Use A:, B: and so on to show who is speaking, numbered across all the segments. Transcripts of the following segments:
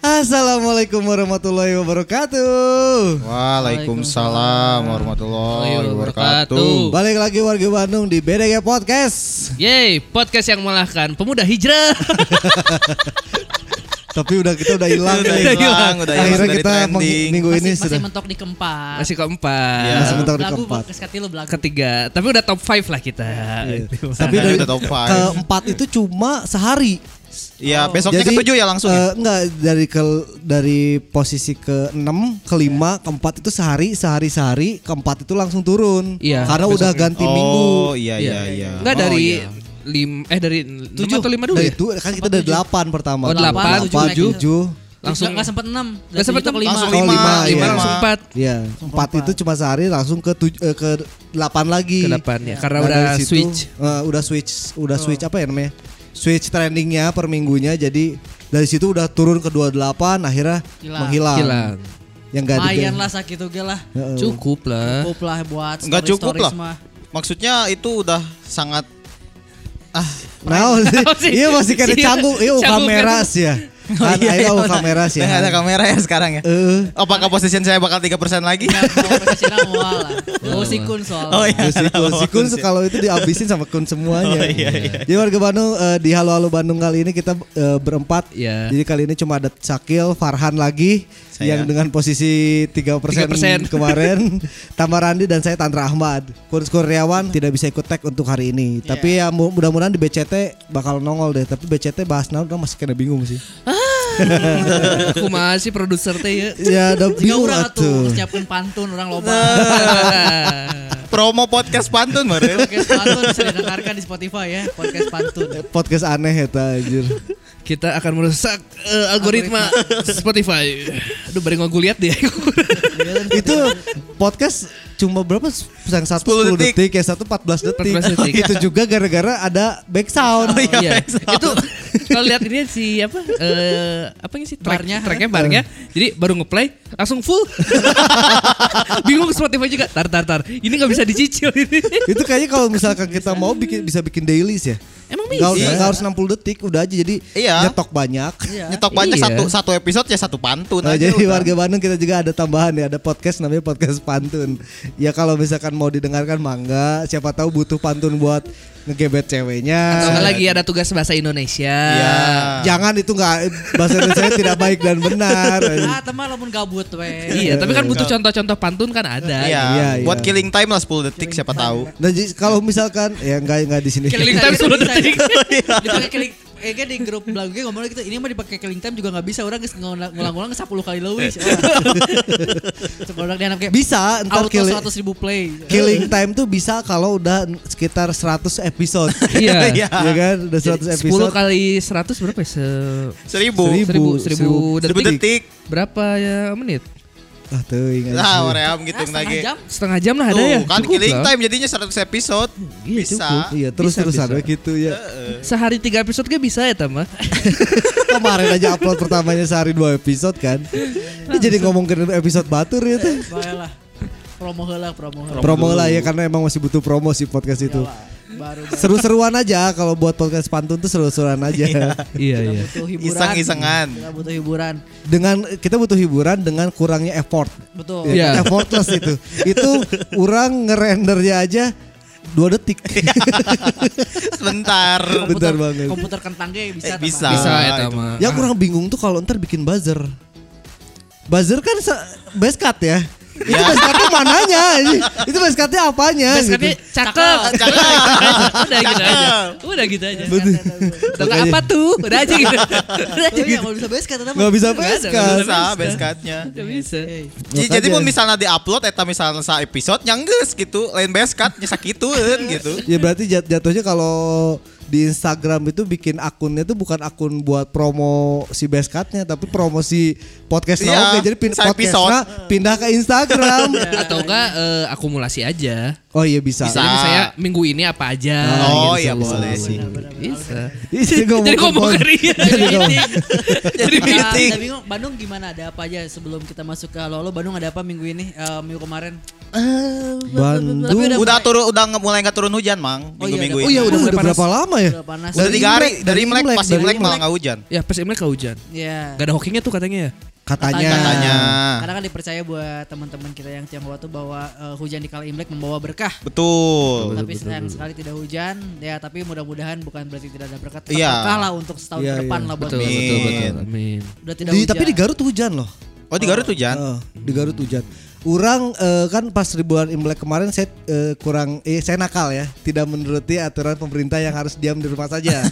A: Assalamualaikum warahmatullahi wabarakatuh.
B: Waalaikumsalam warahmatullahi wabarakatuh.
A: Balik lagi warga Bandung di BDG Podcast.
C: Yeay, podcast yang melahkan pemuda hijrah.
A: Tapi udah kita udah hilang.
B: Udah
A: nih.
B: hilang, udah hilang
A: Akhirnya
B: dari
A: kita meng-
B: trending.
A: minggu
D: masih,
A: ini
D: masih
A: sudah
D: mentok di keempat.
C: Masih keempat.
B: Iya.
A: masih mentok di
D: Belagu
A: keempat.
D: podcast kati lu belagu.
C: Ketiga, tapi udah top 5 lah kita.
A: Iya.
C: Gitu. Iya. Itu.
A: Tapi
B: Makanya
A: dari
B: udah top five.
A: keempat itu cuma sehari.
B: Iya, besoknya ketujuh ya langsung. ya?
A: eh, enggak dari ke dari posisi ke enam, ke lima, keempat itu sehari, sehari, sehari, keempat itu langsung turun.
C: Iya,
A: Karena udah ganti minggu.
B: Oh, iya iya iya.
C: Enggak dari lim eh dari 7 atau 5 dulu
A: dari
C: ya?
A: tu- kan kita dari delapan pertama.
C: Oh, delapan, ya?
A: delapan,
D: tujuh,
A: tujuh.
C: Langsung
D: nggak sempet enam.
C: Nggak sempet
D: Dari
C: enam.
D: tujuh ke lima.
B: Langsung lima,
A: lima,
C: lima
A: iya.
C: langsung 4
A: Iya, empat itu cuma sehari langsung ke tuj- eh, ke delapan lagi.
C: ke depan ya. Karena
A: Nah,
C: udah
A: dari situ,
C: switch.
A: eh, udah switch, udah switch apa ya namanya? Switch trendingnya per minggunya. Jadi dari situ udah turun ke 28 akhirnya
D: Hilang.
A: menghilang.
C: Hilang.
A: Yang enggak
D: Lumayan lah sakit oge lah.
C: Cukup lah.
D: Cukup lah buat story
B: Enggak cukup lah.
D: Mah.
B: Maksudnya itu udah sangat ah
A: Nah,
C: sih?
A: iya masih kena
C: Iya.
A: canggung, iya
C: Canggung
A: kamera sih ya. Kan iya, kamera sih
B: nggak ada
A: ya.
B: kamera ya sekarang ya.
A: Eh,
B: Apakah position saya bakal 3% lagi?
D: Ya, mau kesini mual
A: Iya,
D: lah. Mau sikun soalnya.
B: Oh iya. Oh,
A: si kun, si kun kalau itu dihabisin sama kun semuanya.
B: iya.
A: Jadi warga Bandung eh, di Halo Halo Bandung kali ini kita eh, berempat.
C: Iya.
A: Jadi kali ini cuma ada Sakil, Farhan lagi
B: Saya.
A: yang dengan posisi 3%,
C: 3%.
A: kemarin, Tamarandi dan saya Tantra Ahmad. Kurus Kurniawan tidak bisa ikut tag untuk hari ini.
B: Iya.
A: Tapi ya mu- mudah-mudahan di BCT bakal nongol deh. Tapi BCT bahas naon orang masih kena bingung sih.
C: Aku masih produser teh ya.
A: ya udah
D: Jika
A: bingung
D: orang tuh
A: atuh.
D: siapkan pantun orang loba.
C: Nah.
B: Promo podcast pantun meren.
D: Podcast pantun bisa didengarkan di Spotify ya. Podcast pantun.
A: Iya. Podcast aneh eta anjir.
C: Kita akan merusak eh, algoritma Spotify. Aduh, bari ngogul lihat deh.
A: itu podcast cuma berapa yang satu 10
B: 10 detik.
A: detik, yang satu 14 detik,
C: 14 detik.
A: itu juga gara-gara ada back sound
C: Iya. Itu kalau lihat ini si apa eh apa sih track-
D: Barnya.
C: tracknya barnya. eh, Jadi baru ngeplay langsung full. Bingung Spotify juga. Tar tar tar. Ini nggak bisa dicicil ini.
A: itu kayaknya kalau misalkan kita mau bikin bisa bikin dailies ya
C: Emang
A: nggak
C: bisa. Iya.
A: harus, nggak harus 60 detik udah aja jadi
B: Iya.
A: nyetok banyak
B: Nyetok banyak
C: Iya.
B: satu satu episode ya satu pantun
A: Nah,
B: aja.
A: jadi
B: udah.
A: warga Bandung kita juga ada tambahan ya, ada podcast namanya podcast pantun. Ya kalau misalkan mau didengarkan mangga, siapa tahu butuh pantun buat ngegebet ceweknya.
C: Atau nggak lagi ada tugas bahasa Indonesia.
B: Iya.
A: Jangan itu nggak bahasa Indonesia tidak baik dan benar.
D: Ah, teman lamun gabut we.
C: Iya, tapi kan butuh contoh-contoh pantun kan ada.
B: Iya,
A: Iya,
B: buat
A: iya.
B: killing time lah 10 detik siapa tahu.
A: Dan Nah, jadi kalau misalkan ya nggak nggak di sini.
C: Killing time 10 detik.
D: Dipakai keling Eh kan di grup lagu gue ngomong gitu, ini mah dipakai keling time juga nggak bisa orang geus ngulang-ngulang 10 kali leuwih. Coba orang dianggap kayak
A: Bisa ntar
D: auto
A: killing,
D: 100 ribu play.
A: killing time tuh bisa kalau udah sekitar 100 episode.
C: Iya. kan.
B: Iya.
A: ya kan udah 100
C: 10
A: episode.
C: kali 100 berapa ya? Se
B: Seribu.
A: Seribu.
C: seribu, seribu
B: Seribu detik.
C: detik. Berapa ya menit?
A: Ah tuh ingat.
B: Nah, Oream gitu
D: Ah, setengah
B: lagi.
D: jam.
C: Setengah jam lah ada
B: Tuh,
C: ya.
B: kan
C: Cukup
B: killing
C: lah.
B: time jadinya 100 episode.
C: Iya,
B: bisa.
C: cukup.
A: Iya terus
C: Bisa,
A: terusan
C: bisa.
A: gitu ya.
C: Sehari tiga episode gak bisa ya Tama?
A: Kemarin aja upload pertamanya sehari dua episode kan. Ini jadi ngomongin episode batur ya tuh.
D: Baiklah. Promo heula, promo heula.
A: Promo lah ya karena emang masih butuh promo sih podcast itu.
D: Baru
A: Seru-seruan aja kalau buat podcast pantun tuh seru-seruan aja.
C: iya iya.
D: butuh hiburan.
B: Iseng-isengan.
D: Kita butuh hiburan.
A: dengan kita butuh hiburan dengan kurangnya effort.
D: Betul.
C: Iya.
A: Ya, Effortless itu. Itu orang ngerendernya aja dua detik.
B: Sebentar.
A: Bentar
D: Komputer-
A: banget.
D: Komputer kentang ge bisa.
B: Eh,
D: tambah.
B: bisa.
C: Bisa ya
B: Ah,
C: Tama.
A: Yang kurang bingung tuh kalau ntar bikin buzzer. Buzzer kan se- base cut ya. Itu base cutnya mananya? anjing? Itu base cutnya apanya?
C: Basketnya
A: gitu.
C: cakep.
B: Cakep.
C: Udah gitu aja. Udah gitu aja.
A: Betul.
C: Atau nggak apa tuh? Udah aja gitu. Udah aja
D: Tapi
C: gitu.
D: iya, nggak mau bisa base kata nama.
A: Nggak bisa
C: Nggak
A: base
C: ada, nggak
A: cut.
C: bisa.
B: Bisa base cut-nya.
C: Nggak bisa.
B: Ji-
A: Makanya.
B: Jadi mau misalnya di-upload eta misalnya sa episode nyangges gitu, lain base cut nya sakitueun gitu.
A: Ya berarti jat- jatuhnya kalau di Instagram itu bikin akunnya tuh bukan akun buat promo si base cutnya tapi promosi podcast
B: Iya,
A: oke jadi pin
B: sa episode.
A: podcastnya pindah ke Instagram
C: Atau enggak eh, akumulasi aja.
A: oh iya bisa,
B: Bisa.
C: Jadi saya minggu ini apa aja. gitu.
B: Oh
A: iya,
B: iya
A: bisa,
B: boleh
A: bisa,
B: sih.
C: Bisa.
A: Jadi ngomong
C: Jadi
A: ke
C: ngomong
A: Bon.
C: ke dia.
A: Jadi ngomong.
B: Jadi
D: Ah,
B: meeting.
D: udah bingung, Bandung gimana? Ada apa aja sebelum kita masuk ke Halo Halo Bandung ada apa minggu ini? Eh, minggu kemarin.
A: Bandung.
D: Tapi udah
B: Udah turun udah nge- mulai nggak turun hujan, Mang.
D: Oh iya,
B: Minggu-minggu
A: Oh
B: ini.
A: iya udah,
C: Mulai
A: udah
C: panas.
A: berapa lama ya?
D: Udah panas.
B: Udah
A: Dari
B: tiga hari
A: Imlek,
B: dari
A: dari
B: Imlek
A: Imlek,
B: pas
A: dari
B: Imlek malah
A: Imlek.
B: nggak hujan.
C: Ya pas Imlek ke hujan.
D: Iya.
C: Gak ada hokinya tuh katanya ya.
A: Katanya.
B: Katanya.
D: Karena kan dipercaya buat teman-teman kita yang Tionghoa tuh bahwa eh, hujan di kala Imlek membawa berkah.
B: Betul.
D: tapi sayang sekali tidak hujan ya tapi mudah-mudahan bukan berarti tidak ada berkat tetap
B: Iya.
D: berkah lah untuk setahun
A: Iya,
D: ke depan
A: iya.
D: lah buat
C: Betul,
D: kita.
C: betul, betul.
B: Amin.
C: Amin.
D: udah tidak
A: Di,
D: hujan
A: tapi di Garut hujan loh.
B: Oh di Garut hujan.
A: Heeh, di Garut hujan. Orang eh, kan pas ribuan Imlek kemarin saya eh, kurang eh saya nakal ya, tidak menuruti aturan pemerintah yang harus diam di rumah saja.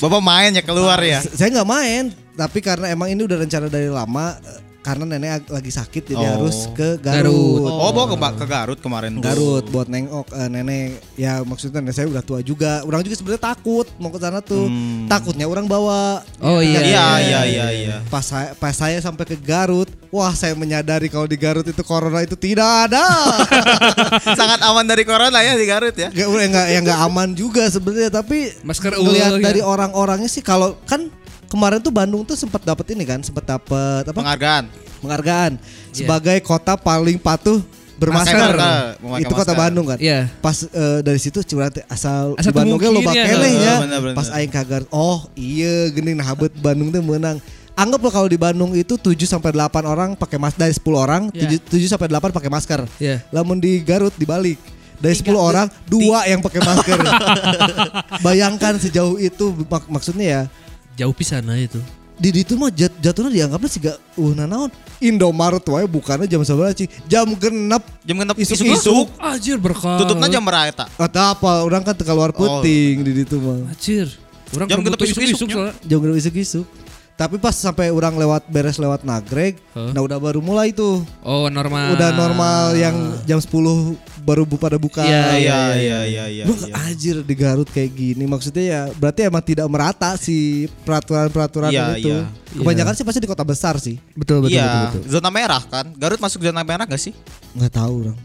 B: Bapak main ya keluar ya.
A: S- saya nggak main, tapi karena emang ini udah rencana dari lama eh, karena nenek ag- lagi sakit jadi
B: Oh.
A: harus ke
C: Garut.
A: Garut.
B: Oh, bawa ke, ke Garut kemarin.
A: Garut buat nengok eh, nenek ya maksudnya nenek saya udah tua juga orang juga sebenarnya takut mau ke sana tuh takutnya orang bawa
C: Hmm. Oh iya.
B: Iya, iya, iya, iya.
A: pas saya pas saya sampai ke Garut wah saya menyadari kalau di Garut itu corona itu tidak ada
B: iya. Sangat aman dari corona ya di Garut ya.
A: Gak, udah nggak ya nggak aman juga sebenarnya tapi
C: Masker
A: ngelihat
C: ungu,
A: dari
C: ya.
A: orang-orangnya sih kalau kan kemarin tuh Bandung tuh sempat dapat ini kan sempat dapat apa
B: Penghargaan.
A: penghargaan sebagai kota paling patuh bermasker
B: Masker, memakai
A: itu kota
B: masker.
A: Bandung kan
C: Iya.
A: pas eh, dari situ curhat asal, di
C: Asal
A: Bandung ge
C: temungkin
A: loba
C: ya,
A: keneh
B: kan?
A: ya
B: Eh, bener-bener.
A: pas aing kagar oh iya gini nah habeut Bandung tuh menang anggap lo kalau di Bandung itu 7 sampai 8 orang pakai masker dari 10 orang
D: Iya.
A: 7, 7 sampai 8 pakai masker
C: Iya.
A: lamun di Garut dibalik dari
D: Tiga,
A: 10 orang dua yang pakai masker bayangkan sejauh itu mak- maksudnya ya
C: Jauh pisan lah itu.
A: di di itu mah jat, jatuhnya dianggapnya sih gak uh nanaon Indomaret wae bukannya jam sebelas sih jam genep
B: Jam genep
A: Isuk-
B: isuk-isuk.
C: Anjir berkah.
B: Tutupnya jam berapa? eta?
A: atau apa orang kan teka
B: Oh,
A: luar
B: iya.
A: puting di itu mah
C: Anjir. Orang
B: Jam
C: kerebut
B: genep isuk-isuknya.
C: isuk-isuk soalnya.
A: jam genep isuk isuk tapi pas sampai orang lewat beres lewat nagreg
C: Huh?
A: nah udah baru mulai tuh
B: Ah.
C: Oh normal.
A: udah normal yang jam 10 baru bu- pada buka
C: Iya,
B: Iya, iya, iya, iya.
A: Lu anjir di Garut kayak gini maksudnya ya berarti emang tidak merata si peraturan-peraturan
B: Iya,
A: itu.
B: iya.
A: Kebanyakan sih pasti di kota besar sih.
C: Betul betul betul.
B: Iya,
C: betul.
B: zona merah kan. Garut masuk zona merah gak sih?
A: nggak tahu orang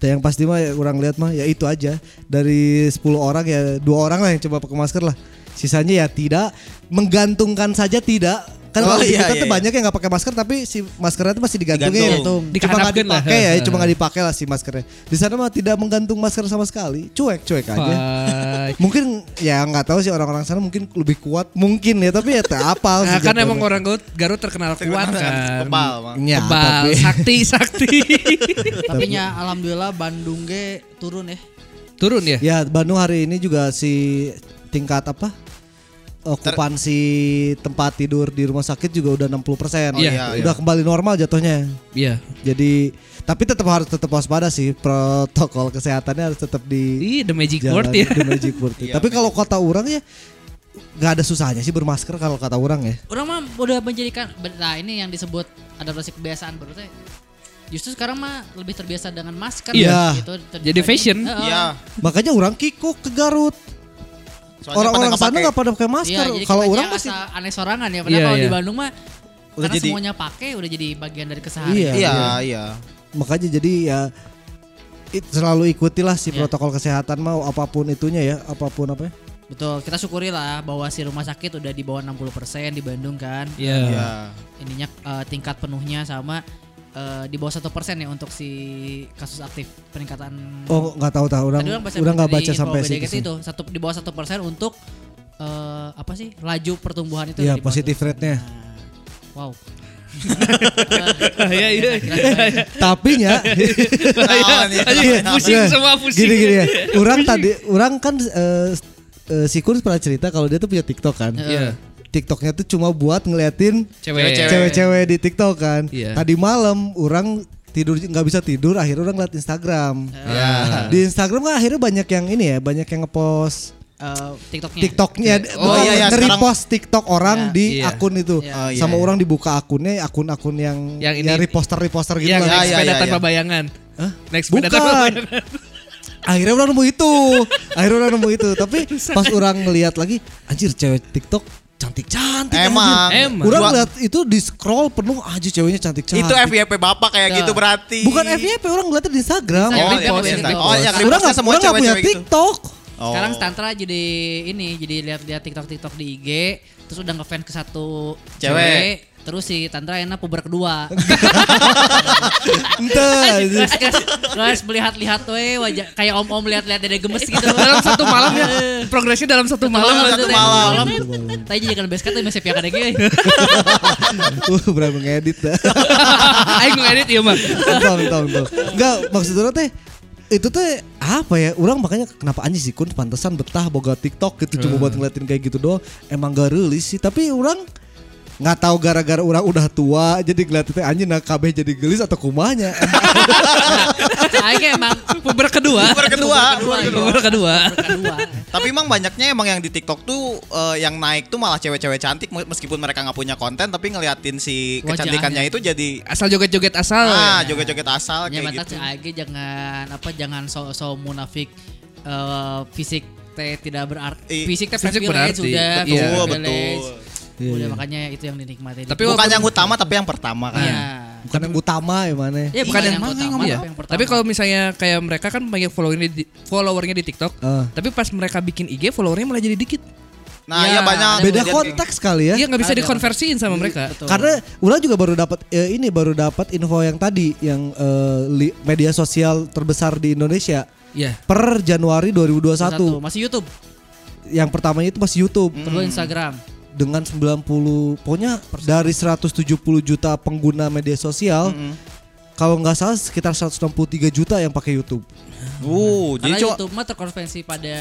A: dan yang pasti mah ya, orang lihat mah ya itu aja dari 10 orang ya dua orang lah yang coba pakai masker lah sisanya ya tidak menggantungkan saja tidak kan
B: Oh,
A: kalau di
B: iya,
A: kita
B: iya,
A: tuh
B: iya.
A: banyak yang nggak pakai masker tapi si maskernya tuh masih digantungin Iya.
B: Digantung.
A: cuma nggak
C: Dikehadapkan lah.
A: dipakai ya cuma nggak dipakai lah si maskernya di sana mah tidak menggantung masker sama sekali cuek cuek aja
C: Pak.
A: mungkin ya nggak tahu sih orang-orang sana mungkin lebih kuat mungkin ya tapi ya tak apal sih
C: Nah, kan
A: jatuhnya.
C: emang orang Garut, Garut terkenal kuat kan.
B: Kepal, Bang.
A: ya,
C: Kebal,
A: tapi
C: sakti, sakti.
D: tapi nya alhamdulillah Bandung ge turun ya
C: Turun ya?
A: Ya Bandung hari ini juga si tingkat apa okupansi tempat tidur di rumah sakit juga udah 60 persen.
C: Iya,
B: iya.
A: Udah kembali normal jatuhnya.
C: Iya.
A: Jadi tapi tetap harus tetap waspada sih protokol kesehatannya harus tetap di
C: Ih, the magic
A: jalan
C: word
B: iya.
C: ya.
A: di Magic Word. tapi kalau kota orang ya nggak ada susahnya sih bermasker kalau kata orang ya.
D: orang mah udah menjadikan nah ini yang disebut adaptasi kebiasaan baru teh justru sekarang mah lebih terbiasa dengan masker
A: Iya.
D: gitu ter-
C: Jadi fashion.
D: Heeh.
B: Iya.
A: Makanya orang kikuk ke Garut.
B: Soalnya
A: Orang-orang
B: pada nggak
A: sana
B: pakai.
A: nggak pada pakai masker.
D: Iya, jadi
A: kalau
D: kitanya
A: orang masih
D: asa aneh sorangan ya padahal
C: Iya,
D: kalau di
C: iya.
D: Bandung mah
B: Udah
D: karena
B: jadi-
D: semuanya pakai udah jadi bagian dari keseharian
A: Iya,
B: Iya, iya.
A: makanya jadi ya it- selalu ikutilah si
D: Iya.
A: protokol kesehatan mau apapun itunya ya apapun apa ya
D: Betul, kita syukuri lah bahwa si rumah sakit udah di bawah 60% di Bandung kan.
C: Iya.
B: Iya.
D: Ininya eh, tingkat penuhnya sama eh, di bawah satu persen ya untuk si kasus aktif peningkatan.
A: oh nggak tahu tahu orang
D: Hmm. Tadi orang
A: udah nggak
D: dari
A: baca
D: info
A: sampai
D: BDKT
A: situ
D: kan itu satu di bawah satu persen untuk eh, apa sih laju pertumbuhan itu.
A: Iya,
D: di bawah
A: positive
D: 1%.
A: rate-nya.
D: Nah, Wow. Nah,
C: Iya, iya.
A: tapi nya
B: Lawan ya.
C: Anjir, Pusing semua pusing.
A: Iya. gini gini ya orang tadi orang kan eh, eh, si Kun pernah cerita kalau dia tuh punya TikTok kan
C: Iya.
A: TikToknya tuh cuma buat ngeliatin
C: Cewek.
A: cewek-cewek di TikTok kan.
C: Iya.
A: Tadi malam orang tidur nggak bisa tidur, akhirnya orang ngeliat Instagram. Di Instagram kan akhirnya banyak yang ini ya, banyak yang ngepost
D: Eh, TikToknya.
A: TikToknya,
B: Oh,
A: bukan,
B: iya, iya,
A: nge-repost TikTok orang
D: Iya.
A: di
C: Iya.
A: akun itu,
D: Iya.
B: Oh, iya,
A: sama
B: iya.
A: orang dibuka akunnya, akun-akun yang
C: Yang
A: ya
C: ini-
A: reposter-reposter gitu
C: Yang
A: lah.
C: naik
B: iya,
C: sepeda
B: iya,
C: tanpa
B: iya.
C: bayangan.
A: Hah?
C: Naik sepeda
A: Bukan.
C: tanpa bayangan.
A: Akhirnya orang nemu itu, akhirnya orang nemu itu. Tapi pas orang ngeliat lagi, anjir cewek TikTok cantik-cantik.
B: Emang.
A: anjir.
C: Emang.
A: Orang
B: Dua-
A: ngeliat itu di scroll penuh aja ceweknya cantik-cantik.
B: Itu FYP Bapak kayak gitu berarti.
A: Iya. Bukan FYP orang ngeliatnya di Instagram.
B: Oh,
C: Yang
B: yang
C: repost, yang
B: repost.
C: repost.
B: Oh, yang
A: orang
B: repost
A: nggak
B: semua
A: orang nggak punya
B: cewek-cewek gitu.
A: TikTok.
B: Oh.
D: Sekarang Stantra jadi ini, jadi lihat-lihat TikTok-Tiktok di IG, terus udah ngefans ke satu
B: Cewek.
D: cewek, terus si Tantra enak puber kedua.
A: Ente anjir.
D: Guys, guys, guys melihat-lihat we wajah kayak om-om lihat-lihat dede gemes gitu.
C: dalam satu malam ya progresnya dalam satu malam
B: satu malam.
D: Tapi jadi kan basket tapi masih pihak dege.
A: Uh, berapa ngedit dah.
C: aing ngedit ya mah
A: Entah, entah, entah. Enggak, maksud orang teh itu teh apa ya orang makanya kenapa anjing sih kun pantesan betah boga TikTok gitu cuma buat ngeliatin kayak gitu doang emang gak rilis sih tapi orang nggak tahu gara-gara orang udah tua jadi ngeliatin teh anjing nah kabeh jadi gelis atau kumanya
D: Aing emang
C: puber kedua
B: Puber kedua.
D: Puber kedua.
C: puber kedua
D: kedua.
B: Tapi emang banyaknya emang yang di TikTok tuh eh, yang naik tuh malah cewek-cewek cantik me- meskipun mereka nggak punya konten tapi ngeliatin si
D: Wajahnya.
B: kecantikannya itu jadi
C: asal joget-joget asal
B: ah joget-joget asal
D: Ya
B: kayak
D: mata
B: gitu.
D: Aing jangan apa jangan so so munafik eh, fisik teh tidak
B: I-
D: berarti fisik teh
C: fisik berarti.
D: privilege sudah
C: Betul,
D: fisik
B: betul.
D: privilege.
A: Iya, iya.
D: udah makanya itu yang dinikmati
C: Tapi
D: Iya.
B: Bukan yang utama tapi yang pertama kan.
A: bukan yang utama ya mana
D: Iya,
C: bukan Iya. yang, mana yang
D: utama,
C: ngomong. ya?
D: tapi yang pertama.
C: Tapi kalau misalnya kayak mereka kan banyak followernya di, followernya di TikTok,
A: Ah.
C: tapi pas mereka bikin IG followernya malah jadi dikit.
B: Nah, ya,
D: Ya,
B: banyak
D: ada
A: beda
B: Jadi-
A: konteks kali ya
C: Iya nggak bisa
D: Ada.
C: dikonversiin sama mereka.
D: Betul.
A: Karena Ula juga baru dapat eh, ini baru dapat info yang tadi yang eh, li- media sosial terbesar di Indonesia
C: Iya.
A: per Januari 2021.
D: masih YouTube,
C: Hmm.
A: Yang pertamanya itu masih YouTube
D: kedua Instagram.
A: dengan 90 pokoknya dari 170 juta pengguna media sosial kalau nggak salah sekitar 163 juta yang pakai YouTube.
B: Uh, jadi
D: Karena
B: cuma
D: YouTube mah terkonvensi pada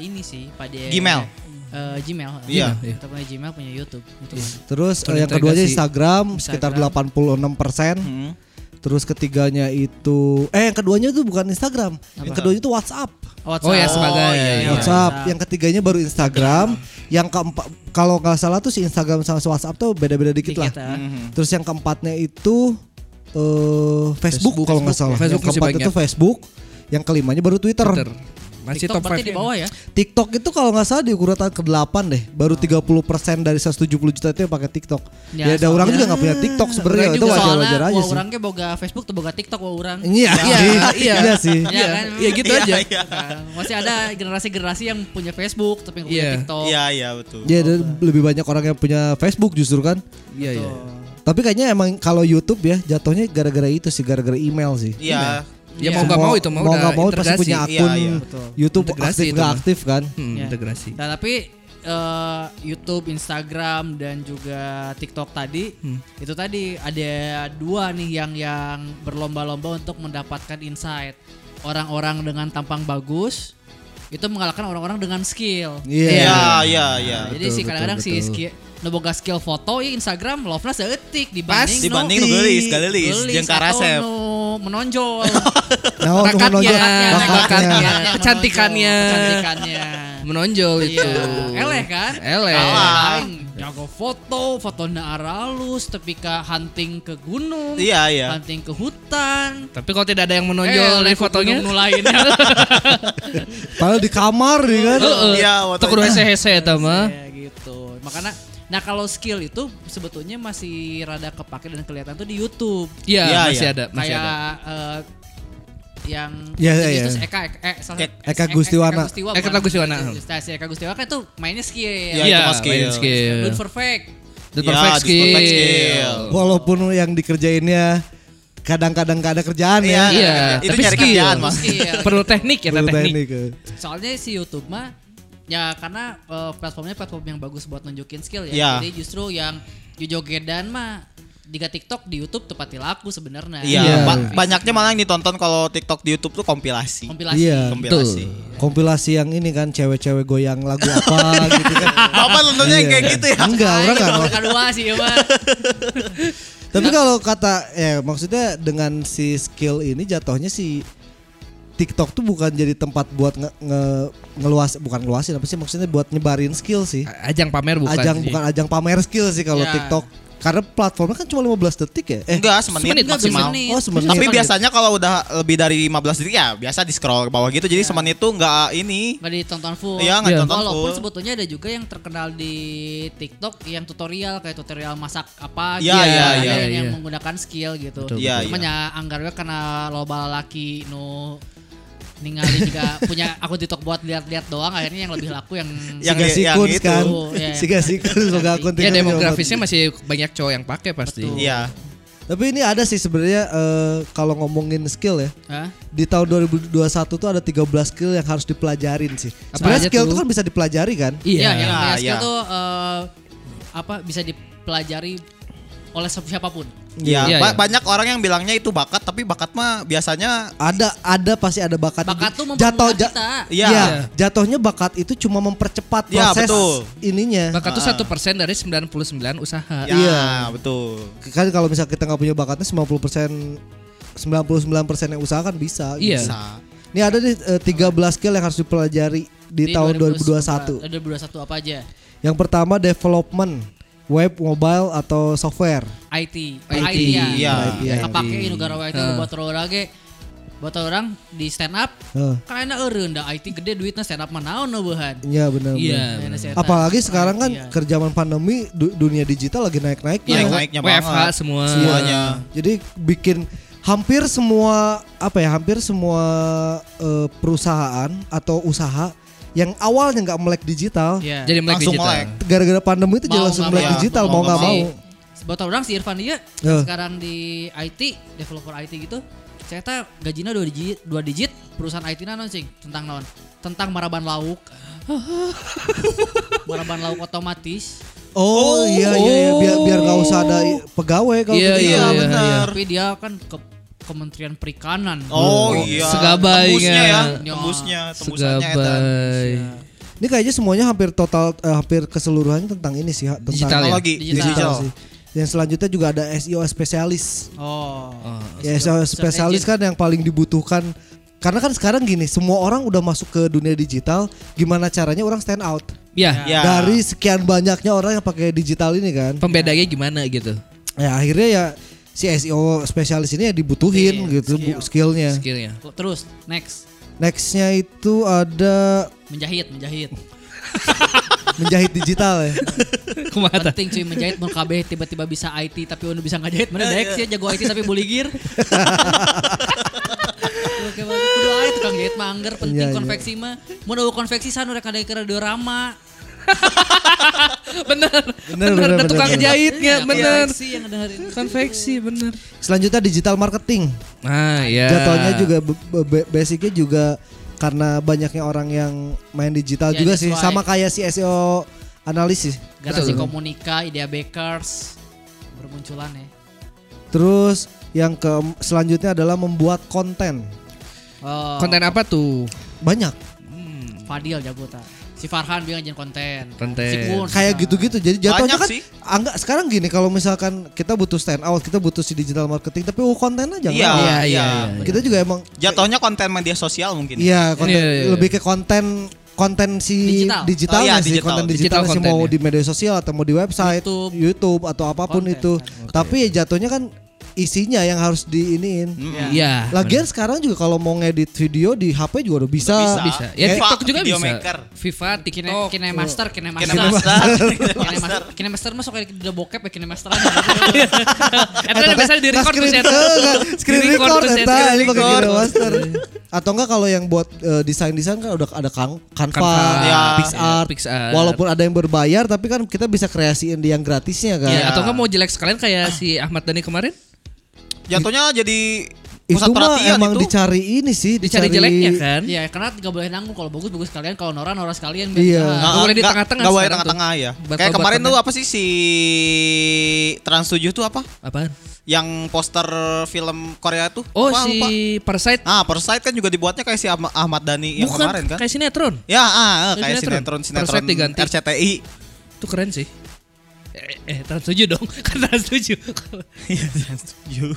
D: ini sih, pada
B: Gmail.
D: Eh, Gmail.
B: Iya.
D: Gmail, Kita punya Gmail punya YouTube. Itu
C: Iya.
D: mah.
A: Terus eh, yang
C: Terintegrasi.
A: keduanya Instagram, sekitar 86
B: Hmm.
A: Terus ketiganya itu eh yang keduanya itu bukan Instagram, yang keduanya itu WhatsApp.
C: Oh ya sebagai.
B: Oh, iya, iya.
A: WhatsApp. Yang ketiganya baru Instagram. Yang keempat kalau nggak salah tuh si Instagram sama si WhatsApp tuh beda-beda dikit,
D: Dikit,
A: lah.
D: ah.
C: Mhm.
A: Terus yang keempatnya itu eh Facebook,
C: Facebook,
A: kalau nggak
C: Facebook.
A: salah.
C: Facebook
A: yang keempat
C: masih banyak.
A: itu Facebook. Yang kelimanya baru Twitter.
C: Twitter. Masih top
D: TikTok
C: Iya,
D: berarti
C: 5
D: di bawah ya.
A: TikTok itu kalau nggak salah di ukuran tahun ke-8 deh, baru 30% dari 170 juta itu yang pakai TikTok. Ya,
D: Oh. Ya,
A: ada orang
D: soalnya-
A: juga nggak punya TikTok sebenarnya,
D: Orang
A: itu
D: juga
A: wajar-wajar
D: soalnya
A: aja
D: wah,
A: sih.
D: Orang ke boga Facebook tuh boga TikTok wah orang.
A: Iya,
C: Iya,
A: sih.
C: iya.
A: Iya sih.
D: Iya
C: Iya,
D: kan?
C: iya gitu aja.
B: Iya,
D: Nah, masih ada generasi-generasi yang punya Facebook tapi nggak punya
C: Iya.
D: TikTok.
B: iya, iya betul.
A: Iya, dan lebih banyak orang yang punya Facebook justru kan.
C: Iya iya.
A: Tapi kayaknya emang kalau YouTube ya jatuhnya gara-gara itu sih gara-gara email sih.
B: Iya.
C: Ya
D: Iya.
C: mau nggak
A: Semua-
C: mau itu mau
A: mau
C: udah
A: nggak mau pasti
C: integrasi. Hmm,
A: punya
B: Iya,
A: akun
B: iya.
A: YouTube
C: Integrasi
A: aktif
C: itu
A: nggak
C: mah.
A: aktif kan?
C: Hmm,
D: Iya.
C: integrasi.
D: Nah, tapi eh, YouTube, Instagram dan juga TikTok tadi itu tadi ada dua nih yang yang berlomba-lomba untuk mendapatkan insight orang-orang dengan tampang bagus itu mengalahkan orang-orang dengan skill.
A: Iya.
B: Iya, iya, iya.
D: Jadi sih kadang-kadang si skill nu boga skill foto ya Instagram love-na seetik dibanding
B: Dibanding
D: nu
B: nu geulis, geulis
D: geulis
B: jeung
D: atau
B: karasep.
D: nu menonjol. Iya,
A: Nah, untuk
C: Bakatnya,
A: menonjol-
D: Bakatnya,
A: bakatnya.
C: bakatnya,
D: menonjol,
C: kecantikannya,
D: kecantikannya.
C: menonjol itu.
D: Iya, eleh kan?
C: Eleh.
D: Aing jago foto, fotona aralus, tapi ka hunting ke gunung,
B: Iya, iya.
D: hunting ke hutan.
C: Tapi kalau tidak ada yang menonjol dari
D: eleh ke
C: fotonya,
D: gunung nu lain.
A: Padahal di kamar nih kan.
B: Iya,
C: tak kudu
B: fotonya.
C: hese-hese eta Iya, mah.
D: Ya, gitu. Makanya nah kalau skill itu sebetulnya masih rada kepake dan kelihatan tuh di YouTube.
C: Iya,
B: Iya,
C: masih
B: iya.
C: ada, masih
D: Kayak
C: ada.
D: eh, yang
A: Iya, iya,
D: itu
A: iya.
D: si Eka Eka, eh, salah-
B: Eka
D: Eka
A: Gustiwana.
D: Gustiwa,
C: Eka
D: bukan.
C: Gustiwana.
D: Nah, si Eka Gustiwana kan tuh mainnya skill.
B: Iya, itu mah skill.
C: main skill.
D: Don't perfect.
C: Dan
B: Iya,
C: perfect
B: dan perfect
C: skill.
B: skill.
A: Walaupun yang dikerjainnya kadang-kadang gak ada kerjaan
B: Iya,
A: ya.
C: Iya,
B: Itu
C: tapi
B: nyari
C: skill.
B: kerjaan, Mas.
D: Skill.
C: Perlu teknik ya,
A: Perlu
C: teknik.
A: teknik, ya.
D: Soalnya si YouTube mah ya karena eh, platformnya platform yang bagus buat nunjukin skill ya.
B: Iya.
D: Jadi justru yang jogedan mah jika TikTok di YouTube tepat laku sebenarnya.
B: Iya,
A: Iya.
B: ba- banyaknya malah yang ditonton kalau TikTok di YouTube tuh kompilasi.
D: Kompilasi.
A: Iya.
B: Kompilasi.
A: Kompilasi yang ini kan cewek-cewek goyang lagu apa gitu kan.
B: Bapak nontonnya yang kayak gitu ya.
A: Enggak, Iya. orang
D: Ay,
A: nggak
D: nomor
A: nonton.
D: Ah, kedua sih ya, Mas.
A: Tapi kalau kata ya maksudnya dengan si skill ini jatuhnya si TikTok tuh bukan jadi tempat buat nge, nge- ngeluas bukan ngeluasin apa sih maksudnya buat nyebarin skill sih.
C: Ajang pamer Ah, bukan
A: ajang
C: sih.
A: bukan ajang pamer skill sih kalau
D: Ya.
A: TikTok. Karena platformnya kan cuma 15 detik ya. Eh,
B: Enggak, semenit,
C: Semenit,
B: maksimal.
D: semenit.
A: Oh, semenit.
B: Tapi
A: Semenit.
B: biasanya kalau udah lebih dari 15 detik ya biasa di scroll ke bawah gitu. Jadi semenit tuh enggak ini.
D: Nggak ditonton full.
B: Iya, nggak
C: Iya.
B: ditonton
D: Walaupun
B: full.
D: sebetulnya ada juga yang terkenal di TikTok yang tutorial kayak tutorial masak apa
B: Iya,
D: gitu.
B: iya,
D: Ada
B: iya.
D: yang- yang
C: Iya.
D: menggunakan skill gitu.
C: Betul,
B: Iya, betul.
D: Cuman ya anggarnya karena loba laki nu ningali juga punya akun TikTok buat lihat-lihat doang akhirnya yang lebih laku yang
A: Siga
B: Yang di- yang
A: sikun
B: itu.
A: kan.
D: Iya.
A: Siga sikun semoga akun
C: Ya
A: TikTok
C: demografisnya masih banyak cowok yang pakai pasti.
D: Betul.
B: Iya.
A: Tapi ini ada sih sebenarnya eh, kalau ngomongin skill ya.
D: Hah?
A: Di tahun 2021 tuh ada 13 skill yang harus dipelajarin sih. Sebenarnya
C: aja
A: skill
C: tuh?
A: tuh kan bisa dipelajari kan?
D: Iya, yang
B: Iya,
D: namanya skill
B: iya.
D: tuh eh, apa bisa dipelajari oleh siap- siapapun.
B: Iya,
C: Iya,
B: ba-
C: iya.
B: banyak orang yang bilangnya itu bakat tapi bakat mah biasanya
A: Ada ada pasti ada bakat.
D: Bakat tuh mempermudah
A: jatuh ja-
D: kita.
B: Iya.
A: Iya, jatuhnya bakat itu cuma mempercepat
B: Iya,
A: proses
B: betul.
A: ininya.
C: Bakat tuh satu persen dari 99 usaha.
B: ya
A: Iya.
B: betul.
A: kan kalau misalnya kita nggak punya bakatnya 90% 99% yang usaha kan bisa.
C: Iya.
A: gitu.
B: Bisa.
A: Ini ada di eh, 13 skill yang harus dipelajari di, tahun 2021.
D: Eh, 2021 apa aja?
A: Yang pertama development web, mobile atau software.
D: IT,
C: IT,
B: iya.
A: Iya.
D: ya. Kepake gitu, negara IT buat orang ge buat orang di stand up
A: Heeh.
D: karena eureun da IT gede duitnya stand up mah naon neueuhan.
A: Iya benar.
C: Iya.
A: benar.
D: Nah, si eta.
A: Apalagi sekarang kan
D: Iya.
A: ke zaman pandemi du- dunia digital lagi naik-naik. ya.
B: Iya, naiknya
C: WFH
B: banget.
C: semua.
B: Semuanya.
A: Iya. Jadi bikin hampir semua apa ya hampir semua eh, perusahaan atau usaha yang awalnya nggak melek digital
D: Iya.
C: Jadi melek
B: Langsung
C: digital.
B: melek.
A: gara-gara pandemi itu jadi
D: Mau
A: langsung
D: nggak
A: melek
B: mau.
A: digital
B: Mau
A: mau
B: nggak
A: nggak mau.
D: buat orang si Irfan dia
A: Eh.
D: sekarang di IT developer IT gitu saya tahu gajinya dua digit dua digit perusahaan IT na naon sing tentang naon tentang maraban lauk maraban lauk otomatis
A: Oh, iya iya iya. biar biar nggak usah ada i- pegawai kalau
C: Iya,
A: gitu.
B: Iya,
C: iya,
B: benar.
D: tapi dia kan ke Kementerian Perikanan
B: Oh iya.
C: Segabai,
B: tembusnya ya,
C: kan?
B: tembusnya, tembusannya eta.
C: Segabai.
A: Ini kayaknya semuanya hampir total eh, hampir keseluruhannya tentang ini sih ha, tentang
C: Digital ya?
B: Teknologi
D: Digital.
B: digital.
A: sih. Yang selanjutnya juga ada SEO spesialis.
D: oh,
A: Ya, SEO spesialis kan yang paling dibutuhkan karena kan sekarang gini, semua orang udah masuk ke dunia digital, gimana caranya orang stand out?
C: Ya,
B: Ya.
A: Dari sekian banyaknya orang yang pakai digital ini kan.
C: pembedanya gimana gitu?
A: Ya akhirnya ya si SEO spesialis ini ya dibutuhin
D: Iya,
A: gitu bu- skillnya.
C: Skillnya.
D: terus next
A: Nextnya itu ada
D: menjahit menjahit
A: menjahit digital ya.
C: Kumata.
D: penting cuy menjahit mau kabeh tiba-tiba bisa IT tapi udah bisa nggak jahit mana daek sih jago IT tapi buligir Oke, bagus. kudu aja tukang jahit mah angger penting
A: Iya, iya.
D: konveksi mah mau nunggu konveksi sana udah kadek keur diorama
C: bener.
A: Bener,
C: Bener,
A: bener,
C: ada
A: bener,
C: tukang
A: bener.
C: jahitnya, bener.
D: Iya, konveksi yang ada hari ini
C: Konveksi, bener.
A: Selanjutnya digital marketing.
C: Nah, ya.
A: Jatuhnya juga be- be- basicnya juga karena banyaknya orang yang main digital
D: Ya,
A: juga
D: that's
A: sih.
D: why.
A: Sama kayak si SEO analisis.
D: garasi komunika idea bakers bermunculan ya
A: Terus yang ke selanjutnya adalah membuat konten.
D: oh,
C: Konten apa tuh?
A: Banyak.
D: Fadil jago ta si Farhan bilang jangan konten
C: Konten.
D: si Kun
A: Kayak gitu-gitu. Jadi jatuhnya
B: Nah. Banyak
A: kan
B: sih.
A: angga sekarang gini kalau misalkan kita butuh stand out, kita butuh si digital marketing tapi oh, konten aja
B: Iya,
A: nggak?
C: Iya,
B: iya.
C: iya, iya.
A: Kita juga emang
B: Jatuhnya konten media sosial mungkin.
A: Iya, konten,
C: Iya, iya, iya.
A: lebih ke konten konten si
D: Digital.
A: digital,
B: Oh, iya,
A: sih,
B: digital.
A: konten
C: Digital
A: digital, sih
C: konten,
A: mau
C: ya.
A: di media sosial atau mau di website,
D: YouTube.
A: YouTube, atau apapun
D: Konten,
A: itu.
D: konten.
A: Tapi ya jatuhnya kan isinya yang harus diiniin.
B: Mm-mm.
C: Iya.
A: Lagian sekarang juga kalau mau ngedit video di HP juga udah bisa.
B: Udah
C: bisa. Ya
B: Viva,
C: TikTok juga bisa.
B: videomaker.
C: Viva,
D: Kine,
C: TikTok.
D: kine master, kine master,
B: Kinemaster.
D: kine master, kine master masuk kayak udah bokep ya kine master.
C: Eta
A: Eh,
C: biasanya di
A: nah,
C: record
A: screen, eh,
C: tuh, Seth.
A: enggak, screen
C: Di-record
A: record
C: tuh, Seth.
A: eta,
C: Di-record.
A: ini pakai Kino Master. Atau enggak kalau yang buat eh, desain-desain kan udah ada Kang Canva,
C: Canva,
B: ya.
A: PixArt.
C: PixArt.
A: Walaupun ada yang berbayar tapi kan kita bisa kreasiin di yang gratisnya kan.
C: Iya,
B: Iya.
C: atau nggak mau jelek sekalian kayak si Ahmad Dhani kemarin?
B: Jatuhnya jadi
A: Itu
B: pusat
A: mah
B: perhatian
A: emang
B: itu.
A: dicari ini sih,
C: Dicari jeleknya kan?
D: Iya, karena nggak boleh nanggung kalau bagus bagus kalian, kalau Nora Nora sekalian.
A: Iya.
D: biar-
C: Nggak boleh di tengah-tengah
B: Gak boleh
C: sekarang
B: tengah-tengah
C: tuh.
B: ya.
C: Bakal
B: Kayak kemarin tuh
C: batangan.
B: apa sih si Trans 7 tuh apa?
C: Apaan?
B: Yang poster film Korea tuh.
C: Oh
B: Apa,
C: si
B: lupa.
C: Parasite.
B: Ah, Parasite kan juga dibuatnya kayak si Ahmad Ahmad Dhani yang
C: Bukan,
B: kemarin kan.
C: kayak sinetron.
B: Ya, ah, eh,
C: Kayak
B: kayak
C: sinetron.
B: sinetron
C: Parasite
B: sinetron
C: diganti.
B: RCTI.
C: Itu keren sih. Eh, eh trans 7 dong. Kan trans 7.
B: Iya, Trans 7.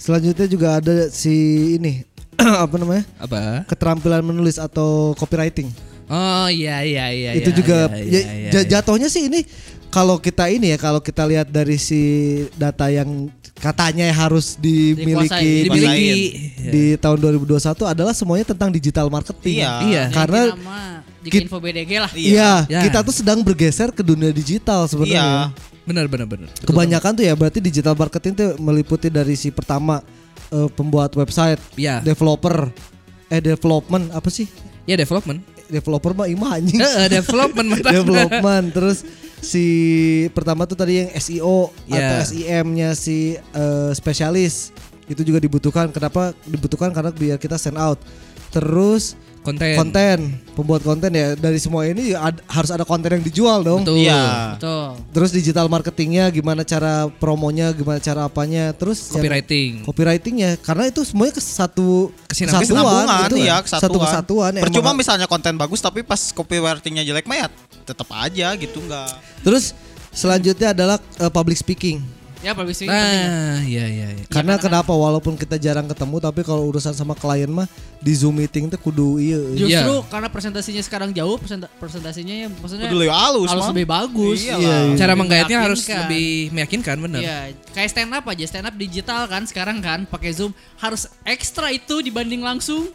A: Selanjutnya juga ada si ini apa namanya?
C: Apa?
A: keterampilan menulis atau copywriting.
C: Oh iya iya iya.
A: itu
C: iya,
A: juga
C: iya,
A: ya,
C: iya, iya,
A: ja-
C: iya.
A: jatuhnya sih ini kalau kita ini ya kalau kita lihat dari si data yang katanya harus
D: Dikuasai,
A: dimiliki di,
C: dimiliki. Iya.
A: di tahun 2021 adalah semuanya tentang digital marketing.
B: Iya.
C: Iya.
A: Karena
D: Jadi nama di
A: kit-
D: info BDG lah.
A: iya,
C: Iya.
A: kita tuh sedang bergeser ke dunia digital sebenarnya.
B: Iya.
C: Benar benar benar.
A: Kebanyakan tuh ya berarti digital marketing tuh meliputi dari si pertama eh, pembuat website,
C: Iya.
A: developer, eh development apa sih?
C: Ya development.
A: Developer mah imah anjing.
C: Eh, eh, development mantan.
A: development terus si pertama tuh tadi yang SEO atau
C: Ya.
A: SEM-nya si eh, spesialis itu juga dibutuhkan. Kenapa dibutuhkan? Karena biar kita stand out. Terus
C: Konten.
A: konten, pembuat konten ya dari semua ini ya ad- harus ada konten yang dijual dong.
C: Betul.
B: Iya.
D: Betul.
A: Terus digital marketingnya, gimana cara promonya, gimana cara apanya, terus yang-
C: Copywriting.
A: copywritingnya karena itu semuanya ke satu
C: Kesinambungan.
B: Kesinambungan
A: gitu kan.
B: iya kesatuan.
A: satu kesatuan emang.
B: Percuma misalnya konten bagus tapi pas copywritingnya jelek mah ya tetap aja gitu nggak.
A: terus selanjutnya adalah eh, public speaking
D: Ya public speaking penting.
C: Nah, iya iya. iya.
A: karena kenapa walaupun kita jarang ketemu tapi kalau urusan sama klien mah di zoom meeting tuh kudu iya
D: Justru karena presentasinya sekarang jauh, presenta- presentasinya ya maksudnya
B: Udah lebih halus
D: harus
B: mah.
D: lebih bagus.
B: Iya
D: kan.
A: Iya,
B: lah.
A: iya.
C: Cara menggayatnya harus
D: meyakinkan.
C: lebih meyakinkan bener.
D: Iya, kayak stand up aja, stand up digital kan sekarang kan pakai Zoom harus ekstra itu dibanding langsung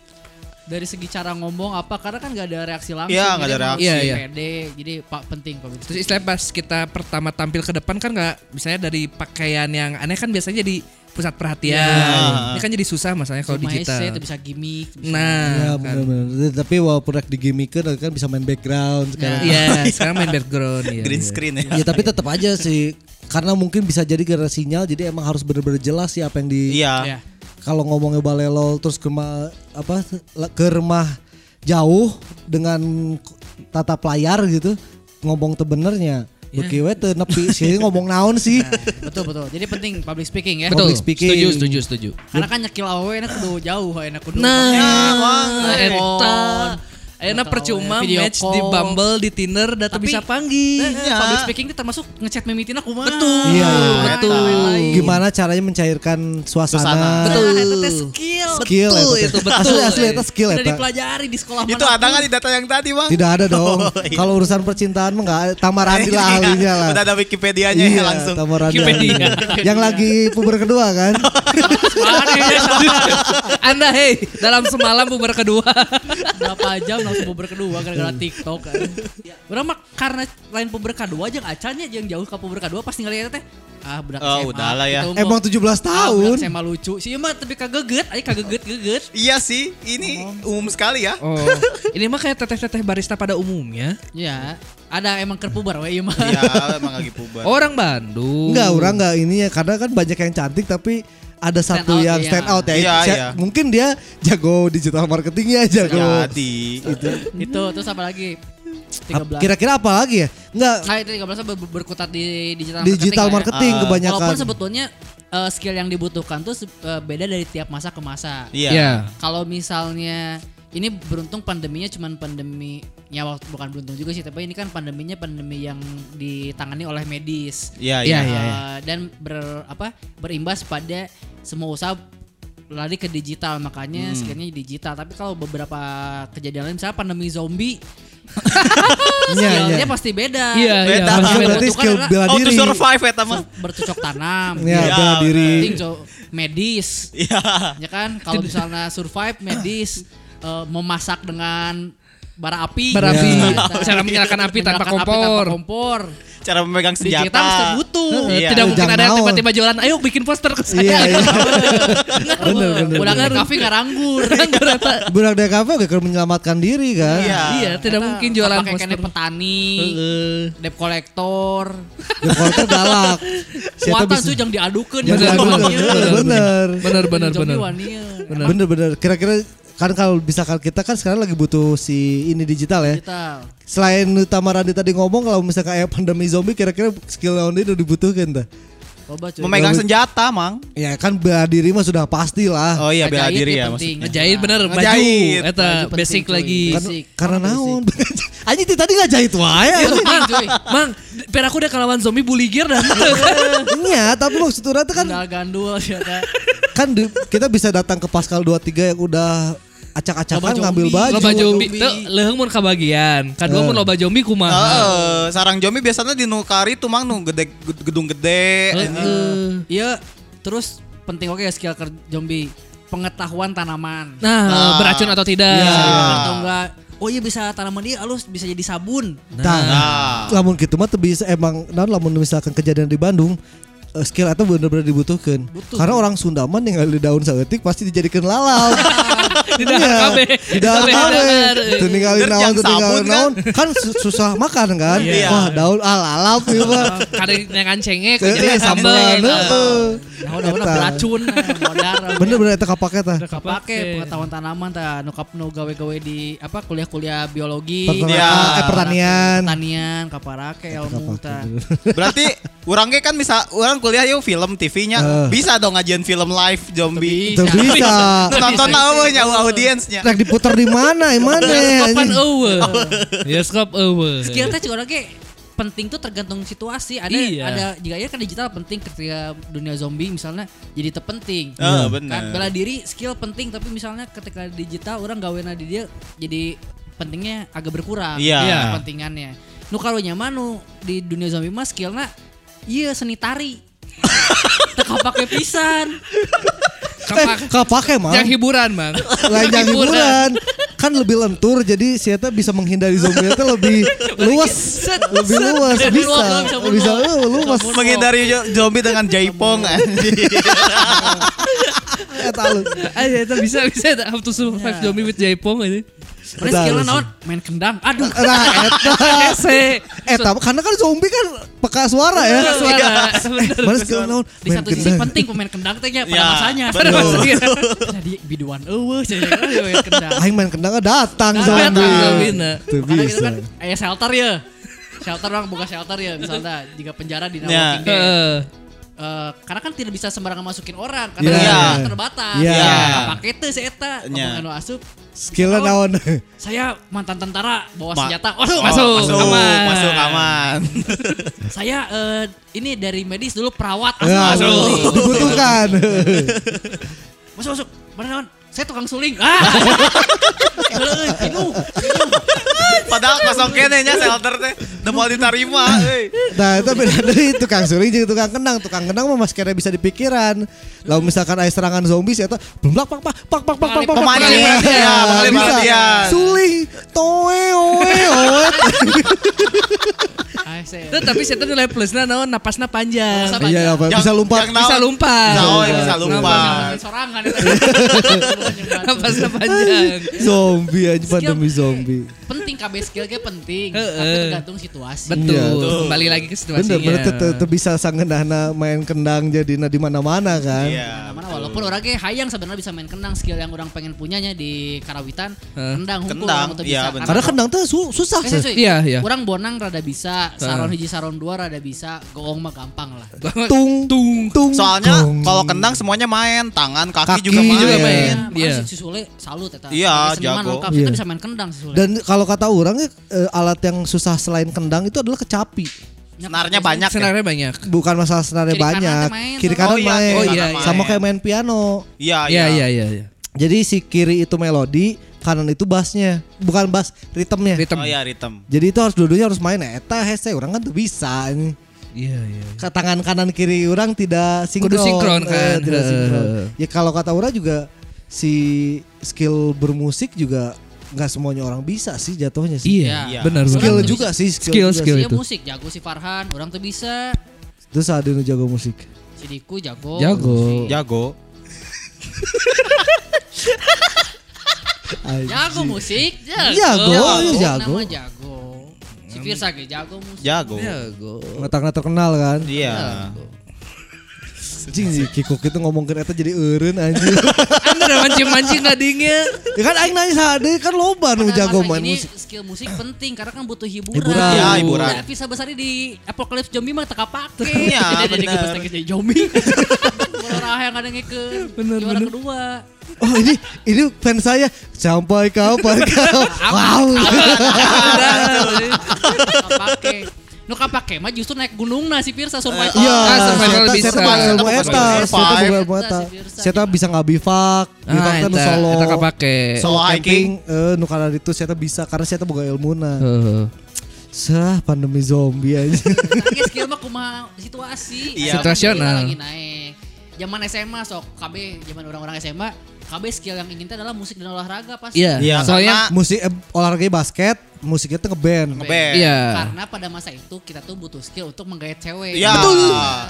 D: dari segi cara ngomong apa karena kan nggak ada reaksi langsung.
B: Iya,
D: jadi
B: nggak ada
D: emang
B: reaksi.
D: harus
C: Iya, iya.
D: pede, jadi pak penting public
C: Terus
D: speaking.
C: istilah pas kita pertama tampil ke depan kan nggak misalnya dari pakaian yang aneh kan biasanya jadi pusat perhatian.
B: Iya.
C: Ini kan jadi susah masalahnya kalau
D: Cuma essay,
C: digital.
D: itu bisa gimmick. bisa-
A: ya,
C: Nah, kan.
A: bener-bener. tapi walaupun rek di kan bisa main background sekarang
C: Iya, sekarang main background ya.
B: Green screen ya.
A: ya tapi tetap aja sih karena mungkin bisa jadi karena sinyal jadi emang harus bener-bener jelas sih apa yang di
B: Iya.
D: Iya.
A: kalau ngomongnya balelol terus ke ma- apa le- ke rumah jauh dengan k- tatap layar gitu ngomong teu benernya
C: Iya.
A: beki we teu nepi sih ngomong naon sih
C: Nah.
D: betul betul. Jadi penting public speaking ya.
A: Betul. Public speaking.
C: Setuju, setuju, setuju.
D: Karena kan nyekil awe enak kudu jauh, enak kudu.
B: Ya,
C: Nah,
B: Eh,
D: Telepon,
C: eta. Enak
D: atau
C: percuma
D: video
C: match
D: call.
C: di Bumble, di Tinder, dan
D: Tapi-
C: bisa panggil. Eh,
D: Nah, public speaking itu termasuk ngechat memitin aku mah. Betul.
A: Iya.
C: Betul.
A: gimana caranya mencairkan
B: Suasana.
A: suasana,
C: Betul.
D: Itu teh skill.
A: skill
C: Betul
A: eta teh.
C: itu, betul.
A: asli asli eta skill
D: Udah
A: eta
D: dipelajari di sekolah
B: Itu
D: mana
B: ada nggak di data yang tadi bang?
A: tidak ada dong
B: iya.
A: kalau urusan percintaan mah nggak tamarandi lah ahlinya lah
B: Udah ada Wikipedianya
A: Iya,
B: ya langsung.
A: Tamarandi
C: Wikipedia.
A: ahlinya. yang lagi puber kedua kan
C: Anda hei, dalam semalam puber kedua.
D: berapa jam langsung puber kedua gara-gara TikTok kan. Orang mah karena lain puber kedua aja acarnya yang jauh ke puber kedua pasti ngeliatnya teh ah budak
B: Oh,
D: SMA.
B: udahlah ya.
D: gitu, mau-
A: emang 17
D: ah, budak
A: tahun
D: SMA lucu. Sih mah tapi kageget, aja kageget geget.
B: Iya sih, ini umum sekali ya.
C: Oh, ini mah kayak teteh-teteh barista pada umumnya.
D: Ya, ada emang kerpuber we ieu mah.
B: Iya, emang lagi puber.
C: Orang Bandung.
A: Enggak, orang enggak ini ya karena kan banyak yang cantik tapi ada
D: Stand
A: satu
D: out,
A: yang
D: iya.
A: stand out ya.
B: Iya,
A: Si-
B: iya.
A: Mungkin dia jago digital marketingnya jago.
B: Jadi,
D: Itu terus apa lagi?
A: Ap-
D: 13.
A: Kira-kira apa lagi ya? Enggak
D: Nah, itu 13 ber- ber- berkutat di digital marketing.
A: digital
D: lah ya.
A: marketing kan?
B: Ah.
A: kebanyakan.
D: Walaupun sebetulnya eh, skill yang dibutuhkan tuh se- eh, beda dari tiap masa ke masa.
B: iya.
C: Iya.
D: Kalau misalnya ini beruntung pandeminya cuman pandemi ya waktu bukan beruntung juga sih tapi ini kan pandeminya pandemi yang ditangani oleh medis.
B: Iya,
C: Iya,
B: iya.
C: iya.
D: Eh, dan ber apa berimbas pada semua usaha lari ke digital makanya skillnya digital tapi kalau beberapa kejadian lain misalnya pandemi zombie
A: Iya,
D: skillnya
A: iya.
D: pasti beda
C: Iya, iya.
B: Beda.
A: Harusnya
D: Yang
A: berarti
D: dibutuhkan
A: skill
D: adalah
A: bela
B: How to
A: diri.
B: survive ya teman.
D: bercocok tanam
A: Iya,
B: Iya,
A: bela diri.
D: penting cowok medis
B: Iya.
D: ya kan kalau misalnya survive medis eh, memasak dengan bara api
C: Berapi.
D: Ternyata.
C: Cara menyalakan api tanpa
D: Menyalakan api
C: kompor.
D: kompor
B: Cara memegang senjata.
D: digital mesti butuh
B: Heeh. Iya.
C: Tidak mungkin
A: Jangan
C: ada yang
A: naon.
C: tiba-tiba jualan, ayo bikin poster ke saya.
A: Iya, iya.
D: bener,
A: bener,
D: udah nggak kafe nggak ranggur
A: Budak dari kafe gak kalau menyelamatkan diri kan.
B: Iya.
C: Iya, tidak mungkin jualan
D: pakai
C: poster.
D: kene petani
C: Heeh.
D: debt collector
A: Ya kalau itu galak. Siapa
D: kuatan
A: bisa?
D: tuh jangan diadukeun
A: Jangan
D: Jangan
A: diadukeun,
D: diadukeun.
A: bener, bener.
C: Bener, bener,
D: Zombie
C: bener.
D: wanil.
A: Bener-bener. Kira-kira kan kalau bisa kita kan sekarang lagi butuh si ini digital ya.
D: digital
A: Selain Tamarandi tadi ngomong kalau misalnya kayak pandemi zombie kira-kira skill lawan dia udah dibutuhkan tuh.
D: coba cuy
B: Memegang senjata, Mang.
A: Ya kan bela diri mah sudah pasti lah.
B: Oh iya, bela
D: Ngejahit
B: diri
D: ya
B: ya
D: penting.
B: maksudnya.
C: Ngejahit bener, baju.
B: Ngejahit.
C: Eta,
D: Baju penting,
C: basic
D: cuy.
C: lagi.
A: Kan-
D: basic.
A: karena
D: Apa
A: naon? Anjing tadi nggak jahit wae.
D: Itu penting, cuy
C: Mang, per aku udah kelawan zombie bully gear dan
A: Iya, tapi maksud orang tuh kan
D: Sandal gandul siapa
A: kan di- kita bisa datang ke Pascal 23 yang udah
D: Loba
A: acak-acakan
D: zombie.
A: ngambil baju.
C: loba zombie.
D: zombie.
C: Teu leung mun kabagian. Kadua mun loba zombie kumaha.
B: Heeh, sarang zombie Eh, biasanya dinukari tuh mang nu gede gedung gede.
C: Eh.
D: Iya, terus penting oke skill ker zombie. Pengetahuan tanaman.
C: Nah,
B: Nah.
C: beracun atau tidak?
B: Iya.
D: Atau enggak Oh iya bisa tanaman dia halus bisa jadi sabun.
A: Nah,
B: Nah.
A: lamun gitu mah tuh bisa emang nah lamun misalkan kejadian di Bandung eh, skill itu benar-benar dibutuhkan.
D: Butuh.
A: Karena orang Sundaman yang di daun saeutik pasti dijadikan lalau.
C: Di dahar
A: Iya,
C: kabe.
A: Di dahar
C: Di dahar
A: kabe.
C: dahar.
A: Tuh ninggalin
B: Keur
A: naon,
B: jang
A: tuh ninggalin
B: sabun kan?
A: naon. Kan su- susah makan kan.
B: Iya.
A: Wah daun ah lalap ieu mah.
C: Kada nyangan cengek
A: Eh,
C: jadi sambel.
A: sambelan,
C: gitu.
A: heeh.
D: Daun-daun
A: Eta.
D: Oh, beracun eh, modar.
A: Bener-bener eta kapake tah.
C: Udah
D: Kepake
C: kepake.
D: pengetahuan tanaman ta nu kap nu gawe-gawe di apa kuliah-kuliah biologi. Nah,
A: Peternakan,
B: Iya.
A: eh, pertanian.
D: Pertanian kaparake ilmu
A: Kapake.
D: ta.
B: Berarti orang ge kan bisa orang kuliah yuk film TV-nya
A: Eh.
B: bisa dong ngajian film live zombie.
D: Tapi-
A: Tuh bisa.
B: Nonton eueuh nya audiensnya.
A: Rek diputar di mana, mana?
C: Bioskopan Iya, ewe. Bioskop ewe.
D: Skill teh juga orang ge penting tuh tergantung situasi. Ada
C: Iya.
D: ada jika ya kan digital penting ketika dunia zombie misalnya jadi terpenting.
A: Iya.
B: Eh,
D: Kan
B: bener.
D: bela diri skill penting tapi misalnya ketika digital orang gawena di dia jadi pentingnya agak berkurang. Nah,
B: Iya.
C: Iya.
D: Kepentingannya. Nu kalau nyaman nu di dunia zombie mah skillnya iya seni tari. Teka pakai pisan.
A: Eh,
C: Kapak-
A: kapake mah.
C: Yang hiburan bang.
A: Lain yang hiburan. Kan lebih lentur jadi si Eta bisa menghindari zombie Eta lebih luas.
D: Set,
A: Lebih
D: set.
A: luas
D: Bisa
A: bisa.
D: luas, bisa
A: Bisa
D: luas.
A: eh, luas.
B: Menghindari jo- zombie dengan jaipong anjing.
A: Eta Nah, alus.
C: Aja itu bisa bisa tak how to survive zombie with jaipong aja.
D: Mana skillnya naon? Main kendang. Aduh.
A: Nah, Eta.
C: Ese.
A: Eta karena kan zombie kan peka suara ya.
C: Suara. Bener.
A: Mana skill naon?
D: Di
A: Main
D: satu sisi
A: kendang.
D: penting pemain kendang teh nya pada
B: Iya,
D: masanya.
B: betul.
D: Pada masanya. Jadi biduan eueuh saya kira dia main kendang.
A: Aing main kendang ah, datang
D: Datang
A: zombie.
C: zombie, nah.
A: Tuh
D: Karena itu
A: bisa.
D: kan aya shelter ya. Shelter orang buka shelter ya misalnya jika penjara di
B: Iya.
D: Walking Dead.
C: Heeh.
D: Eh, karena kan tidak bisa sembarangan masukin orang
A: Iya.
D: karena
B: Iya.
D: yeah. terbatas.
A: Iya.
B: Ya.
D: Pakai teh si eta.
B: Iya.
D: Omongan nu asup.
A: Skillnya naon?
D: Saya mantan tentara bawa
B: Ma-
D: senjata. Oh, Waduh,
C: Masuk.
B: masuk,
C: aman.
B: masuk aman.
D: saya eh, ini dari medis dulu perawat.
A: Ya,
D: Asal.
A: dibutuhkan.
D: Masuk masuk. Mana naon? Saya tukang suling. Ah. eh, Heuh, Inu.
B: Padahal kosong kene nya shelter teh teu moal ditarima euy.
A: Nah, itu beda deui tukang suling jeung tukang kenang. Tukang kenang mah masih kena bisa di pikiran. Lalu misalkan ada serangan zombie sih eta belum pak pak pak pak pak pak pak pak. Iya,
B: Pemancing perhatian, mengalih perhatian.
A: Suling toe oe oe.
D: Ah, saya.
C: Tuh, tapi setan nilai plusnya naon napasna panjang.
D: Napasna
A: Iya, apa,
B: Yang-
A: bisa lompat.
B: yang naon?
C: Bisa lumpat.
B: Naon bisa lumpat.
D: Jangan sorangan. ya.
C: Napasna panjang.
A: Iya, Zombie aja pandemi
D: Skill-
A: zombie.
D: penting KB skill kayak penting, tapi
C: Heeh.
D: tergantung situasi.
A: Iya,
C: Betul.
A: tuh.
C: Kembali lagi ke situasinya.
A: Bener bener teu- teu- teu bisa sangenahna main kendang jadina di mana-mana kan.
B: Iya.
D: Mana walaupun orangnya hayang sebenarnya bisa main kendang skill yang orang pengen punyanya di Karawitan,
C: Hah?
D: kendang hukum
B: Kendang,
D: orang tuh
B: iya,
D: bisa.
B: bener.
A: Karena kendang tuh su- susah.
D: Eh,
A: sih.
D: cuy,
C: Iya, iya.
D: Orang bonang rada bisa, saron hiji saron dua rada bisa, goong mah
C: ya.
D: gampang lah.
A: Tung tung tung.
B: Soalnya
A: gong.
B: kalau kendang semuanya main, tangan,
A: Kaki
B: kaki, juga main.
A: juga main.
D: Iya,
C: Iya.
D: makanya si Sule salut eta.
B: Iya,
D: Sebagai seniman
B: jago.
D: Lengkap, kita
A: Iya.
D: bisa main kendang si Sule.
A: Dan kalau kata orang ya, eh, alat yang susah selain kendang itu adalah kecapi.
B: Senarnya banyak ya.
C: Senarnya banyak.
A: Bukan masalah senarnya
D: Kiri kanan
A: banyak,
D: main,
A: kiri
D: kan?
A: kanan
B: Oh iya,
A: main.
B: kiri
C: kanan Oh iya, main.
A: Sama kayak main piano.
B: Iya,
C: Iya iya iya iya.
A: Jadi si kiri itu melodi, kanan itu bassnya, bukan bass, ritmenya.
C: Ritem.
B: Oh iya,
C: Iya
B: ritem.
A: Jadi itu harus dua-duanya harus main. Eta hese orang kan tuh bisa. ini.
C: iya. iya.
A: Ke tangan kanan kiri orang tidak sinkron.
C: Kudu sinkron,
A: Eh,
C: kan.
A: tidak
C: Heeh.
A: sinkron. Ya kalau kata orang juga si skill bermusik juga nggak semuanya orang bisa sih jatuhnya sih.
C: Iya.
B: Iya.
C: Benar benar.
A: Skill juga sih, skill,
C: Skill,
A: juga
C: skill.
A: sih.
D: Dia
C: itu.
D: Iya, musik jago si Farhan, orang tuh bisa.
A: Terus ada yang jago musik.
D: Si Diku jago.
C: Jago.
D: Si-
B: Jago.
A: Ay.
B: Iya.
D: Jago musik, jago.
A: Jago, iya, jago. Ya,
D: Nama jago. Si Firsa ge jago musik.
B: Jago.
C: Jago.
A: Ngetangna terkenal kan.
B: Iya.
A: Anjing sih Kikuk itu ngomongin eta jadi eureun anjing.
C: Anda udah mancing-mancing tadinya.
A: ya kan aing nanya sadeu kan loba nu
D: Padahal
A: jago
D: masa
A: main
D: gini,
A: musik.
D: Skill musik penting karena kan butuh hiburan.
A: Hiburan.
B: Iya, hiburan.
D: Nah, Firsa besar di Apocalypse Zombie mah teka pake.
B: Iya,
D: Jadi
B: bener.
D: geus teh jadi zombie. Kalau orang yang ada ngeukeun. Juara kedua.
A: Oh ini ini fans saya sampai kapan kau. Wow.
D: Kapake. Nu kapake mah justru naik gunung nah si Firsa survive.
A: Iya,
C: Ah, survival
A: saya
C: bisa.
A: bukan ilmu
B: Survival
A: eta,
B: bisa.
A: saya bukan ilmu
D: Survival
A: eta.
D: bisa.
A: Saya bisa ngabivak, bivak
C: Ah,
A: teh nu
C: eta,
A: solo.
C: eta kapake.
A: Solo
B: Solo
A: hiking,
B: hiking.
A: eh nu kana ditu saya bisa karena saya boga ilmuna.
C: Heeh.
A: Sah pandemi zombie aja.
D: Tapi Kan skill mah kumaha situasi. Kan
B: Iya.
C: Situasional.
D: Lagi naik. Zaman SMA sok KB, zaman orang-orang SMA, KB skill yang ingin teh adalah musik dan olahraga pasti.
C: Iya.
B: Iya,
C: Soalnya
B: karena-
A: Musik eh, olahraganya basket, musiknya tuh ngeband.
B: ngeband.
C: Iya.
D: Karena pada masa itu kita tuh butuh skill untuk menggait cewek.
B: Iya,
C: Betul.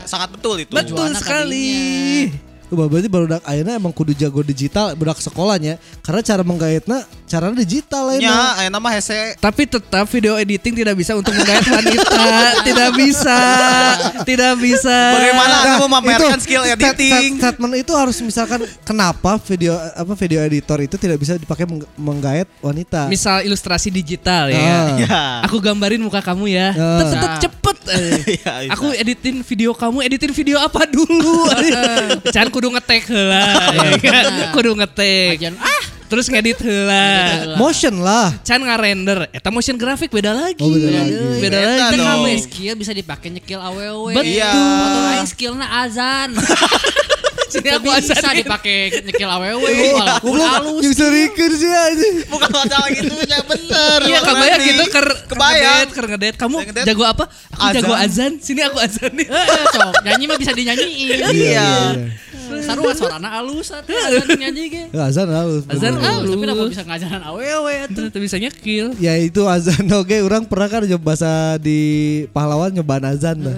B: sangat betul itu.
C: Betul
D: Juana
C: sekali.
A: Eh, Ubah berarti barudak ayeuna emang kudu jago digital budak sekolahnya karena cara menggaitna caranya digital ayeuna.
B: Nya, ayo nama hese.
C: Tapi tetap video editing tidak bisa untuk menggait wanita, tidak bisa, tidak bisa.
B: Bagaimana
A: Nah,
B: kamu memamerkan
A: itu,
B: skill
A: stat- stat-
B: editing?
A: Statement itu harus misalkan kenapa video apa video editor itu tidak bisa dipakai meng- menggait wanita.
C: Misal ilustrasi digital
A: Ah.
C: ya.
B: Iya.
C: Aku gambarin muka kamu ya.
A: Ah.
C: Tet- tet- cepet. eh.
B: Iya, bisa.
C: Aku editin video kamu, editin video apa dulu?
B: Ah.
C: Can kudu ngetek heula. ya kan? Kudu ngetek.
D: Ajian, ah,
C: Terus ngedit heula.
A: Motion lah.
C: Can ngarender. Eta motion grafik beda lagi.
A: Oh, beda lagi.
C: Beda,
B: Beda
C: lagi. Kan
B: dong.
D: Tapi skill bisa dipakai nyekil awewe.
C: Betul.
B: Iya.
D: Atau lain skillnya azan.
C: Sini
D: Tapi
C: aku
D: bisa
C: azanin.
D: dipakai nyekil awewe.
C: Iya.
D: Walaupun
A: Goblok,
D: halus.
A: nyusurikin sih anjing.
B: Bukan masalah gitu, ya bener.
C: Iya kebayang gitu ker
B: kebayang.
C: ker ngedate, ker ngedate. Kamu
B: Ker ngedate.
C: jago apa? Aku jago
B: Azan.
C: azan. Sini aku azan nih.
D: Heeh, Eh, Sok, nyanyi mah bisa dinyanyiin.
B: Iya.
D: Sarua suarana alus atuh azan nyanyi ge.
A: Ya, Azan halus.
C: Azan
A: bener.
D: Alus, tapi
C: Alus.
D: kenapa bisa ngajaran awewe atuh?
C: Tapi bisa nyekil.
A: Ya itu azan oke orang pernah kan nyoba bahasa di pahlawan nyobaan azan lah.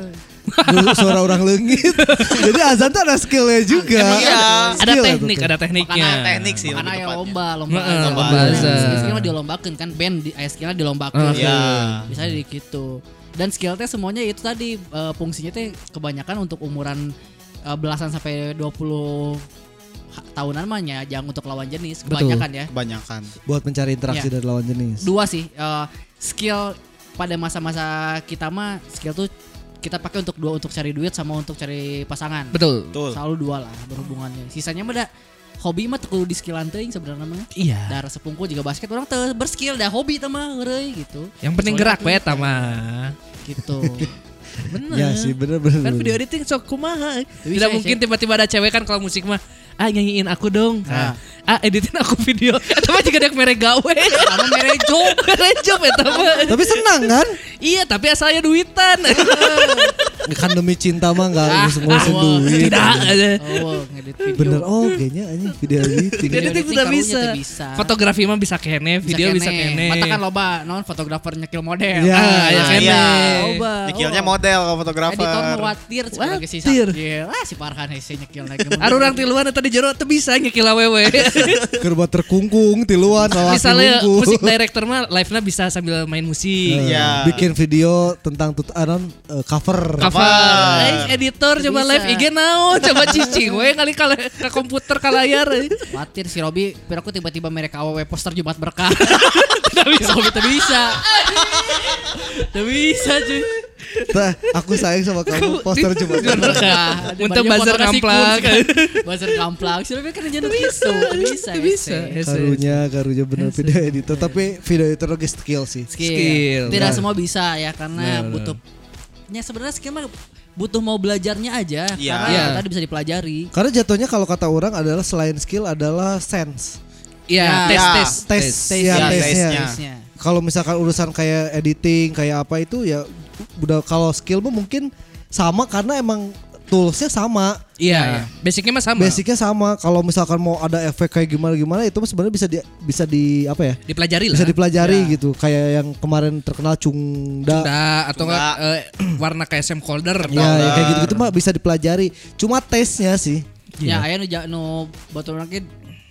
A: Dulu suara orang lengit. Jadi azan tuh ada skillnya juga.
B: Emang iya.
C: Ada
A: Skill ya,
C: teknik,
A: betul.
C: ada tekniknya.
D: Makanya
B: teknik sih Iya,
D: Karena
B: lebih
D: ya
B: tepatnya.
D: lomba, lomba
C: Heeh,
D: azan.
C: lomba azan.
D: Skill mah dilombakan kan band di aya skillnya dilombakan.
C: Heeh.
B: Iya.
D: Misalnya di gitu. Dan skill teh semuanya itu tadi eh, fungsinya teh kebanyakan untuk umuran eh, belasan sampai 20 ha- tahunan mah ya jangan untuk lawan jenis
A: Betul.
D: kebanyakan ya.
B: Kebanyakan.
A: Buat mencari interaksi
D: Iya.
A: dari lawan jenis.
D: Dua sih eh, skill pada masa-masa kita mah skill tuh kita pakai untuk dua untuk cari duit sama untuk cari pasangan.
C: Betul.
B: Betul.
D: Selalu dua lah berhubungannya. Sisanya mah da, hobi mah teu kudu di skillan teuing sebenarnya mah.
C: Iya.
D: Dar sepungku juga basket orang teu berskill dah hobi teh mah heureuy gitu.
C: Yang penting gerak we
D: Soalnya
C: eta mah.
D: gitu.
C: Bener.
A: Ya sih bener-bener.
C: Kan video editing sok kumaha. Tidak
D: bisa,
C: mungkin tiba-tiba ada cewek kan kalau musik mah ah nyanyiin aku dong.
D: Nah.
C: Ah, editin aku video. Eta mah juga dek mere gawe.
D: Karena merejo.
C: Rejo eta mah.
A: Tapi senang kan?
C: Iya, tapi asalnya duitan.
A: Kan demi cinta mah gak harus ngurusin
D: ah,
A: duit.
C: Tidak.
D: Oh, ngedit video.
A: Bener oh kayaknya anjing video editing.
D: Video
C: Editing tidak
D: karunya
C: bisa.
D: teu bisa.
C: Fotografi mah bisa kene, video bisa kene.
D: Mata kan loba, non fotografer nyekil model.
A: Ya,
C: Ah, ya
B: Nah,
C: kene.
B: iya.
D: Loba.
B: Nyekilnya model kalau
D: Editor
B: fotografer.
D: khawatir sebagai si
C: Watir.
D: Sakil. Ah si Farhan hese nyekil lagi.
C: Aru orang tiluan eta di jero teu bisa nyekil awewe.
A: Kerba terkungkung tiluan lalaki
C: Misalnya
A: lungkuh.
C: musik director mah live-nya bisa sambil main musik.
A: Eh,
B: Iya.
A: Bikin video tentang tut anon, eh, cover.
C: cover.
B: Cover.
C: Eh, editor coba
D: Bisa.
C: live IG naon, coba cicing we kali ka ka komputer ka layar.
D: Khawatir si Robi, biar aku tiba-tiba mereka awewe poster Jumat berkah. Tidak bisa. Robi tidak bisa.
C: Teu bisa cuy.
A: Tah, Nah, aku sayang sama kamu poster cuma.
D: Berkah. Ada
C: Untuk
D: banyak
C: buzzer
D: foto kasih kun
C: ngamplak.
D: sekarang. Buzzer kamplak. Si Robi kan jadi bisa. Tidak bisa.
C: Teu bisa. iya.
D: hese.
A: Karunya, karunya bener video editor. Tapi video editor lagi skill sih.
D: skill.
C: Skill.
D: Tidak
C: Benar.
D: semua bisa ya karena
C: Benar,
D: butuh. Ya sebenarnya skill mah butuh mau belajarnya aja
B: Iya.
D: karena
C: Iya.
D: tadi bisa dipelajari.
A: Nah, Karena jatuhnya kalau kata orang adalah selain skill adalah sense.
C: Iya,
D: Ya.
C: tes
B: Ya.
C: tes
A: Tes, ya,
B: Ya,
A: tesnya.
B: tesnya.
D: Tesnya.
A: Kalau misalkan urusan kayak editing, kayak apa itu ya udah kalau skill mah mungkin sama karena emang toolsnya sama.
C: Iya, basicnya mah sama.
A: Basicnya sama. Kalau misalkan mau ada efek kayak gimana gimana itu mah sebenarnya bisa di bisa di apa ya?
C: Dipelajari lah.
A: Bisa dipelajari
C: Ya.
A: gitu. Kayak yang kemarin terkenal Cungda.
C: Nah, atau enggak
B: Enggak.
C: warna kayak Sam Colder.
A: Ya, ya, kayak gitu-gitu mah bisa dipelajari. Cuma tesnya sih.
C: Iya.
D: Ya aya nu ja- nu batu orang ke-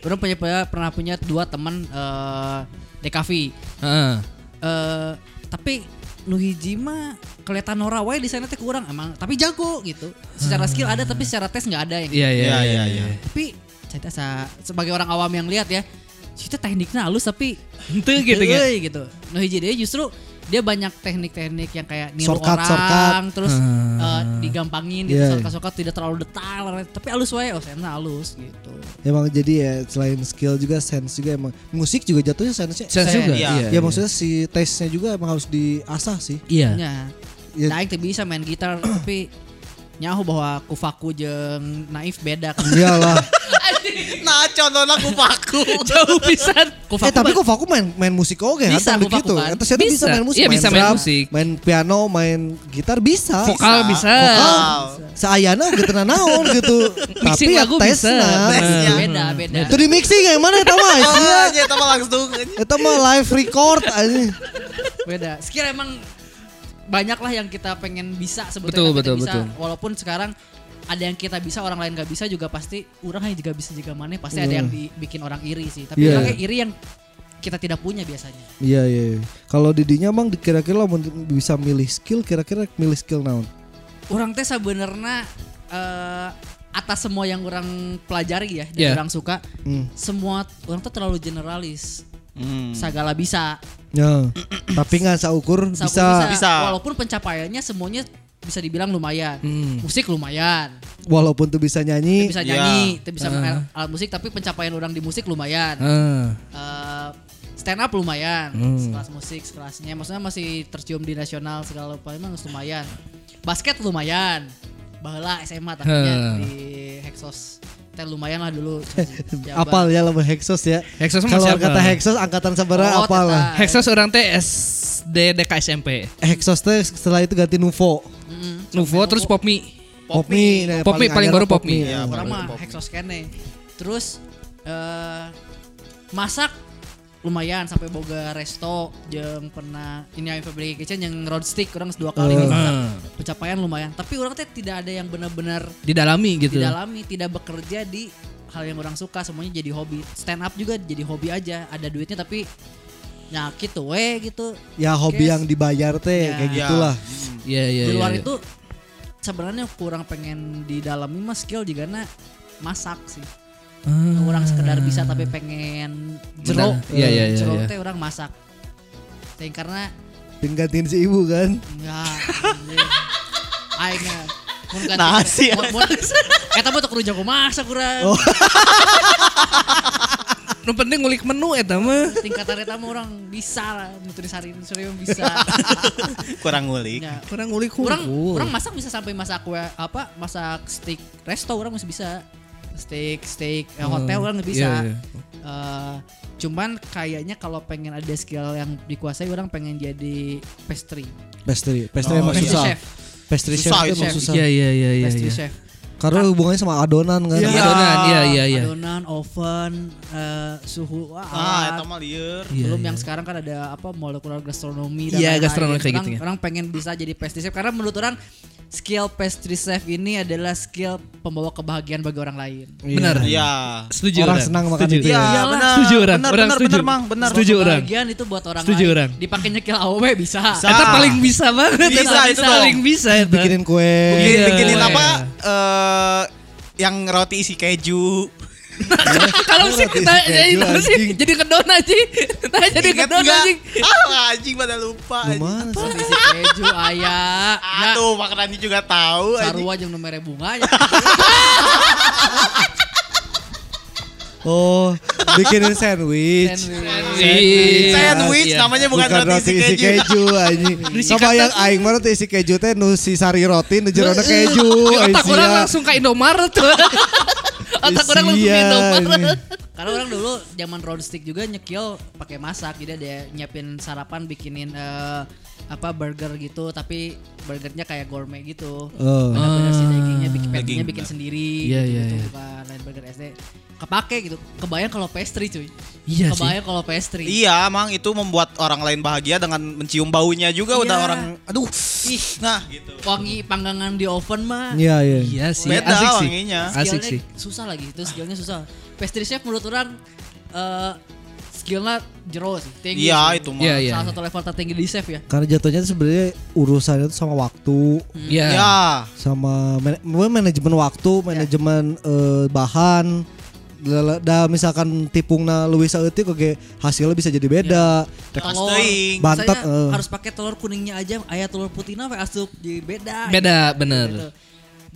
D: orang punya punya- pernah punya dua teman eh DKV.
C: Heeh.
D: Eh tapi nu hiji mah kelihatan Nora wae di sana teh kurang emang tapi jago gitu. Secara skill ada tapi secara tes nggak ada yang
C: Iya, iya,
B: Iya,
C: iya,
B: iya,
C: iya.
B: iya.
D: tapi saya sa, sebagai orang awam yang lihat ya kita tekniknya halus tapi
C: Henteu gitu, ya?
D: Euy, gitu no hiji dia justru dia banyak teknik-teknik yang kayak niru
A: Shortcut,
D: orang
A: shortcut. Iya,
D: terus
A: Ah.
D: eh, digampangin gitu
A: Yeah.
D: shortcut-shortcut tidak terlalu detail tapi halus wae oh saya halus gitu
A: Emang jadi ya selain skill juga sense juga emang musik juga jatuhnya sense-nya.
C: Sense juga.
B: Iya.
A: ya maksudnya si tesnya juga emang harus diasah sih.
C: Iya.
D: nya
A: Ya.
D: Nah, aing teh bisa main gitar tapi nyaho bahwa kufaku jeung naif beda kan.
A: Iyalah.
B: Nah, contohnya aku paku.
C: Jauh pisan.
A: eh tapi kok Faku main main musik oke kan?
D: Bisa,
A: Tang
D: kok Faku
A: begitu.
D: kan?
A: Eta siapa bisa.
C: Bisa.
A: main musik.
C: Iya, bisa main
A: drum,
C: musik.
A: Main piano, main gitar bisa.
C: Vokal bisa.
A: Seayana gitu naon gitu.
C: Mixing
A: tapi ya
C: lagu bisa.
A: tesna.
C: Nah,
A: Nah.
B: Tesnya.
D: beda beda.
A: ya, Itu di mixing yang mana eta mah?
B: Oh,
A: Sia. Ya,
B: aja tambah langsung.
A: Eta mah live record aja.
D: beda. Sekiranya emang banyaklah yang kita pengen bisa
C: Betul,
D: sebetulnya kita
C: betul,
D: bisa.
C: betul.
D: Walaupun sekarang ada yang kita bisa orang lain nggak bisa juga pasti orang yang juga bisa juga mana pasti ada yang dibikin orang iri sih. Tapi
A: Iya.
D: orangnya iri yang kita tidak punya biasanya.
A: Iya iya. iya. Kalau didinya emang di- kira-kira lamun bisa milih skill kira-kira milih skill naon?
D: Orang teh sebenarnya eh, atas semua yang orang pelajari ya,
C: Iya.
D: dan orang suka
A: Hmm.
D: semua orang tuh terlalu generalis.
B: Hmm.
D: Segala bisa.
A: Ya. Tapi nggak saukur
D: Saku
A: bisa,
B: Bisa.
D: Walaupun pencapaiannya semuanya bisa dibilang lumayan.
C: Hmm.
D: Musik lumayan.
A: walaupun tuh bisa nyanyi.
D: bisa
B: Iya.
D: nyanyi, tuh bisa main alat musik tapi pencapaian orang di musik lumayan.
C: Ah,
D: Eh, stand up lumayan,
A: Hmm.
D: sekelas musik sekelasnya. Maksudnya masih tercium di nasional segala apa emang lumayan. Basket lumayan. Bahala SMA tapi
C: Hmm.
D: di Hexos. Teh lumayan lah dulu. Jabar.
A: Apal ya lamun Hexos ya.
C: Hexos mah
A: Kalau
C: siapa?
A: kata Hexos angkatan sabara
D: Oh,
A: apal lah.
D: teta.
C: Hexos orang teh SD DK SMP.
A: Hexos teh setelah itu ganti Nuvo.
D: Mm-mm.
C: Nuvo terus Popmi.
A: Popmi. nah,
C: Popmi, paling
A: anyar
C: baru Popmi.
A: anyar.
B: Iya,
D: Orang
B: Baru
D: mah
B: Bobby.
D: Hexos kene. Terus eh masak lumayan sampai boga resto jeung pernah ini yang Fabric Kitchen yang road stick orang dua
A: Eh.
D: kali masak.
C: Ah,
D: Pencapaian lumayan, tapi orang teh tidak ada yang benar-benar
C: didalami gitu.
D: didalami, tidak bekerja di hal yang orang suka, semuanya jadi hobi. Stand up juga jadi hobi aja, ada duitnya tapi nyakit tuh weh gitu.
A: Ya hobi
D: Kes.
A: yang dibayar teh
D: Ya.
A: kayak gitulah.
B: Hmm,
C: Iya iya.
D: di
C: iya,
D: luar
C: iya.
D: itu sebenarnya kurang pengen didalami mah skill juga masak sih.
C: Ah.
D: orang sekedar bisa tapi pengen jero
C: Benar. Iya, iya, iya,
D: jero
C: iya.
D: teh orang masak Ting karena
A: Ting gantiin si ibu kan.
D: enggak aing mah mun ganti-
B: Nasi.
D: mun- mun- eta mah teu kudu jago masak urang
C: Oh. Nu penting ngulik menu eta mah.
D: tingkatan eta mah orang bisa lah nutrisari nutrisari bisa
B: Kurang ngulik.
D: ya.
C: Kurang ngulik
D: orang
C: hungkul.
D: orang masak bisa sampai masak kue apa masak steak resto orang masih bisa steak steak eh, hotel orang nggak bisa
C: Iya, iya.
D: Eh, cuman kayaknya kalau pengen ada skill yang dikuasai orang pengen jadi pastry
A: Pastry, pastry
B: Oh,
A: emang
B: iya.
A: susah.
D: chef
A: Pastry chef
B: Susah,
A: itu emang
D: chef.
A: susah.
C: Iya iya iya iya.
D: pastry
C: iya.
D: chef
A: Karena hubungannya sama adonan kan.
B: Iya.
C: Adonan, Iya iya iya.
D: adonan oven eh, suhu wah, alat.
B: Ah, eta mah lieur.
C: Iya,
D: belum
C: iya.
D: yang sekarang kan ada apa molekular gastronomi dan
C: Iya,
D: lain-lain.
C: gastronomi kayak
D: orang,
C: gitu ya.
D: orang pengen bisa jadi pastry chef karena menurut orang skill pastry chef ini adalah skill pembawa kebahagiaan bagi orang lain
C: Benar.
B: Iya.
C: Setuju.
A: Orang
C: orang.
A: senang makan
C: Setuju.
A: itu ya.
B: Iya,
D: Iyalah.
B: benar.
C: Setuju orang.
B: Benar,
C: Orang
B: benar,
C: setuju.
B: benar, Mang, benar.
C: Setuju orang.
D: kebahagiaan itu buat orang
C: Setuju
D: lain
C: orang.
D: dipakai nyekil AOW bisa
B: Bisa.
C: Eta paling bisa banget.
B: Bisa,
C: Eta
B: itu dong.
C: Paling bisa eta.
A: Bikinin kue.
B: Bikin,
C: Iya.
B: bikinin
C: Iya.
B: apa? Eh yang roti isi keju.
C: Kalau sih
A: Roti
C: nah,
A: keju,
C: jadi nah, sih
A: anjing.
C: jadi kedon aja. Nah, jadi
B: Ingat
C: kedon
B: nggak?
C: anjing.
B: Ah, anjing pada lupa. anjing.
A: Lumayan.
D: Terus isi keju ayah ya
B: Aduh, Pak Randi juga tahu. anjing.
D: sarua jeung nu mere bunganya
A: Oh, bikinin sandwich.
D: Sandwich.
C: Sandwich.
B: Sandwich
C: Iya.
B: ya, namanya bukan, roti isi keju.
A: keju anjing. Sama yang aing mah teh isi keju teh nu si sari roti nu jerona keju. Iya,
C: Di
A: Ay,
C: Iya, otak orang
A: sia.
C: langsung ke Indomaret. otak orang langsung ke
A: Sia, ini.
C: Indomaret.
D: karena orang dulu zaman round stick juga nyekil pakai masak jadi ada nyiapin sarapan bikinin eh, apa burger gitu tapi burgernya kayak gourmet gitu
A: Oh.
D: benar-benar si dagingnya bikin
B: Ah.
D: patty-nya
B: Daging.
D: bikin sendiri
C: Iya,
D: gitu,
C: iya,
D: gitu,
C: iya.
D: bukan lain burger SD kepake gitu kebayang kalau pastry cuy
C: Iya sih.
D: kebayang kalau pastry
B: Iya, mang itu membuat orang lain bahagia dengan mencium baunya juga
D: Iya.
B: udah orang aduh.
D: Ih.
B: Nah, gitu.
D: wangi panggangan di oven mah
A: Iya, iya.
C: Iya sih,
B: Beda
C: asik sih.
B: wanginya.
C: Asik
D: skillnya
C: sih.
D: susah lagi itu skillnya susah pastry chef menurut orang eh, skillnya jero sih tinggi
B: Iya,
D: sih.
B: itu mah.
C: Iya, iya.
D: salah satu level tertinggi di chef ya
A: Karena jatuhnya tuh sebenarnya urusannya tuh sama waktu,
C: Iya.
B: Ya.
A: sama man- mungkin manajemen waktu, manajemen eh, bahan. Lala- Da misalkan tipungna leuwih saeutik oge hasilnya bisa jadi beda.
B: Iya.
D: telur
B: Pasteing.
A: Bantet,
D: Saya
A: eh.
D: harus pakai telur kuningnya aja ayah telur putihnya apa asup jadi beda
C: Beda bener.
D: Gitu.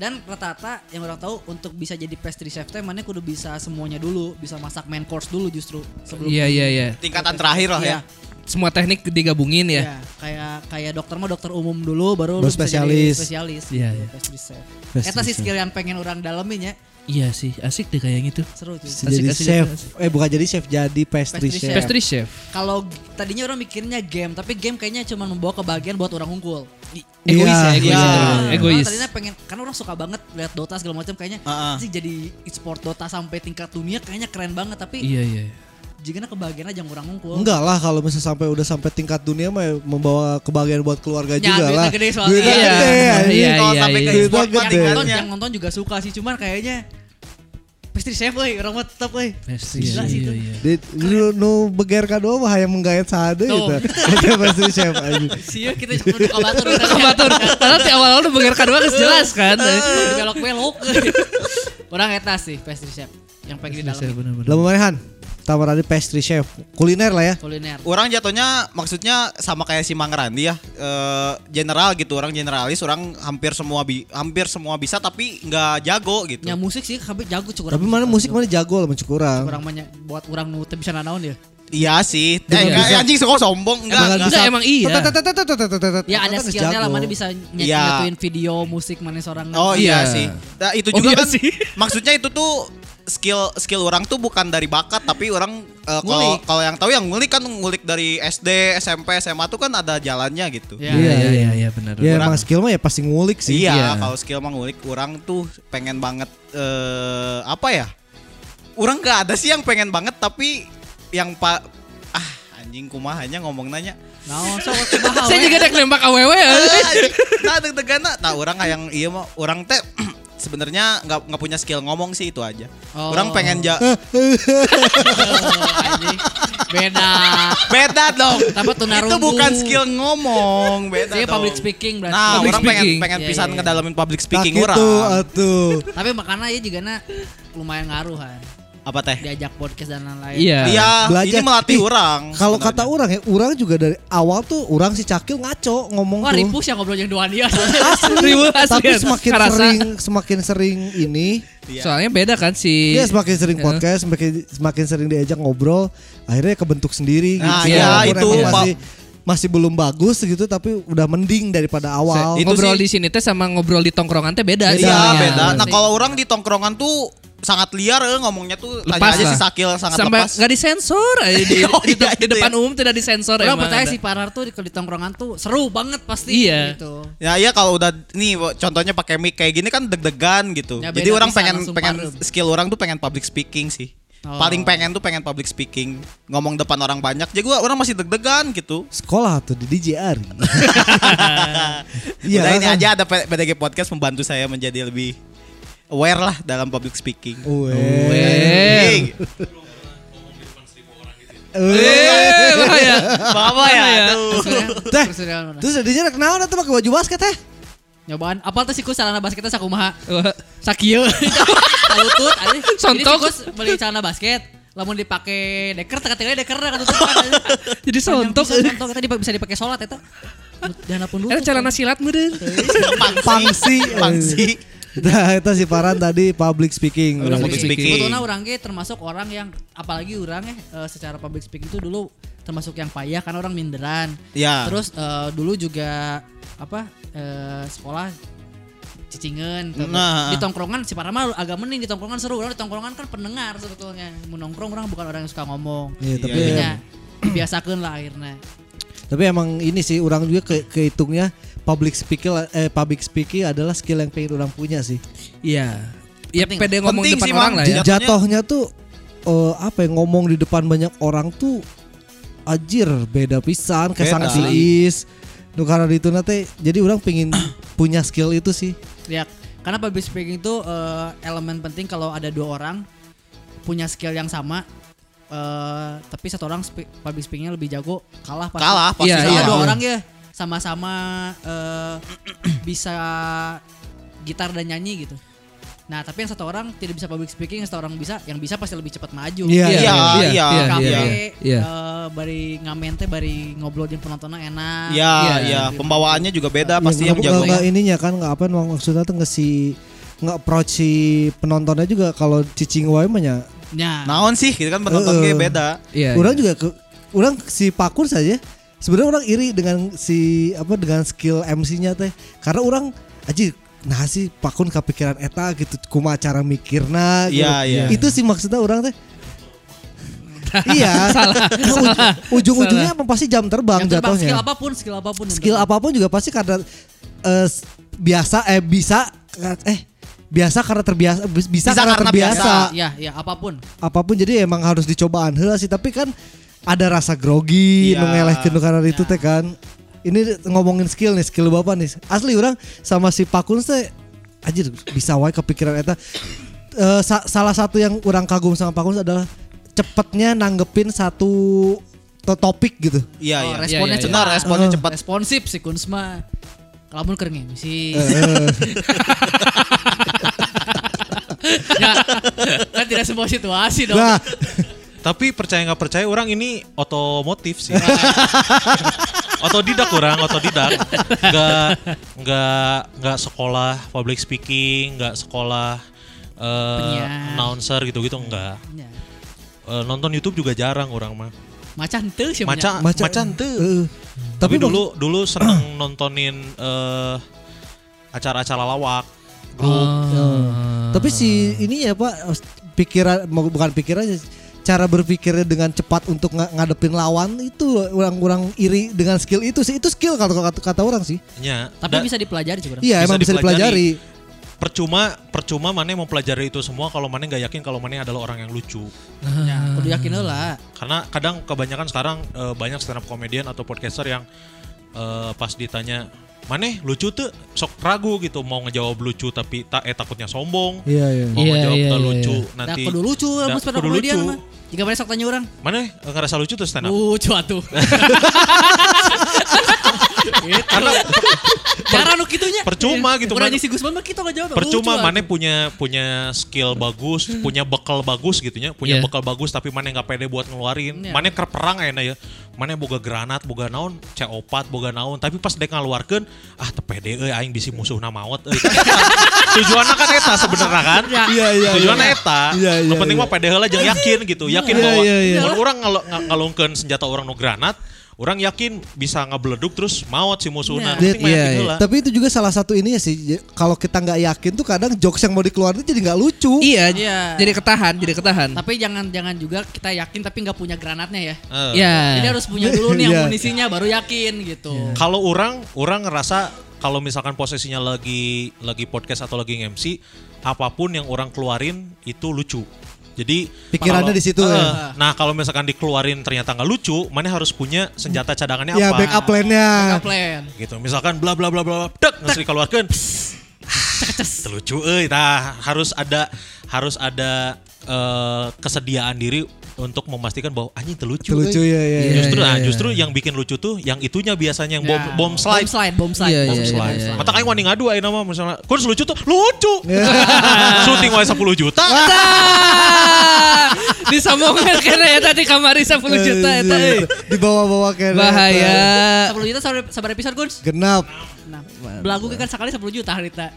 D: dan rata-rata yang orang tahu untuk bisa jadi pastry chef teh mana kudu bisa semuanya dulu bisa masak main course dulu justru sebelum
C: Iya iya iya.
B: Tingkatan terakhir lah ya.
D: Iya,
C: Semua teknik digabungin ya.
D: iya. kayak kayak dokter mah dokter umum dulu baru
A: Baru
D: lu bisa jadi
A: spesialis.
D: spesialis
C: Iya,
D: gitu,
C: iya.
D: pastry chef
A: Pastry
D: Eta sih
A: chef.
D: skill yang pengen orang dalemin ya
C: Iya sih, asik deh kayak gitu.
D: seru cuy
A: Bisa jadi
C: Asik, asik,
A: chef.
C: asik.
A: Eh bukan jadi chef, jadi pastry,
D: Pastry
A: chef.
D: chef.
C: Pastry chef.
D: kalau g- tadinya orang mikirnya game tapi game kayaknya cuma membawa kebahagiaan buat orang unggul
C: Egois ya,
A: Iya,
C: egois.
B: iya.
C: ya, Egois.
D: Orang tadinya pengen karena orang suka banget lihat Dota segala macam kayaknya
B: Ah, ah.
D: sih jadi e-sport Dota sampai tingkat dunia kayaknya keren banget tapi
C: Iya iya.
D: jika kebahagiaan aja kurang ngungkul.
A: Enggak lah kalau misalnya sampai udah sampai tingkat dunia mah ya membawa kebahagiaan buat keluarga juga
D: duitnya
A: lah.
D: gede soalnya.
A: Duitnya
D: Iya.
A: gede, anjing.
C: Iya,
B: Kalau
C: iya,
B: sampai
C: iya.
B: ke
A: Duitnya
B: ekspor
A: gede.
D: yang nonton,
B: jaringannya.
D: yang nonton juga suka sih, cuman kayaknya pastry chef euy, orang mah tetep euy.
C: Pasti
D: Gila sih itu.
C: iya.
A: Di nu nu beger kadoa mah hayang menggayat sade
D: Tuh.
A: gitu. Itu pasti chef anjing.
D: Sia kita kudu kabatur.
C: Kebatur. Karena di awal-awal udah bener kedua kelas jelas kan.
D: Belok-belok. Orang eta sih pastry chef yang pengen di dalam
A: Lamun manehan tawaran pastry chef kuliner lah ya.
D: kuliner.
B: Orang jatuhnya maksudnya sama kayak si Mang Randi ya, eh, general gitu, orang generalis, orang hampir semua bi- hampir semua bisa tapi nggak jago gitu.
D: Nya Ya, musik sih kabeh jago cukup.
A: Tapi mana musik mana jago lah kurang.
D: Orang banyak buat orang nu teu bisa nanaon ya.
B: Iya sih. Eh,
A: Dia
B: enggak,
A: bisa.
B: eh, anjing sok sombong enggak.
A: Emang
B: enggak.
A: bisa.
C: emang iya.
D: Ya ada skillnya lah mana bisa ny-
B: kan Iya.
D: nyatuin video musik mana seorang.
B: Oh iya,
C: Iya.
B: sih. Nah, itu
C: Oh,
B: juga
C: iya
B: kan
C: sih.
B: maksudnya itu tuh skill skill orang tuh bukan dari bakat tapi orang eh, kalau
D: Ngulik.
B: kalau yang tahu yang ngulik kan ngulik dari SD, SMP, SMA tuh kan ada jalannya gitu.
D: Ya.
C: Iya iya iya iya benar.
A: Ya
B: Kurang.
A: emang skill mah ya pasti ngulik sih.
B: Iya,
C: Iya.
B: kalau skill mah ngulik orang tuh pengen banget eh apa ya? Orang nggak ada sih yang pengen banget tapi yang pak ah anjing kumahanya ngomong nanya.
D: Naon so kumaha.
C: Saya
D: we?
C: juga ada nembak aww ya.
B: nah deg-degan nah orang yang iya mah orang teh sebenarnya nggak nggak punya skill ngomong sih itu aja.
D: Oh.
B: Orang pengen ja
D: Anjing. Beda.
B: beda dong.
D: Tapi tunarungu.
B: Itu bukan skill ngomong, beda
D: Saya
B: dong.
D: public speaking berarti.
B: Nah,
C: Public
B: orang
C: speaking.
B: pengen pengen
D: Iya,
B: pisan
D: iya, iya.
B: ngedalamin public speaking
A: Nah,
B: orang.
A: gitu, atuh.
D: Tapi makanya ya juga na lumayan ngaruh kan.
B: Apa teh?
D: Diajak podcast dan lain-lain.
C: Iya.
B: Iya,
A: Belajar.
B: ini melatih
A: Ih,
B: orang.
A: Kalau
B: sebenarnya.
A: kata orang ya, orang juga dari awal tuh orang si Cakil ngaco ngomong
D: Wah
A: tuh.
D: ripus ya ngobrol yang dua dia.
A: Asli.
C: Ribu asli.
A: Iya, Tapi semakin
C: Kerasa.
A: sering semakin sering ini,
B: Iya.
C: Soalnya beda kan si.
A: dia semakin sering
C: Iya.
A: podcast, semakin semakin sering diajak ngobrol, akhirnya kebentuk sendiri
B: Nah,
A: gitu.
C: iya,
A: Walaupun
B: itu,
A: emang
B: Pak.
A: masih masih belum bagus gitu tapi udah mending daripada awal.
B: Itu sih-
C: ngobrol di sini teh sama ngobrol di tongkrongan teh beda.
B: Iya,
C: soalnya.
B: beda. Nah,
D: Pasti.
B: kalau orang di tongkrongan tuh sangat liar eh, ngomongnya tuh tanya
C: Lepas
B: aja
C: lah.
B: si Sakil sangat
C: Sampai
B: lepas.
C: nggak disensor aja di, di-
B: Oh,
C: di-
B: iya,
C: di
B: gitu
C: depan
B: ya.
C: umum tidak disensor.
D: Orang
C: emang
D: percaya
C: ada.
D: si Parar tuh di kalau di tongkrongan tuh seru banget pasti.
C: Iya.
D: Gitu.
B: Ya iya kalau udah nih wo- contohnya pakai mic kayak gini kan deg-degan gitu.
D: Ya,
B: Jadi
D: beda
B: orang
D: pisan,
B: pengen
D: langsung
B: pengen
D: parem.
B: skill orang tuh pengen public speaking sih.
D: Oh.
B: Paling pengen tuh pengen public speaking, ngomong depan orang banyak. Jadi gua orang masih deg-degan gitu.
A: Sekolah tuh di DJR. Iya,
B: udah ini
A: kan?
B: aja ada P- PDG podcast membantu saya menjadi lebih aware lah dalam public speaking.
A: Weh.
C: Weh.
B: Hey,
C: Eh, bahaya.
B: Apa ya? Aduh.
A: Teh,
D: Terus udah mana?
A: terus jadinya kenal tuh pakai baju basket teh?
D: Nyobaan. Apa tuh sih ku sarana basket teh sakumaha?
C: Wah,
D: Sakieu. Kalutut ada.
C: Sontok.
D: Jadi sih ku beli celana basket, lamun dipake deker teka-teka deker katutup.
C: Jadi sontok.
D: Sontok eta dipa- bisa dipake sholat eta. Jangan pun
C: Ada celana silat meureun.
A: Pangsi.
B: Pangsi.
A: Nah, itu si Paran tadi public speaking.
C: Orang
B: Public
C: public
B: speaking.
D: Sebetulnya orang ge termasuk orang yang apalagi orang ya eh, secara public speaking itu dulu termasuk yang payah karena orang minderan.
B: Ya.
D: Terus eh, dulu juga apa eh, sekolah cicingan
B: Nah.
D: di tongkrongan si Parama agak mending di tongkrongan seru orang di tongkrongan kan pendengar sebetulnya menongkrong orang bukan orang yang suka ngomong
A: Iya, tapi
B: Iya,
D: Jadinya dibiasakan lah akhirnya
A: Tapi emang ini sih orang juga ke kehitungnya public speaking eh public speaking adalah skill yang pengen orang punya sih.
C: Iya. Ya
D: Penting.
C: pede ngomong
B: Penting
C: depan
B: sih,
C: orang
B: Mang.
C: lah ya.
B: Jat-
A: Jatohnya tuh eh, apa ya ngomong di depan banyak orang tuh ajir beda pisan kayak
B: Beda.
A: sangat iis. Nu karena itu nanti jadi orang pengen punya skill itu sih.
D: ya karena public speaking itu eh, elemen penting kalau ada dua orang punya skill yang sama eh, tapi satu orang spe- public speakingnya lebih jago kalah pasti.
B: Kalah pasti
C: Iya,
D: Kalau
B: salah.
D: dua orang ya sama-sama eh, bisa gitar dan nyanyi gitu. Nah, tapi yang satu orang tidak bisa public speaking, yang satu orang bisa, yang bisa pasti lebih cepat maju.
A: Iya,
B: Iya,
C: iya,
B: iya,
C: iya,
D: Kafe,
C: iya, iya.
D: eh, bari ngamen teh bari ngobrol jeung penontonnya
A: Ah.
D: enak.
B: Ya,
C: Iya.
B: ya, pembawaannya juga beda
A: Ya,
B: pasti yang
A: nggak-
B: jago.
A: nggak ininya kan nggak apa mak- maksudnya tuh nggak si nggak approach si penontonnya juga kalau cicing wae mah ya, nya.
D: Nah,
B: Naon sih gitu kan penonton
A: Heeh.
B: ge beda.
C: Iya.
A: orang juga ke, orang si Pakur saja sebenarnya orang iri dengan si apa dengan skill MC-nya teh karena orang aja nah si Pakun kepikiran eta gitu kuma cara mikirna gitu.
B: Iya, iya.
A: itu sih maksudnya orang teh iya
C: Salah, salah,
A: ujung-ujungnya emang pasti jam terbang
D: yang terbang
A: jatuhnya
D: skill apapun, skill apapun. yang
A: skill
D: terbang.
A: apapun juga pasti karena eh, s- biasa eh bisa eh biasa karena terbiasa bis- bisa,
B: Bisa
A: karena,
B: karena
A: terbiasa
B: biasa.
D: ya ya apapun
A: apapun jadi emang harus dicobaan heula sih tapi kan ada rasa grogi
B: Iya.
A: nu ngelehkeun nu karena itu teh kan ini ngomongin skill nih skill bapak nih asli orang sama si Pakun teh anjir bisa wae kepikiran eta Eh, sa- salah satu yang orang kagum sama Pakun adalah cepetnya nanggepin satu to- topik gitu
B: Iya,
D: Oh,
B: iya.
C: Iya,
D: responnya
C: iya,
D: cepat
B: Benar, responnya
A: Eh.
B: cepat.
D: responsif si Kunsma lamun keur ngemsi ya kan tidak semua situasi dong
A: nah
E: Tapi percaya nggak percaya orang ini otomotif sih. otodidak orang, otodidak. Nggak nggak nggak sekolah public speaking, nggak sekolah eh,
D: Penyiar.
E: announcer gitu-gitu enggak.
D: Ya.
E: nonton YouTube juga jarang orang mah.
D: macan teu sih
E: Maca
D: punya.
A: Maca-
E: macan tuh.
A: eh,
E: Tapi,
A: tapi, dulu
E: dulu dulu seneng nontonin eh, acara-acara lawak, grup.
D: Oh.
A: Tapi si ini ya Pak eh, pikiran mau- bukan pikirannya cara berpikirnya dengan cepat untuk nga- ngadepin lawan itu orang-orang iri dengan skill itu sih itu skill kalau kata, kata orang sih.
E: nya.
D: tapi
E: Da-
D: bisa dipelajari juga
A: Iya
E: Bisa
A: emang bisa dipelajari.
E: dipelajari. percuma percuma mana mau pelajari itu semua kalau mana nggak yakin kalau mana adalah orang yang lucu
D: ya, kudu yakin heula
E: karena kadang kebanyakan sekarang eh, banyak stand up comedian atau podcaster yang eh, pas ditanya mana lucu tuh sok ragu gitu mau ngejawab lucu tapi tak eh takutnya sombong
A: Iya iya.
E: mau
C: Iya,
E: ngejawab
C: iya,
E: tak
C: iya,
E: lucu
D: da
E: nanti
D: kudu lucu
E: Da,
D: lamun sepeda
E: kudu
D: komedian
E: lucu.
D: mah jika mana sok tanya orang
E: mana eh, ngerasa lucu tuh stand up
C: Uh,
D: lucu atuh
C: Gitu.
E: karena
D: cara nu kitunya
E: Percuma
C: Iya.
E: gitu,
D: Orang
E: mana-
D: si Gusman mah kita ngejawab
E: percuma
D: lucu
E: mana
D: atuh.
E: punya punya skill bagus
D: Hmm.
E: punya bekal bagus gitunya punya
C: Iya.
E: bekal bagus tapi mana nggak pede buat ngeluarin
D: Iya.
E: mana kerperang enak ya mana boga granat boga naon C4 boga naon tapi pas dek ngaluarkeun ah tepede euy aing bisi musuhna maot euy tujuannya kan eta sebenarnya kan
D: Ya.
A: Iya iya.
E: tujuannya
A: iya.
E: eta
A: Iya, iya,
E: yang penting
A: iya.
E: mah pede heula jeung yakin gitu yakin
A: Iya,
E: bahwa
A: iya, iya.
E: mun urang ngalo- ng- ngalungkeun senjata orang nu granat orang yakin bisa ngebeleduk terus maot si musuhna
D: Iya.
E: penting mah
A: Iya,
E: yakin
A: iya.
E: heula.
A: Tapi itu juga salah satu ini ya sih. j- Kalau kita nggak yakin tuh kadang jokes yang mau dikeluarin jadi nggak lucu.
C: Iya,
D: Iya.
C: jadi ketahan, jadi ketahan.
D: ah. tapi jangan jangan juga kita yakin tapi nggak punya granatnya ya
E: Eh.
D: Jadi
C: Iya.
D: harus punya dulu nih
A: Iya.
D: yang munisinya baru yakin gitu.
E: Kalau orang, orang ngerasa kalau misalkan posisinya lagi lagi podcast atau lagi MC, apapun yang orang keluarin itu lucu. Jadi
A: Pikirannya
E: kalau-
A: di situ
E: Eh,
A: ya.
E: Nah kalau misalkan dikeluarin ternyata nggak lucu, mana harus punya senjata cadangannya
A: Ya
E: apa?
A: backup plan-nya.
D: Backup plan.
E: Gitu. Misalkan bla bla bla bla, dek nggak dikeluarkan. Terlucu, eh. Nah harus ada harus ada eh, kesediaan diri untuk memastikan bahwa anjing terlucu. euy."
A: Lucu ya ya.
E: Justru,
C: Iya,
E: nah,
C: iya,
E: justru yang bikin lucu tuh yang itunya biasanya yang bom
D: Ya.
E: bom slide.
D: Bom slide, bom slide.
C: Iya,
D: bom
C: iya,
D: slide.
C: iya, iya.
E: Mata aing wani ngadu aing nama misalnya. Kurs lucu tuh, lucu. Syuting wae 10 juta.
D: Ah!
C: Disombongan karena ya tadi kamari 10 juta eta euy.
A: Iya, Dibawa-bawa kayak
C: Bahaya.
D: 10 juta sabar, sabar episode Guns.
A: Genap.
D: Nah, belagu kan sekali 10 juta harita.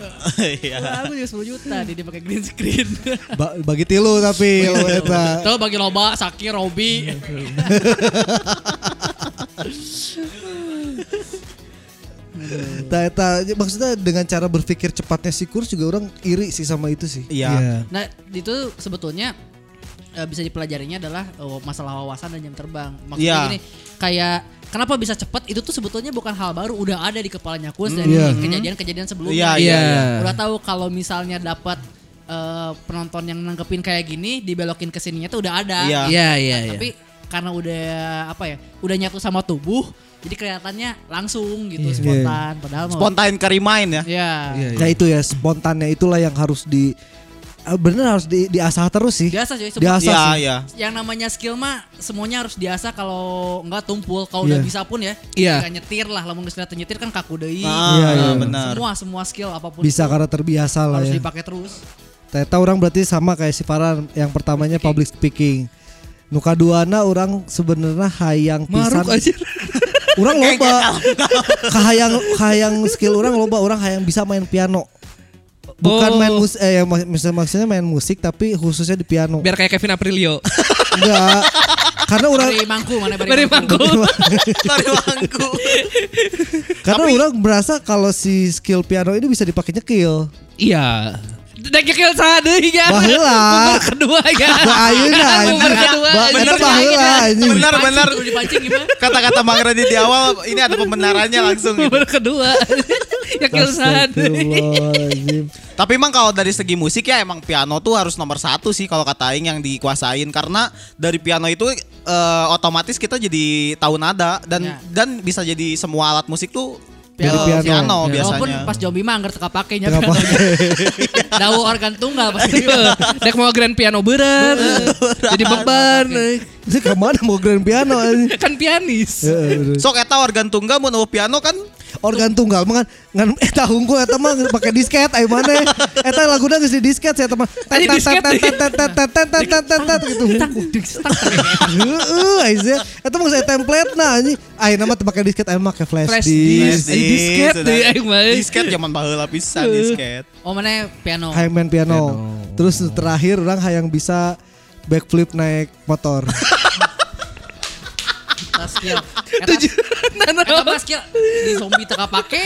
D: Belagu juga 10 juta dia dipakai green screen.
A: Ba- bagi tilu tapi kalau eta.
D: Tuh bagi loba, Saki, Robi.
A: Eta, eta, maksudnya dengan cara berpikir cepatnya si kurs juga orang iri sih sama itu sih.
B: Iya.
D: Nah, itu sebetulnya eh, bisa dipelajarinya adalah eh, masalah wawasan dan jam terbang. Maksudnya
B: Iya.
D: gini, kayak kenapa bisa cepat itu tuh sebetulnya bukan hal baru, udah ada di kepalanya Kus dan
A: Iya.
D: di kejadian-kejadian sebelumnya. Gitu.
B: Iya,
C: Iya.
D: udah tahu kalau misalnya dapat eh, penonton yang nangkepin kayak gini dibelokin ke sininya tuh udah ada.
B: Iya.
C: Iya, iya, iya.
D: Tapi karena udah apa ya? Udah nyatu sama tubuh, jadi kelihatannya langsung gitu
A: Iya.
D: spontan padahal mah-
B: Spontan kerimain ya.
D: Iya.
A: Nah itu ya spontannya itulah yang harus di eh, bener harus di, diasah terus sih.
D: Biasa cuy, sebut-
A: Diasah
B: Iya,
A: sih.
B: iya.
D: yang namanya skill mah semuanya harus diasah kalau nggak tumpul kalau udah
A: Iya.
D: bisa pun ya
C: Iya.
D: Nggak nyetir lah lamun geus kelihatan nyetir kan kaku deui
B: Ah,
A: Iya, iya.
B: benar.
D: semua semua skill apapun
A: Bisa
D: itu
A: karena terbiasa lah
D: harus
A: ya.
D: dipakai terus
A: Ternyata orang berarti sama kayak si Farhan yang pertamanya public speaking. Nuka duana orang sebenarnya hayang pisan.
C: Maruk aja.
A: Orang loba. Kahayang kahayang skill orang loba orang hayang bisa main piano. Bukan
C: Oh.
A: main musik eh yang mak- maksudnya main musik tapi khususnya di piano.
C: Biar kayak Kevin Aprilio.
A: Enggak. Karena orang
D: beri mangku mana
C: Beri mangkul.
B: Tari bangku.
A: karena orang berasa kalau si skill piano ini bisa dipakai nyekil.
C: Iya. Dan kekil sadeuy ya.
A: Baheula.
C: Bumper kedua ya.
A: Bah ayeuna
C: Bumper
A: anjing.
C: kedua.
A: Bah
C: ya.
A: eta baheula anjing.
B: Benar, benar.
D: dipancing gimana
B: Kata-kata Bang Radit di awal ini ada pembenarannya langsung gitu.
C: Bumper kedua. yang kelelahan.
A: Astagfirullahaladzim.
B: Tapi emang kalau dari segi musik ya emang piano tuh harus nomor satu sih kalau kata Aing yang dikuasain karena dari piano itu eh, otomatis kita jadi tahu nada dan
D: Ya.
B: dan bisa jadi semua alat musik tuh
A: Dari
B: eh,
A: piano.
B: piano
A: Ya.
B: biasanya.
D: Walaupun pas zombie mah nggak teka pakainya.
A: Teka pake.
D: Dawu organ tunggal pasti.
C: Dek mau grand piano berat, jadi beban.
A: Ini kemana mau grand piano? anjing?
C: Kan pianis.
A: Ya, bener.
B: Sok eta organ tunggal mun eueuh piano kan
A: Organ tunggal mah kan ngan eta hungkul eta mah pakai disket ai mana. Eta laguna geus di disket saya mah.
C: Tadi disket,
A: tet tet tet tet tet tet tet tet tet gitu. Heeh, ai sih. Eta mah saya template nah anjing. Ai nama teu pakai disket ai mah pakai flash
C: Flash
A: disk.
C: disk. Di disket
B: Nah, sudah.
C: deh, Aing mah.
B: Disket zaman baheula pisan disket.
D: Oh mana piano.
A: Hayang main piano. Terus terakhir orang hayang bisa backflip naik motor.
D: Eta Nah, skill. Eta,
C: Nah,
D: eta mah skill di zombie teka pake.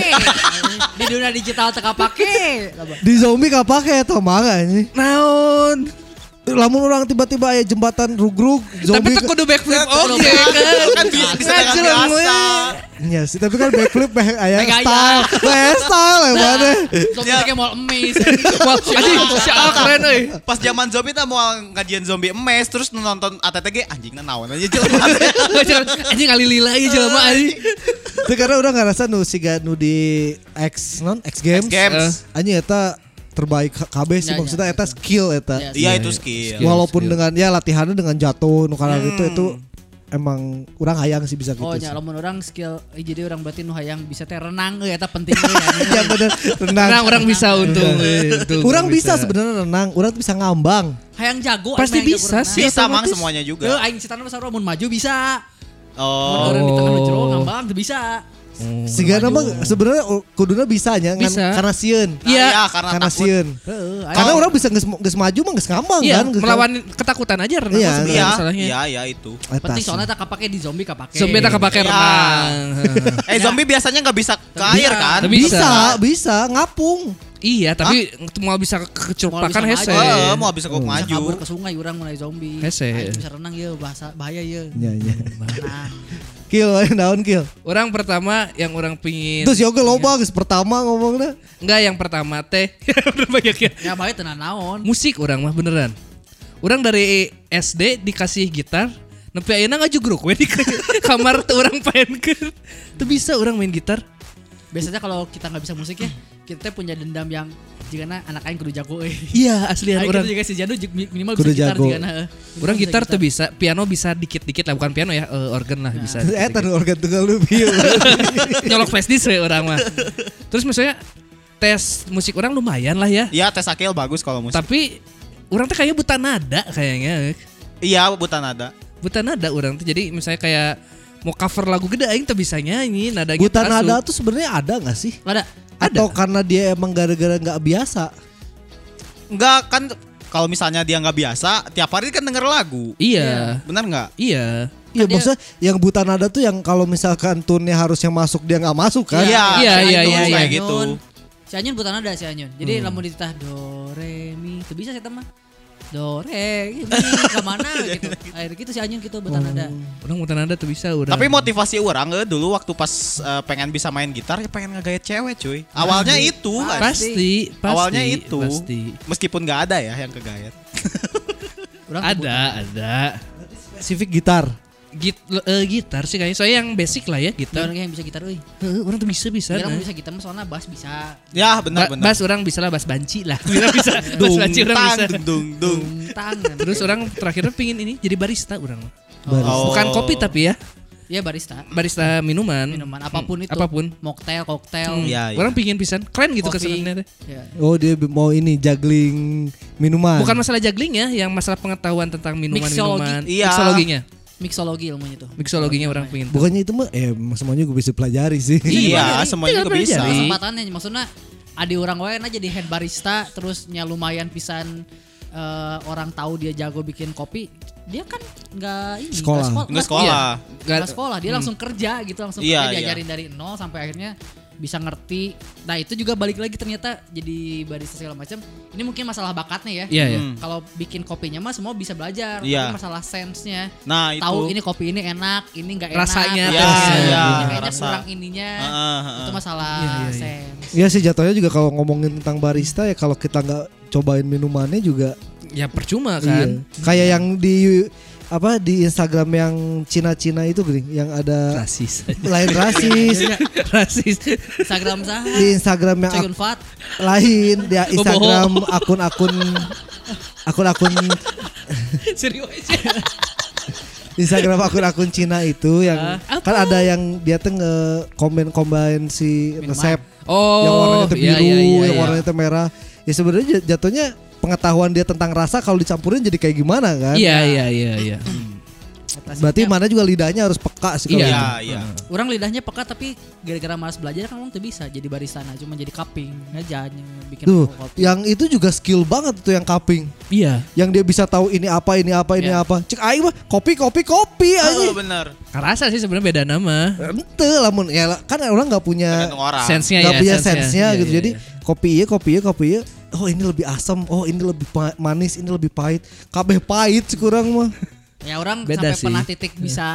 D: Di dunia digital teka pake.
A: Di zombie kapake eta mah anjing.
C: Naon?
A: Lamun orang tiba-tiba aya jembatan rugrug
C: Tapi
A: zombie
C: tak kudu backflip
D: kudu
C: oke kan.
B: Kan bisa bisa dengan
C: Ngajelang
B: biasa.
A: Iya sih, tapi kan backflip meh aya
D: Meh gaya.
A: style, meh style
C: Nah.
A: eh. emane.
D: Zombie kayak mau emis.
C: Wah, anjing,
B: Iya.
C: si Al keren euy.
B: Pas zaman zombie tah mau ngajian zombie emes terus nonton ATTG anjingna nah, naon aja jelema.
C: Anjing alilila ieu jelema anjing.
A: Itu karena udah ngerasa nu siga nu di X non X Games.
B: X Games.
A: Eh, Anjing eta terbaik KB sih
D: Ya,
A: maksudnya
D: ya.
A: eta skill eta.
D: Ya,
B: Iya itu skill.
C: Skill.
A: Walaupun dengan ya latihannya dengan jatuh nu karena itu itu emang orang hayang sih bisa gitu.
D: Hmm. Oh
A: sih.
D: nya lamun orang skill eh, jadi orang berarti nu hayang bisa teh renang euy eta penting euy.
A: Ya bener renang.
C: Nah, orang bisa untung.
A: Orang bisa sebenarnya renang, orang tuh bisa ngambang.
D: Hayang jago
C: Pasti
D: hayang jago
C: bisa
D: renang.
C: sih.
B: Bisa mang
C: otomatis.
B: semuanya
D: Heuh
B: juga. Nah,
D: aing setan mah sarua mun maju bisa. Mun
B: Oh.
D: orang ditekan
C: Oh.
D: nu jero ngambang teu bisa.
A: Sehingga nama sebenarnya oh, kuduna bisa nya ngan-
C: Bisa.
A: karena sieun.
C: Iya.
B: Nah, karena
A: Karena
B: takut.
A: sieun.
D: Heuh aing-
A: Karena orang bisa nges, nges maju mah nges ngambang
C: Iya,
A: kan. nges
C: melawan ketakutan aja renang
A: Iya,
C: mah sebenarnya
B: Iya,
C: masalahnya.
B: iya, iya itu.
A: ngambang. Eta
D: penting
A: sih.
D: soalnya tak kepake di zombie kepake.
C: Zombie tak kepake
B: Iya.
C: renang.
B: Eh zombie biasanya nggak bisa ke air kan?
C: tapi-
A: bisa. bisa,
C: Bisa.
A: ngapung.
C: Iya, tapi mau bisa kecurupakan
D: Mau bisa
C: hese.
D: maju.
B: Eh, mau bisa kok
D: Bisa
B: maju.
D: kabur ke sungai orang mulai zombie.
C: Hese.
D: Aing bisa renang ya bahasa bahaya Nah, ya.
A: Iya, iya.
D: Renang.
A: Kill, daun kill.
C: Orang pertama yang orang pingin
A: Terus yoga loba geus pertama ngomongnya.
C: Enggak yang pertama teh Bener banyak ya
D: Ya bahaya tenan naon.
C: Musik orang mah beneran Orang dari SD dikasih gitar Nepi ayeuna ngajugruk we di kamar tuh orang paenkeun. Tuh bisa orang main gitar
D: Biasanya kalau kita nggak bisa musiknya, kita teh punya dendam yang jika anak aing kudu jago euy.
C: Iya asli
D: Aing
C: orang
D: gitu juga si Janu j- minimal
A: Kudu
D: bisa gitar
A: jago.
D: jigana, heuh. Minimal
C: Orang
D: bisa
C: gitar tuh bisa Piano bisa dikit-dikit lah Bukan piano ya eh, Organ lah bisa
A: Eh
C: dikit-dikit.
A: tadi organ tunggal lu pieu.
C: Nyolok flash disk we orang mah Terus misalnya Tes musik orang lumayan lah ya
B: Iya tes akil bagus kalau musik.
C: Tapi Orang teh kayaknya buta nada kayaknya
B: Iya buta nada.
C: buta nada orang tuh jadi misalnya kayak mau cover lagu gede aing tuh bisa nyanyi nada gitu
A: Buta
C: asup.
A: nada tuh sebenarnya ada gak sih?
D: Ada.
A: Atau karena dia emang gara-gara nggak biasa.
B: Enggak kan kalau misalnya dia nggak biasa, tiap hari kan denger lagu.
C: iya
B: Benar nggak?
C: iya
A: Iya
D: Kan dia-
A: maksudnya yang buta nada tuh yang kalau misalkan tunnya harusnya masuk dia nggak masuk kan?
B: Iya,
C: Iya, iya,
B: itu,
C: iya, Hmm.
B: kayak
D: iya.
B: gitu.
D: Si Anyun bukan ada si Anyun. Jadi lamun dititah do re mi itu bisa sih teman. Do re mi kemana
C: Iya,
D: gitu. Akhirnya gitu si Anyun
C: Oh.
D: gitu bukan ada.
C: orang buta nada tuh bisa orang
B: Tapi motivasi orang eh, dulu waktu pas eh, pengen bisa main gitar ya pengen ngegayat cewek cuy. Awalnya itu
D: Pasti.
B: kan.
C: pasti, pasti
B: Awalnya itu.
C: pasti
B: Meskipun nggak ada ya yang kegayat.
D: Orang
C: ada ada
A: Civic gitar.
C: Git, eh, gitar sih kayaknya soalnya yang basic lah ya gitar
D: orang yang bisa gitar euy.
C: Heeh, orang tuh bisa bisa
D: Iya. Orang
C: nah.
D: bisa gitar mah soalnya bass bisa.
B: Ya
C: Ba-
B: benar-benar.
C: Bas orang bisa lah bas banci lah
B: Iya,
C: Orang bisa bas
B: Dung,
C: banci orang
B: tang,
C: bisa
B: dung, dung, dung.
D: Tangan.
C: terus orang terakhirnya pingin ini jadi barista orang
A: Baris.
B: Oh.
C: bukan kopi tapi ya
D: Iya barista.
C: barista minuman
D: Minuman apapun itu.
C: Hmm. apapun
D: Mocktail, koktail.
C: Hmm,
B: Ya, ya.
C: orang pingin pisan keren gitu
D: Kopi.
C: kesannya teh
D: Ya.
A: Oh dia mau ini juggling minuman.
C: Bukan masalah juggling ya, yang masalah pengetahuan tentang minuman-minuman.
B: Mixologi. Iya.
C: Mixologinya.
D: Mixologi ilmunya tuh.
C: Mixologinya orang pengen. tahu.
A: Bukannya itu mah eh semuanya gue bisa pelajari sih.
B: Iya, semuanya
C: Tinggal
B: juga bisa.
C: pelajari.
D: kesempatannya maksudnya ada orang wae na jadi head barista terus nya lumayan pisan eh, orang tahu dia jago bikin kopi dia kan nggak Iya. ini nggak
A: Sekolah.
B: Nggak sekolah.
D: Nggak sekolah dia langsung kerja gitu langsung
B: Iya,
D: kerja
B: iya.
D: diajarin dari nol sampai akhirnya bisa ngerti. Nah itu juga balik lagi ternyata jadi barista segala macam. Ini mungkin masalah bakatnya ya.
C: Iya, iya.
B: Hmm.
D: Kalau bikin kopinya mah semua bisa belajar.
B: Iya.
D: Tapi masalah sense-nya.
B: Nah itu.
D: Tahu ini kopi ini enak, ini nggak enak. gitu
C: Rasanya
B: tuh.
D: ini kayaknya
B: Iya,
D: ini
B: iya,
D: kayaknya
B: rasa.
D: kurang ininya.
B: Heeh, heeh.
D: Itu masalah
C: Iya, iya, iya.
D: sense.
A: Iya sih jatuhnya juga kalau ngomongin tentang barista ya kalau kita nggak cobain minumannya juga
C: Ya percuma
A: iya.
C: kan.
A: kayak yang di apa di Instagram yang Cina-Cina itu gering yang ada
C: Rasis. Ya,
A: lain rasis
C: Rasis.
D: Instagram sah.
A: di
C: Iya.
A: Instagram yang
D: Coyun
A: ak-
D: Fat.
A: lain di Instagram akun-akun akun-akun
C: Serius.
A: Instagram akun-akun Cina itu yang
C: Ah,
A: kan ada yang dia tuh nge komen kombain si
D: Minuman.
A: resep
C: Oh,
A: yang warnanya tuh
C: iya,
A: biru,
C: iya, iya,
A: yang
C: iya.
A: warnanya tuh merah. Ya sebenarnya jat- jatuhnya pengetahuan dia tentang rasa kalau dicampurin jadi kayak gimana kan? Hmm.
C: Iya, iya, iya, iya.
A: Berarti mana juga lidahnya harus peka sih kalau
C: Iya.
A: gitu.
B: Iya iya.
D: Orang lidahnya peka tapi gara-gara malas belajar kan orang tuh bisa jadi baristana cuma jadi cupping aja bikin
A: Duh,
D: kopi.
A: yang itu juga skill banget tuh yang cupping.
C: Iya.
A: Yang dia bisa tahu ini apa, ini apa, ini
D: Iya.
A: apa. Cek aing mah kopi, kopi, kopi
B: Oh,
A: aja.
B: bener.
C: Kerasa sih sebenarnya beda nama.
A: Ente lamun ya lah, kan orang nggak punya
B: Tergantung orang.
C: Sense-nya ya.
A: Ah. nggak punya
C: sense-nya.
A: sense-nya
C: Iya,
A: gitu.
C: iya,
A: Jadi
C: iya.
A: kopi iya, kopi iya, kopi iya. Oh ini lebih asam, oh ini lebih pa- manis, ini lebih pahit. Kabeh pahit sih kurang mah.
D: Ya orang
C: Beda
D: sampai
C: sih. Iya.
D: pernah titik bisa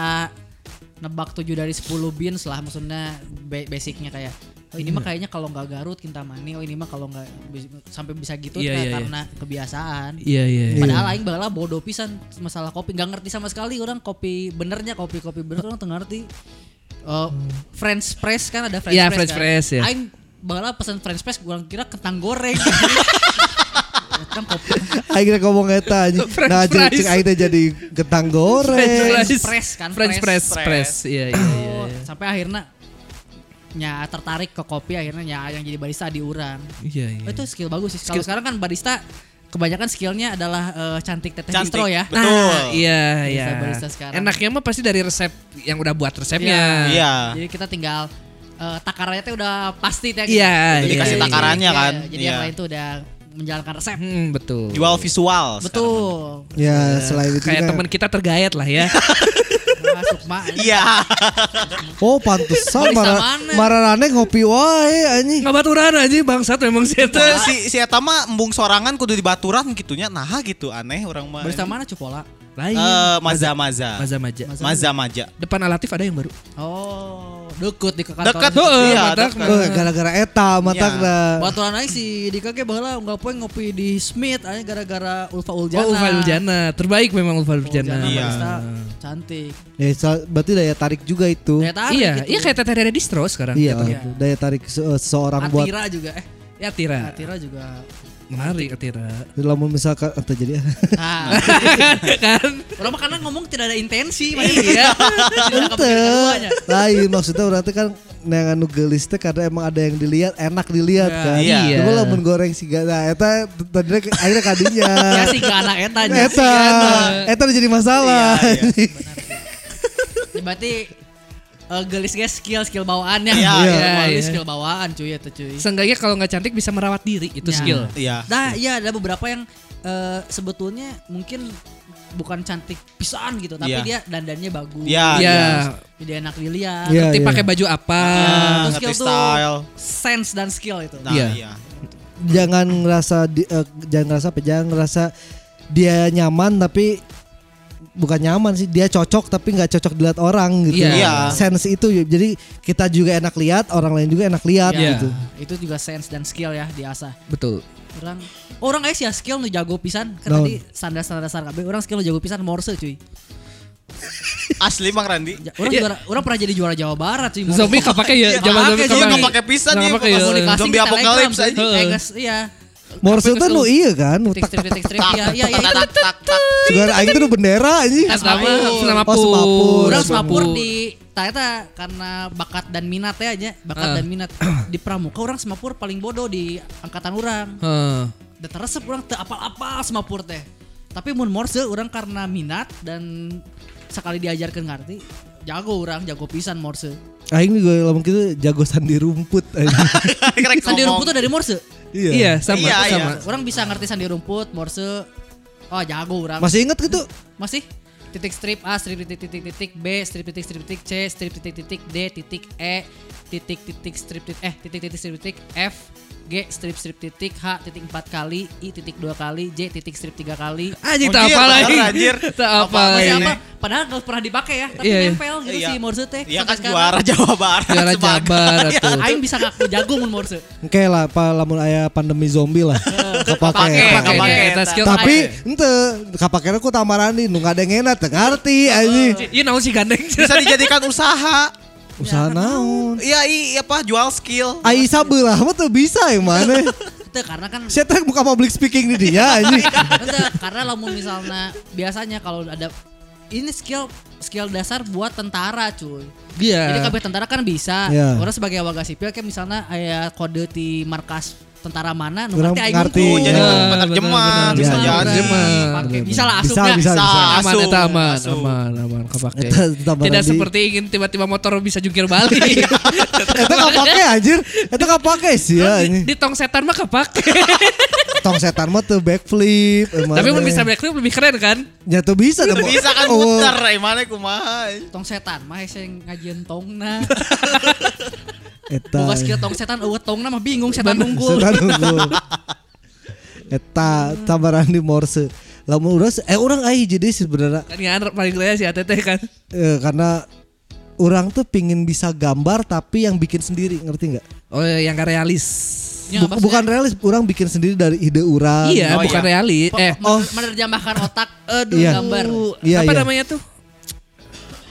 D: nebak 7 dari 10 beans lah maksudnya ba- basicnya kayak "Oh,
C: Iya.
D: ini mah kayaknya kalau nggak Garut Kintamani oh ini mah kalau nggak bis- sampai bisa gitu
C: Iya,
D: nah,
C: iya, iya.
D: karena kebiasaan.
C: Iya, iya. iya.
D: Padahal aing baheula bodoh pisan masalah kopi, nggak ngerti sama sekali orang kopi benernya kopi kopi bener orang teu ngerti. Eh, French press kan ada French
C: Iya, French
D: press. kan?
C: press, ya.
D: Aing baheula pesan French press gua kira kentang goreng. Kan kopi
A: Akhirnya ngomong eta anjing.
C: French
A: Nah, jadi
C: fries.
A: cek aing teh jadi ketang goreng.
C: French
D: press kan,
C: French press,
D: press,
C: press. Iya, iya, iya.
D: Oh, sampai akhirnya ya tertarik ke kopi akhirnya ya yang jadi barista diurang.
C: Iya, iya.
D: Oh, itu skill bagus sih. Kalau sekarang kan barista kebanyakan skillnya adalah eh, cantik teteh
B: Cantik.
D: bistro ya.
B: Betul.
C: Iya, iya.
D: barista sekarang.
C: Enaknya mah pasti dari resep yang udah buat
D: Nah.
C: resepnya.
B: Iya.
D: Jadi kita tinggal eh, takarannya teh udah pasti ya, gitu. teh.
C: Iya,
B: Jadi
C: iya,
B: kasih
C: iya.
B: takarannya kan.
D: Jadi
B: Iya.
D: yang lain tuh udah menjalankan resep.
C: Hmm, betul.
B: Jual visual. sekarang.
D: Betul.
A: Ya, selain itu
C: Kayak
A: juga-
C: teman kita tergayat lah ya.
D: Nah, Sukma.
B: Iya.
A: Oh, pantesan
D: Barista
A: marah
D: mana?
A: mararane ngopi wae anjing.
C: Ngabaturan aja bangsat memang sih itu.
B: Tuh, si si eta mah embung sorangan kudu dibaturan gitunya. Nah gitu aneh orang mah.
D: Barista mana Cupola?
C: Lain.
B: Eh, maza maza.
C: Maza Maja.
B: Maza maja.
C: Depan alatif ada yang baru.
D: Oh, dekut di ke kantor.
B: Dekat
C: Oh, eh,
B: iya,
C: mata
B: dekat.
C: kemana?
A: Eh, gara-gara eta matak
B: Iya.
A: dah.
D: Baturan aing si Dika ge baheula nggak poe ngopi di Smith aja gara-gara Ulfa Uljana.
C: Oh, Ulfa Uljana. Terbaik memang
D: Oh,
C: Ulfa Uljana.
D: Uljana
B: Iya.
D: barista cantik.
A: Ya, so- berarti daya tarik juga itu.
D: Daya tarik
C: Iya,
D: gitu.
C: iya kayak Teteh Rere Distro sekarang.
A: Iya,
C: jatuhnya.
A: daya tarik se- seorang buat
D: Atira juga eh
C: Ya Tira.
D: Atira juga.
C: Menarik Atira.
A: lamun misalkan atau jadi
D: Ah,
C: kan?
D: orang makanan ngomong tidak ada intensi mah ya. Tidak kepikiran keduanya.
A: lain maksudnya orang teh kan yang anu geulis teh karena emang ada yang dilihat enak dilihat kan
B: iya.
A: cuma lamun goreng si nah eta tadinya akhirnya kadinya
D: Ya si anak eta aja. Si
A: eta
D: Gana.
A: eta udah jadi masalah
B: Iya,
D: Ya, Berarti eh, gelis guys skill skill bawaannya.
B: Iya,
C: iya,
D: Gelis
C: iya.
D: skill bawaan cuy itu cuy.
C: Seenggaknya kalau nggak cantik bisa merawat diri itu
D: Ya.
C: skill.
B: Iya.
D: Nah, iya ada beberapa yang eh, sebetulnya mungkin bukan cantik pisan gitu, tapi
B: Iya.
D: dia dandannya bagus.
B: Iya,
C: Iya.
D: Jadi enak dilihat. Nah,
A: Iya,
C: Ngerti
A: iya.
C: pakai baju apa?
B: Ah,
D: Itu
B: ngerti
D: skill tuh.
B: style.
D: Sense dan skill itu.
B: Nah,
C: Iya.
B: iya.
A: jangan ngerasa di- eh, jangan ngerasa apa jangan ngerasa dia nyaman tapi bukan nyaman sih dia cocok tapi nggak cocok dilihat orang gitu
B: Iya.
C: Iya.
A: sense itu jadi kita juga enak lihat orang lain juga enak lihat
D: Iya.
A: gitu
D: Itu juga sense dan skill ya diasah.
C: Betul.
D: Orang orang guys ya skill nu jago pisan.
A: Naon?
D: Kan tadi standar-standar dasar kabeh orang skill nu jago pisan Morse cuy.
B: Asli Bang Randi.
D: Ja- Orang
C: Iya.
D: juara, orang pernah jadi juara Jawa Barat cuy. Morse.
C: Zombie kepake ya,
D: Nggak
C: zaman
D: pake,
C: zombie
D: cuy,
B: Iya,
C: kepake.
B: nggak pakai pisan
C: Nggak
B: ya.
C: pakai,
B: pokoknya.
C: iya.
D: Komunikasi
B: Zombie
D: di
B: apokalips
D: Telegram,
B: aja.
D: cuy.
C: Heeh.
D: Eh, guys, iya.
A: Morse itu nu iya kan
D: Tik
A: utak
D: strip tik strip iya iya iya.
B: Tak, tak, tak, tak.
C: Iya.
A: Sugar aing tuh bendera anjing.
C: Nah, sama
A: Oh, semapur.
D: Orang
A: Semapur.
D: semapur di ternyata karena bakat dan minat ya aja, bakat
C: Ah.
D: dan minat di pramuka orang semapur paling bodoh di angkatan orang.
C: Heeh.
D: Da resep orang teu apal-apal semapur teh. Tapi mun Morse orang karena minat dan sekali diajarkan ngerti, jago orang, jago pisan Morse.
A: Aing juga ngomong gitu jago sandi rumput anjing.
B: Rek
D: Sandi
B: ngomong.
D: rumput tuh dari Morse.
C: Iya, sama
B: Iya,
C: sama.
B: iya.
D: Orang bisa ngerti sandi rumput, Morse. Oh, jago orang.
A: Masih inget gitu?
D: Masih? titik strip A strip titik titik titik B strip titik strip titik C strip titik titik D titik E titik titik strip titik eh titik titik strip titik F G strip strip titik H titik empat kali I titik dua kali J titik strip tiga kali
B: Oh,
C: Anjing Ah, tak
B: iya,
C: apa lagi.
B: bener, anjir.
C: Tak apa
D: Masih
C: lagi.
D: apa? Padahal gak pernah dipakai ya, tapi
C: Iya, iya.
D: nempel gitu
B: Iya.
D: sih Morse teh.
B: Iya
D: sampai
B: kan
D: sekarang.
B: juara Iya. Jawa Barat.
C: Juara
B: sebagai-
C: Jabar
D: Tuh.
C: atuh.
D: Aing bisa ngaku jago mun Morse.
A: Oke lah, pa, lamun aya pandemi zombie lah. Kepake.
B: Kepake.
C: Iya. Pakai
B: Pakai,
C: eta Eh, skill.
A: Tapi ente kapake ku tamarani nu nggak ada yang enak teu ngarti anjing.
C: Iya naon sih gandeng.
B: Bisa dijadikan usaha.
A: Usaha naon?
B: Iya, i- apa jual skill.
A: Ai sabeulah mah teu bisa yang mana.
D: Itu karena kan
A: Saya teh muka public speaking di dia anjing.
D: Ente, karena lamun misalnya biasanya kalau ada ini skill skill dasar buat tentara cuy. Jadi
C: Iya.
D: kabeh tentara kan bisa.
A: Iya.
D: Orang sebagai warga sipil kayak misalnya aya kode di markas tentara mana nu
A: Orang
D: ngerti aing
A: ngerti.
B: Oh,
D: mungkul.
B: jadi
C: Iya,
B: penerjemahan,
A: benar, Iya,
B: bisa
A: benar.
B: jadi.
C: Penerjemahan.
D: Pakai. Bisa lah ya.
A: Bisa,
D: asupnya.
A: bisa, bisa.
C: Aman
B: Asuh.
C: eta aman,
B: Asuh.
C: aman, aman kepake.
A: Eta tambahan
C: Tidak
A: di-
C: seperti ingin tiba-tiba motor bisa jungkir balik.
A: Eta kapake anjir. Eta kapake sih ya
C: Di,
A: anjing.
C: di tong setan mah kepake.
A: Tong setan mah teu backflip.
C: Tapi mun bisa backflip lebih keren kan?
A: Ya teu bisa teu
B: Bisa kan
A: Oh,
B: muter, emane kumaha.
D: Tong setan mah sing ngajieun tongna.
A: Eta.
D: Boga skill tong setan eueuh tongna mah bingung setan unggul.
A: Iya, Setan unggul. Eta tabaran di Morse. Lamun urang eh urang ai jadi sebenarnya
C: Kan ngan paling keren si ATT kan.
A: eh, karena orang tuh pingin bisa gambar tapi yang bikin sendiri ngerti nggak?
C: Oh yang gak realis.
D: Ya,
A: Buk-
D: maksudnya-
A: bukan realis, orang bikin sendiri dari ide orang.
C: iya,
B: oh,
C: bukan
B: iya.
C: realis. Eh,
D: eh,
A: oh.
D: menerjemahkan otak
C: aduh
A: Iya.
C: gambar.
A: Iya,
C: Apa
A: iya.
C: namanya tuh?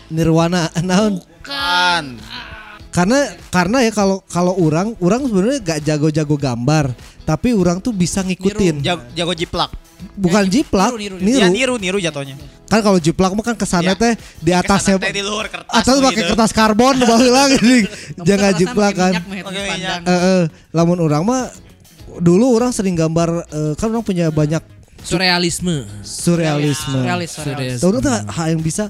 A: Nirwana, naon?
B: Kan.
A: Karena karena ya kalau kalau orang, orang sebenarnya gak jago-jago gambar, tapi orang tuh bisa ngikutin.
B: Jago, jago jiplak.
A: bukan jiplak, niru.
D: niru, niru.
B: Ya niru niru jatuhnya.
A: Kan kalau jiplak mah kan kesana
B: Ya.
A: teh di atasnya
B: Kesana teh di luar kertas.
A: atas pakai
B: begitu.
A: kertas karbon baheula geuning. Jangan jiplak kan.
B: Pakai minyak.
A: Eh, eh, lamun orang mah dulu orang sering gambar eh, kan orang punya banyak
C: Surrealisme.
A: Iya, surrealisme.
D: Realis, realis.
C: Iya, Surrealisme.
A: Tahu tuh hal yang bisa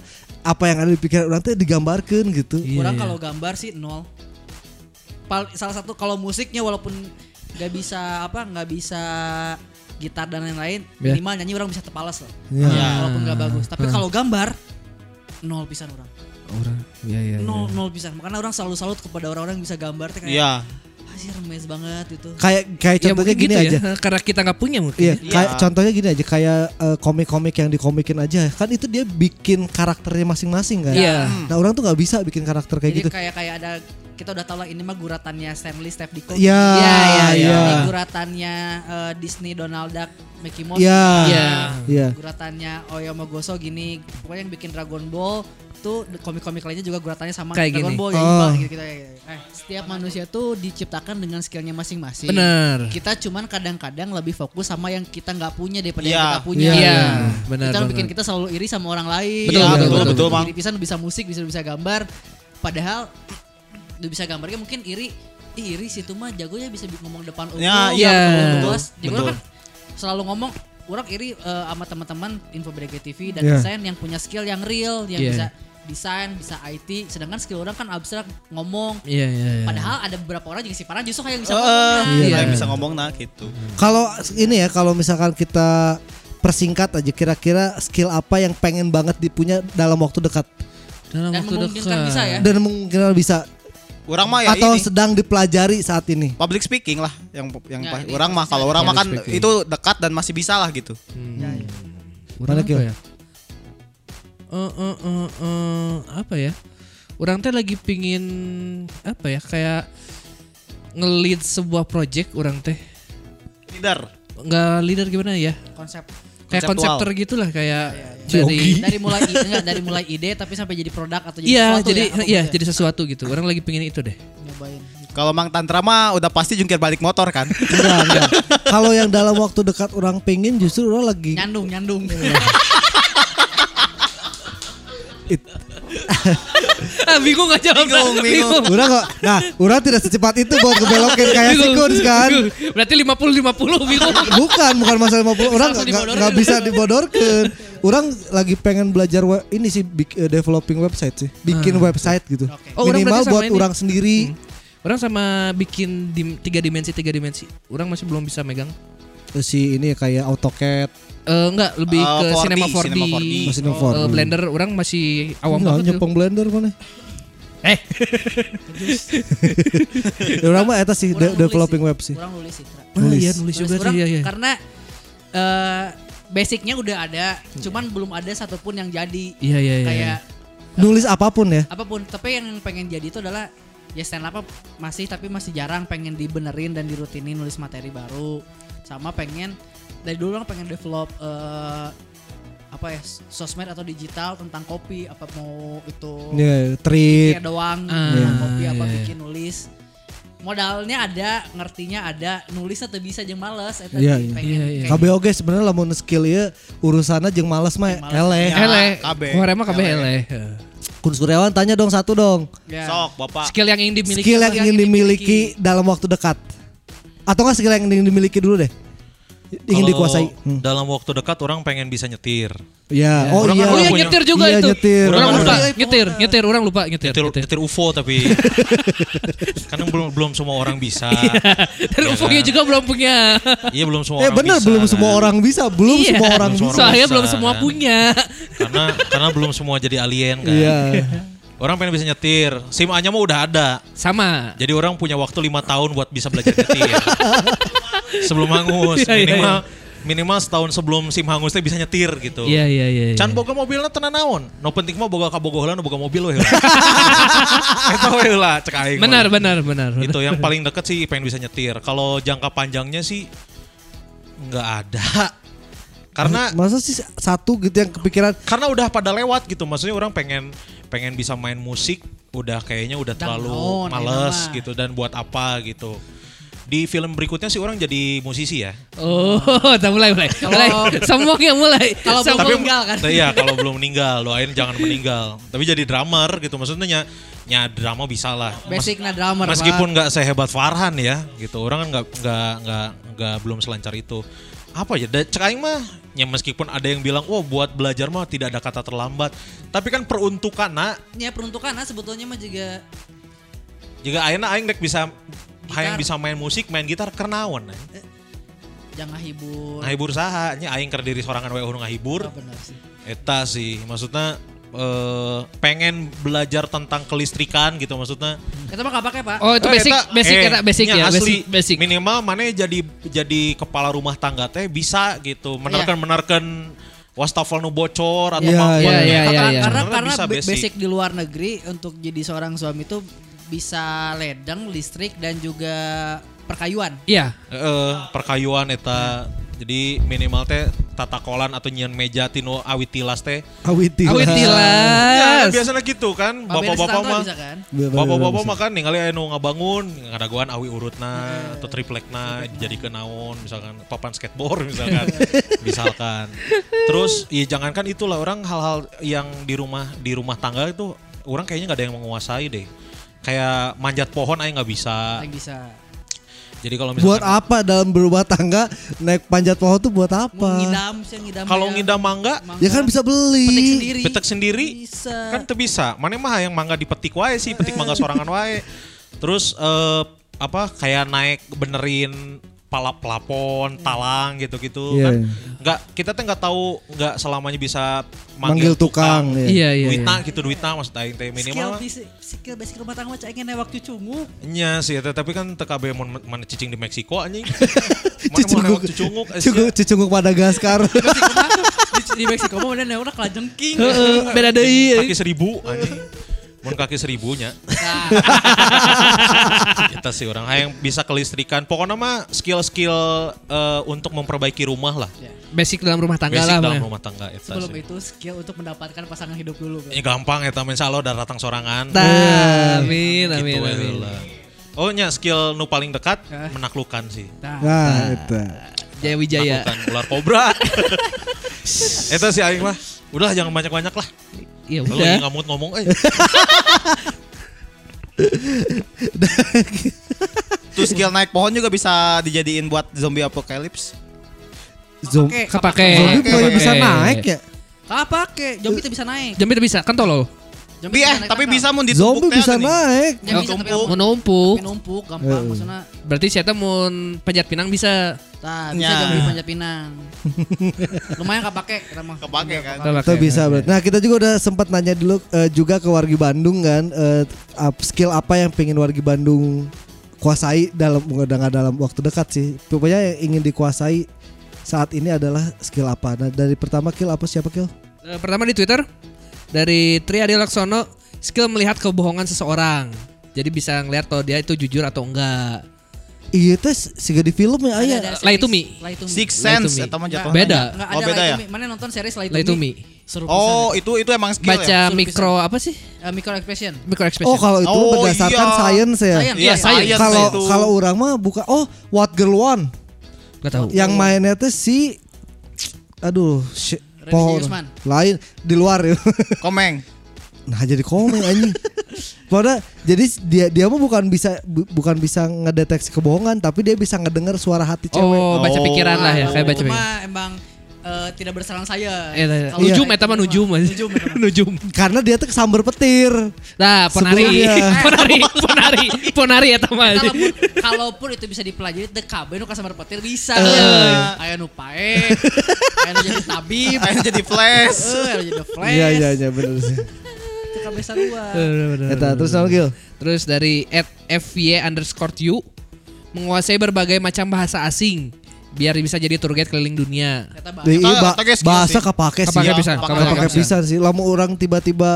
A: apa yang ada di pikiran orang tuh digambarkan gitu.
C: Iya,
D: Orang
C: iya.
D: kalau gambar sih nol. Pal- salah satu kalau musiknya walaupun nggak bisa apa nggak bisa gitar dan lain-lain
C: Iya.
D: minimal nyanyi orang bisa tepalas lah
A: Iya.
D: Ya, walaupun nggak bagus tapi kalau gambar nol pisan orang
C: Orang. Iya iya.
D: nol nol pisan makanya orang selalu salut kepada orang-orang yang bisa gambar teh kayak
B: Iya.
D: hasil remes banget gitu
A: Kayak kayak
C: Ya
A: contohnya
C: mungkin
A: gini
C: gitu
A: aja.
C: ya. Karena kita nggak punya mungkin. ya.
A: Iya,
B: Iya.
A: kayak contohnya gini aja kayak eh, komik-komik yang dikomikin aja. Kan itu dia bikin karakternya masing-masing kan.
C: Iya.
A: Nah, orang tuh nggak bisa bikin karakter kayak
D: jadi
A: gitu.
D: kayak kayak ada kita udah tahu lah ini mah guratannya Stanley Steph Diko
A: Iya,
C: Iya, iya,
A: iya.
D: ini guratannya eh, Disney Donald Duck Mickey Mouse
A: Iya.
C: Iya.
A: Iya.
D: guratannya Oyomogoso gini pokoknya yang bikin Dragon Ball tuh de- komik-komik lainnya juga guratannya sama
C: Kayak
D: Dragon
C: gini.
D: Ball ya,
A: Oh.
D: gitu, gitu, Eh, setiap manusia tuh diciptakan dengan skillnya masing-masing
A: Iya.
C: Bener.
D: kita cuman kadang-kadang lebih fokus sama yang kita nggak punya daripada
B: Iya.
D: yang kita punya
A: Iya,
D: Gitu.
A: iya.
C: Benar,
D: itu yang
C: benar.
D: bikin kita selalu iri sama orang lain
C: Betul,
D: Iya,
C: betul, betul,
B: betul, Bang.
D: Iri pisan bisa musik bisa bisa gambar padahal udah bisa gambarnya mungkin iri Ih, iri situ mah jagonya bisa bi- ngomong depan umum
B: Ya,
C: iya, betul,
D: betul,
C: betul.
D: Jadi orang kan selalu ngomong orang iri eh, sama teman-teman info Brigade TV dan
A: Iya.
D: desain yang punya skill yang real yang
C: Iya.
D: bisa desain bisa IT sedangkan skill orang kan abstrak ngomong
C: Iya iya. iya.
D: padahal ada beberapa orang juga si parah justru kayak yang bisa
B: Heeh.
D: ngomong
B: Iya.
C: Iya.
B: Bisa ngomong nah gitu.
A: Kalau ini ya kalau misalkan kita persingkat aja kira-kira skill apa yang pengen banget dipunya dalam waktu dekat
C: dalam
D: dan
C: waktu
A: kan
D: memungkinkan
C: dekat.
D: bisa ya
A: dan mungkin bisa
B: Orang mah ya
A: atau
B: ini.
A: sedang dipelajari saat ini.
B: Public speaking lah yang yang
D: Ya,
B: pa-
D: ini
B: orang mah
D: bisa.
B: kalau orang mah kan
C: Public speaking.
B: itu dekat dan masih bisa lah gitu.
C: Hmm.
D: Ya, ya.
A: Mana,
C: Orang
A: Kil?
C: apa ya? Eh, eh, eh, eh, apa ya? Orang teh lagi pingin apa ya? Kayak ngelit sebuah project orang teh.
B: Leader.
C: Nggak leader gimana ya?
D: konsep
C: Kayak
B: Konseptual.
C: konseptor gitulah kayak
D: Iya,
C: dari
A: Jogi.
D: dari mulai enggak, dari mulai ide tapi sampai jadi produk atau jadi
C: Iya,
D: sesuatu
C: jadi
D: ya, apa
C: iya,
D: gitu ya?
C: jadi sesuatu gitu. Orang lagi pingin itu deh.
D: nyobain
B: Kalau Mang Tantra mah udah pasti jungkir balik motor kan.
A: Enggak, enggak. Kalau yang dalam waktu dekat orang pengen justru orang lagi
D: nyandung nyandung
C: Iya.
A: It-
C: ah, bingung aja
B: Bingung, bingung.
A: Orang kok, nah, orang tidak secepat itu buat ngebelokin kayak si Kun kan.
C: Bingung. Berarti 50 50 bingung.
A: Bukan, bukan masalah 50 orang
C: Langsung
A: nggak-
C: dibodorkan.
A: nggak bisa dibodorkan. Orang lagi pengen belajar we- ini sih bik- eh, developing website sih, bikin website gitu.
C: Ah. Oh, orang
A: Minimal
C: berarti sama
A: buat
C: ini.
A: orang
C: Hmm.
A: sendiri.
C: Orang sama bikin dim, tiga dimensi tiga dimensi. Orang masih belum bisa megang.
A: Eh, si ini ya, kayak AutoCAD,
C: Eh, enggak lebih
B: Eh,
C: ke
B: 4D,
C: Cinema 4D,
B: Cinema 4D.
A: mesin
C: Eh,
A: for.
C: Blender orang masih awam
A: Nggak,
C: banget tuh.
A: nyepeng blender mana?
C: Eh.
A: Ya, Orang mah eta sih de-
D: Kurang nulis
A: developing
D: sih.
A: web sih.
D: Kurang nulis sih. Tra.
C: Ah, iya
A: Nulis.
C: nulis
D: Nulis
C: juga
D: kurang,
C: sih iya iya.
D: Karena eh, basicnya udah ada, cuman belum ada satupun yang jadi.
C: Iya iya iya.
D: Kayak
A: Nulis apapun ya.
D: apapun. Tapi yang pengen jadi itu adalah ya stand up masih tapi masih jarang pengen dibenerin dan dirutinin nulis materi baru. Sama pengen dari dulu orang pengen develop eh, apa ya sosmed atau digital tentang kopi apa mau itu
E: Iya,
A: Ya,
D: kayak
A: treat.
D: doang
C: Ah,
D: bikin kopi apa
C: iya, iya.
D: bikin nulis modalnya ada ngertinya ada nulis atau bisa jeung males eta
A: Iya,
D: di-
A: iya.
D: pengen
C: Iya, iya.
D: kayak-
A: Kabeh oge sebenarnya lamun skill ieu urusanna jeung males mah
D: Jeung males.
A: eleh.
E: iya.
B: Ya.
C: Hele, Oh,
B: KB.
C: kemarin mah KB
B: Hele.
C: hele.
A: Kun Suryawan tanya dong satu dong.
D: Ya.
B: Sok, Bapak.
C: Skill yang ingin dimiliki.
A: Skill yang ingin dimiliki dalam waktu dekat. Atau enggak skill yang ingin dimiliki dulu deh. Ingin
E: Kalau
A: dikuasai. Hmm.
E: Dalam waktu dekat orang pengen bisa nyetir.
A: Ya, oh
E: Orang
A: iya.
E: kan
C: Oh iya
E: punya-
C: nyetir juga
A: Iya,
C: itu.
A: nyetir.
E: Orang
C: Orang lupa
E: udah-
C: nyetir, nyetir orang lupa nyetir.
E: Nyetir, Iya.
C: nyetir.
E: nyetir UFO tapi kan belum belum semua orang bisa.
C: Dan
E: Iya
C: ufo-nya
E: kan?
C: juga belum punya.
E: Iya belum semua
A: Eh
E: orang
A: bener
E: bisa.
A: belum
E: kan.
A: semua orang bisa, belum
C: Iya.
A: semua orang
E: Belum
A: bisa.
E: semua
C: Soalnya
E: bisa,
C: belum semua
E: kan?
C: punya.
E: Karena karena belum semua jadi alien kan.
A: Iya.
E: Orang pengen bisa nyetir. SIM A-nya mah udah ada.
C: Sama.
E: Jadi orang punya waktu lima tahun buat bisa belajar nyetir. sebelum hangus
C: Iya, iya,
E: minimal minimal setahun sebelum SIM hangus teh bisa nyetir gitu.
C: Iya iya iya. iya.
E: Can boga mobilnya tenan naon. No penting mah boga kabogoh heula nu boga mobil we heula. Eta we heula cek aing.
C: Benar
E: mah.
C: benar benar. benar.
E: Itu yang paling deket sih pengen bisa nyetir. Kalau jangka panjangnya sih nggak ada. Karena
A: Masa sih satu gitu yang kepikiran
E: karena udah pada lewat gitu maksudnya orang pengen pengen bisa main musik udah kayaknya udah terlalu
D: naon, enak
E: males
D: mah.
E: gitu dan buat apa gitu di film berikutnya sih orang jadi musisi ya
C: Oh, tak mulai mulai. mulai. Sombong ya mulai.
D: Kalau
C: Sombong.
D: belum meninggal kan?
E: Nah, iya kalau belum meninggal doain jangan meninggal tapi jadi drummer gitu maksudnya ya, ya drama bisa lah Mas-
D: basic na drummer
E: meskipun nggak sehebat Farhan ya gitu orang kan nggak nggak nggak nggak belum selancar itu apa ya da- cek aing mah ya meskipun ada yang bilang wah buat belajar mah tidak ada kata terlambat tapi kan peruntukan nak
D: Pak. ya peruntukan nah sebetulnya mah juga
E: Jika ayeuna aing dek bisa hayang
D: Gitar.
E: bisa main musik, main gitar kernaon. Eh.
D: jangan hibur
E: Ngahibur saha nya aing keur diri sorangan wae urang ngahibur.
D: Ah, benar sih
E: Eta sih, maksudnya eh, pengen belajar tentang kelistrikan gitu maksudnya.
D: kita mah pakai pak
C: Oh, itu
E: Eh,
C: basic
E: eta-
C: basic
E: eh,
C: ya, basic
E: nya
C: ya,
E: asli.
C: basic basic.
E: Minimal mana jadi jadi kepala rumah tangga teh bisa gitu, menerken-menerken wastafel nu bocor atau
A: Iya,
E: apa.
A: iya,
C: iya, iya,
D: karena
C: iya.
D: Iya. karena,
E: Sebenarnya
D: karena
E: bisa
D: ba-
E: basic.
D: basic. di luar negeri untuk jadi seorang suami itu bisa ledeng listrik dan juga perkayuan
C: Iya.
E: Heeh, Eh, perkayuan eta. Jadi minimal teh tatakolan atau nyian meja tinu awi tilas teh
A: awitilas.
C: Awit
E: Ya,
C: tilas.
E: biasanya gitu kan, bapak-bapak
D: Pemirsa
E: mah.
D: bisa kan
E: Bapak-bapak mah kan ningali aya nu ngabangun, ngadagoan awi
D: Iya.
E: urutna atau triplekna jadi kenaon misalkan papan skateboard misalkan. misalkan. Terus ya jangankan itulah orang hal-hal yang di rumah di rumah tangga itu orang kayaknya nggak ada yang menguasai deh. Kayak manjat pohon aja nggak bisa.
D: yang bisa
E: Jadi kalau
A: Buat
E: misalkan
A: apa dalam berumah tangga naik panjat pohon tuh buat apa?
D: ngidam sih ngidam
E: kalau
D: ya.
E: ngidam mangga
D: Mangga.
A: Ya kan bisa
D: petik
A: beli.
D: sendiri
E: petek sendiri
D: bisa
E: kan teu bisa mana mah yang mangga dipetik wae sih petik mangga sorangan wae terus eh, apa kayak naik benerin pala pelapon talang gitu gitu
A: Iya,
E: kan
A: iya.
E: nggak kita tuh nggak tahu nggak selamanya bisa
A: Manggil tukang. ya.
C: Iya iya.
E: duitna
C: iya.
E: gitu duitna maksud aing teh
D: skill
E: minimal
D: basic skill basic rumah tangga mah ya cengeng newak cucu mu
E: nya sih eta, tapi kan TKB mun mana cicing di Meksiko anjing mana mau
A: Cucunguk,
E: lewat cucunguk eh, sia.
A: cucunguk, cucunguk Madagaskar.
D: di, di Meksiko mah udah newak kelajengking
C: Heeh, beda deui.
E: kaki seribu anjing mun kaki seribunya
D: nah
E: kita sih orang yang bisa kelistrikan pokoknya mah skill-skill eh, untuk memperbaiki rumah lah
C: Basic dalam rumah tangga
E: basic
C: lah.
E: dalam
C: mana.
E: rumah tangga itu
D: sebelum itu skill untuk mendapatkan pasangan hidup dulu kan
E: ya gampang ya tamen salo udah datang sorangan
C: Tah, Amin Nah, amin
E: gitu we
C: amin.
E: heula. oh nya skill nu paling dekat menaklukkan sih
D: nah
A: Nah, itu.
C: Jaya Wijaya.
E: menaklukkan ular kobra itu sih aing mah udah jangan banyak-banyak lah
C: Iya
E: kalau lagi
C: udah.
E: ngamut ngomong eh
B: Tuh skill naik pohon juga bisa dijadiin buat zombie apocalypse.
A: Zoom.
D: oke
C: Kepake.
A: Zombie pokoknya bisa naik ya.
E: Iya,
D: kapake zombie itu bisa naik
C: Jambi bisa kan tolol.
D: Zombie
B: Bi
D: bisa
B: eh
D: naik
B: tapi
D: tangkal.
B: bisa mun ditumpuk
A: Zombie
B: teh
A: bisa
B: ada nih.
A: naik.
D: Ya, bisa, tapi
B: Tumpuk.
D: numpuk.
C: menumpuk
D: Numpuk, gampang
A: Eh.
D: maksudnya.
C: berarti saya mau panjat pinang bisa
D: Tah, Nah, bisa
B: Ya.
D: zombie panjat pinang. Lumayan kepake kita mah.
B: Kepake kan.
A: Itu bisa berat. Nah kita juga udah sempat nanya dulu eh, juga ke wargi Bandung kan eh, up- skill apa yang pengen wargi Bandung kuasai dalam nggak dalam waktu dekat sih. Pokoknya yang ingin dikuasai saat ini adalah skill apa. Nah dari pertama kill apa siapa kill?
C: Eh, pertama di Twitter dari Tri Adi Laksono, skill melihat kebohongan seseorang. Jadi bisa ngelihat kalau dia itu jujur atau enggak.
A: Iya tes siga di film ya ayah.
D: Ada- ada
C: Lie to me.
D: series Lie to me.
B: Six Sense
C: Lie to me.
B: eta mah jatuh.
C: Beda.
D: Enggak
B: Oh,
D: ada
B: beda
D: Lie
B: ya?
D: to me. Mana nonton series Lie to
C: Lie to
D: me?
C: me.
D: Seru
B: Oh, itu itu emang skill ya.
C: Baca
D: Suruh
C: mikro apa sih?
D: pisan. Eh, micro expression.
C: Micro expression.
A: Oh kalau itu
B: Oh,
A: berdasarkan
B: iya.
A: science ya.
D: Science.
B: Iya,
D: Iya,
B: science
A: Kalau
B: itu.
A: kalau orang mah buka oh What Girl One
C: Gak tahu.
A: yang mainnya tuh si aduh si,
D: Randy
A: pohon
D: Newsman.
A: lain di luar ya.
B: Komeng.
A: Nah jadi komen anjing. Padahal jadi dia dia mah bukan bisa bu- bukan bisa ngedeteksi kebohongan tapi dia bisa ngedengar suara hati cewek.
C: Oh, baca
B: Oh.
C: pikiran lah ya,
D: Oh,
C: kayak baca
D: cuma
C: pikiran.
D: emang eh, tidak berserang saya.
C: Eh, eh,
D: Kalau
C: nujum
D: Lie
C: eta
D: to
C: mah
D: me
C: nujum.
D: Nujum. ya, eta mah.
C: nujum.
A: Karena dia tuh kesambar petir.
C: Nah, ponari.
A: Sebelumnya.
C: ponari, ponari, ponari ya, eta mah.
D: Kalaupun, kalaupun itu bisa dipelajari teu kabeh nu kasambar petir bisa. Aya nu pae, aya nu jadi tabib,
B: Pengen jadi flash.
D: eh, aya nu jadi flash.
A: Iya iya iya benar sih.
D: Teu kabeh sarua.
C: Eh.
A: Eta terus nama Gil.
C: Terus dari at FY underscore you menguasai berbagai macam bahasa asing biar bisa jadi tour guide keliling dunia.
D: Eta bahasa.
A: Di
B: Eta-
A: ba-
B: eta ge skill
A: bahasa
B: sih.
A: kepake sih.
C: Kepake
A: Ya,
C: pisan,
A: kepake
C: kepake
A: kepake
C: pisan.
A: pisan sih. Lama orang tiba-tiba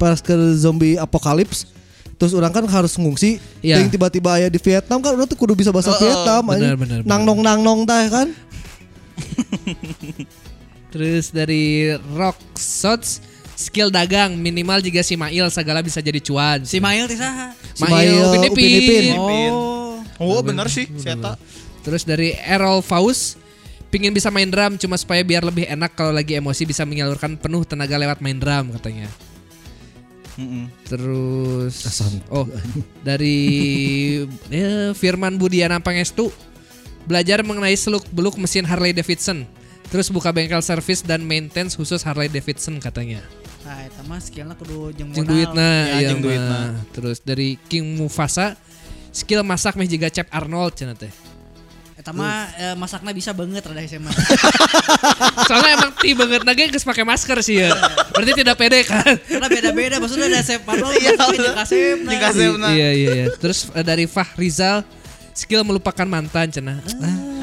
A: pas ke zombie apokalips terus orang kan harus ngungsi
C: Iya. Oh,
A: Ting tiba-tiba aya di Vietnam kan orang tuh kudu bisa bahasa
B: Heeh.
A: Vietnam
C: Benar,
A: anjing.
C: benar, benar.
A: nang nong nang nong tah kan
C: Terus dari Rock Shots skill dagang minimal jika si Mail segala bisa jadi cuan.
D: Si Mail teh saha?
A: si Mail,
C: Upin
A: Upin Ipin.
C: Ipin.
B: Oh. Oh bener sih, si Eta.
C: Terus dari Errol Faus pingin bisa main drum cuma supaya biar lebih enak kalau lagi emosi bisa menyalurkan penuh tenaga lewat main drum katanya.
B: Mm-mm.
C: Terus
A: Asan.
C: oh dari eh, Firman Budiana Pangestu belajar mengenai seluk beluk mesin Harley Davidson. Terus buka bengkel servis dan maintenance khusus Harley Davidson katanya.
D: Nah, eta mah skillna kudu jeung
C: Jeung
D: modal.
C: duitna
B: Ya,
C: iya
B: jeung
C: mah.
B: duitna.
C: Terus dari King Mufasa skill masak meh jiga Chef Arnold cenah teh.
D: Eta mah eh, masakna bisa banget rada SMA.
C: Soalnya emang ti banget nage geus pakai masker sih ya. Berarti tidak pede kan?
D: Karena beda-beda maksudnya ada SMA lo iya jeung kasepna.
B: Jeung kasepna.
C: Iya iya iya. Terus eh, dari Fah Rizal skill melupakan mantan cenah.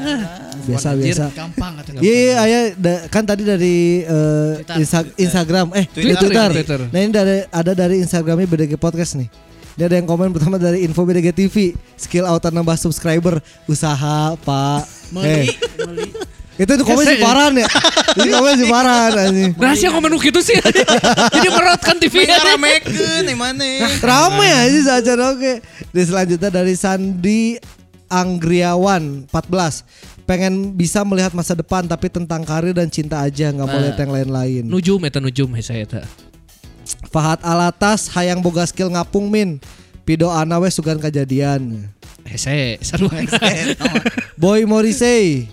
C: Ah,
A: biasa
C: anjir.
A: biasa
D: Gampang atuh.
A: Iya, iya, ayah da- kan tadi dari eh,
D: Twitter.
A: Insta- Instagram, eh
B: Twitter.
A: Twitter. Twitter.
C: Twitter.
A: Nah ini dari, ada dari Instagramnya BDG Podcast nih. Dia ada yang komen pertama dari info BDG TV, skill auto nambah subscriber, usaha pak.
D: Meli,
A: Eh,
D: meli.
A: itu itu komen si Paran ya, itu komen si Paran anjing.
C: Nah sih ngomong gitu sih. Jadi merotkan TV
B: Pengen
C: nya.
B: ramekeun nih mana.
A: Nah, Rame aja saja oke. Di selanjutnya dari Sandi Anggriawan 14 pengen bisa melihat masa depan tapi tentang karir dan cinta aja nggak mau
C: Nah.
A: lihat yang lain-lain.
C: Nujum eta nujum heh saya eta.
A: Fahad Alatas hayang boga skill ngapung min. Pido ana we sugan kajadian.
C: Hese sarua.
A: Boy Morrissey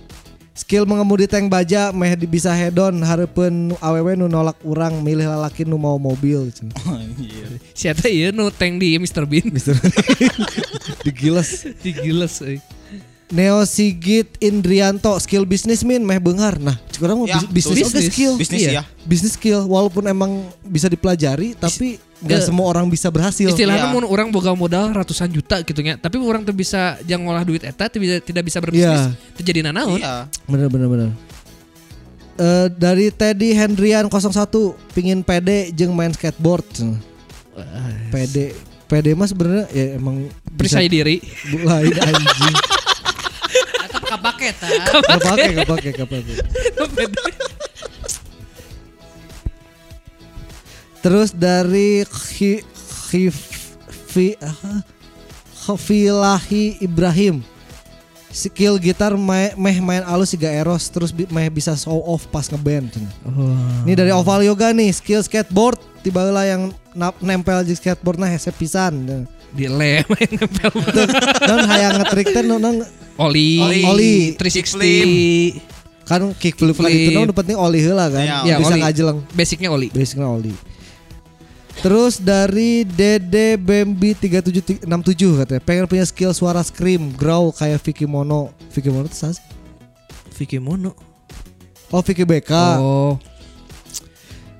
A: skill mengemudi tank baja meh di- bisa hedon hareupeun awewe nu nolak urang milih lalaki nu mau mobil cenah.
C: Si eta ieu nu tank di Mr Bean.
A: Mister digiles.
C: Digiles euy.
A: Neo Sigit Indrianto skill bisnis min meh beungar. Nah, sekarang mau
B: Ya,
A: bis- bisnis
C: betul.
A: oke skill.
B: Bisnis
A: Iya.
B: ya.
A: Bisnis skill walaupun emang bisa dipelajari tapi nggak
C: Iya.
A: semua orang bisa berhasil.
C: Istilahnya
B: Iya.
C: mun orang boga modal ratusan juta gitu nya, tapi orang teu bisa jang ngolah duit eta teu bisa- tidak bisa berbisnis. Teu jadi nanaon.
B: Iya.
A: Bener bener bener. Eh, dari Teddy Hendrian 01 pingin PD jeung main skateboard. PD PD mah sebenarnya ya emang
C: Percaya diri.
A: bu- lain anjing.
D: Eta kapake eta.
A: Gak pake gak pake gak pake. Terus dari Khi- Khif- Fi- ah, Khafilahi Ibrahim skill gitar me- meh main alus siga eros terus bi- meh bisa show off pas ngeband cenah.
C: Oh.
A: Ini dari Oval Yoga nih, skill skateboard tiba lah yang nap- nempel di skateboard nah hese pisan.
C: Dilem main nempel.
A: Dan hayang ngetrik teh nu nang
C: Oli,
A: Oli.
C: 360.
A: kan kickflip kan
C: Kickflip.
A: itu nu penting oli heula kan.
B: Iya,
C: Ya,
A: bisa
C: oli.
A: ngajeleng.
C: Basicnya oli.
A: Basicnya oli. Terus dari Dede Bambi 3767 katanya pengen punya skill suara scream, growl kayak Vicky Mono. Vicky Mono itu siapa sih?
C: Vicky Mono.
A: Oh Vicky BK.
C: Oh.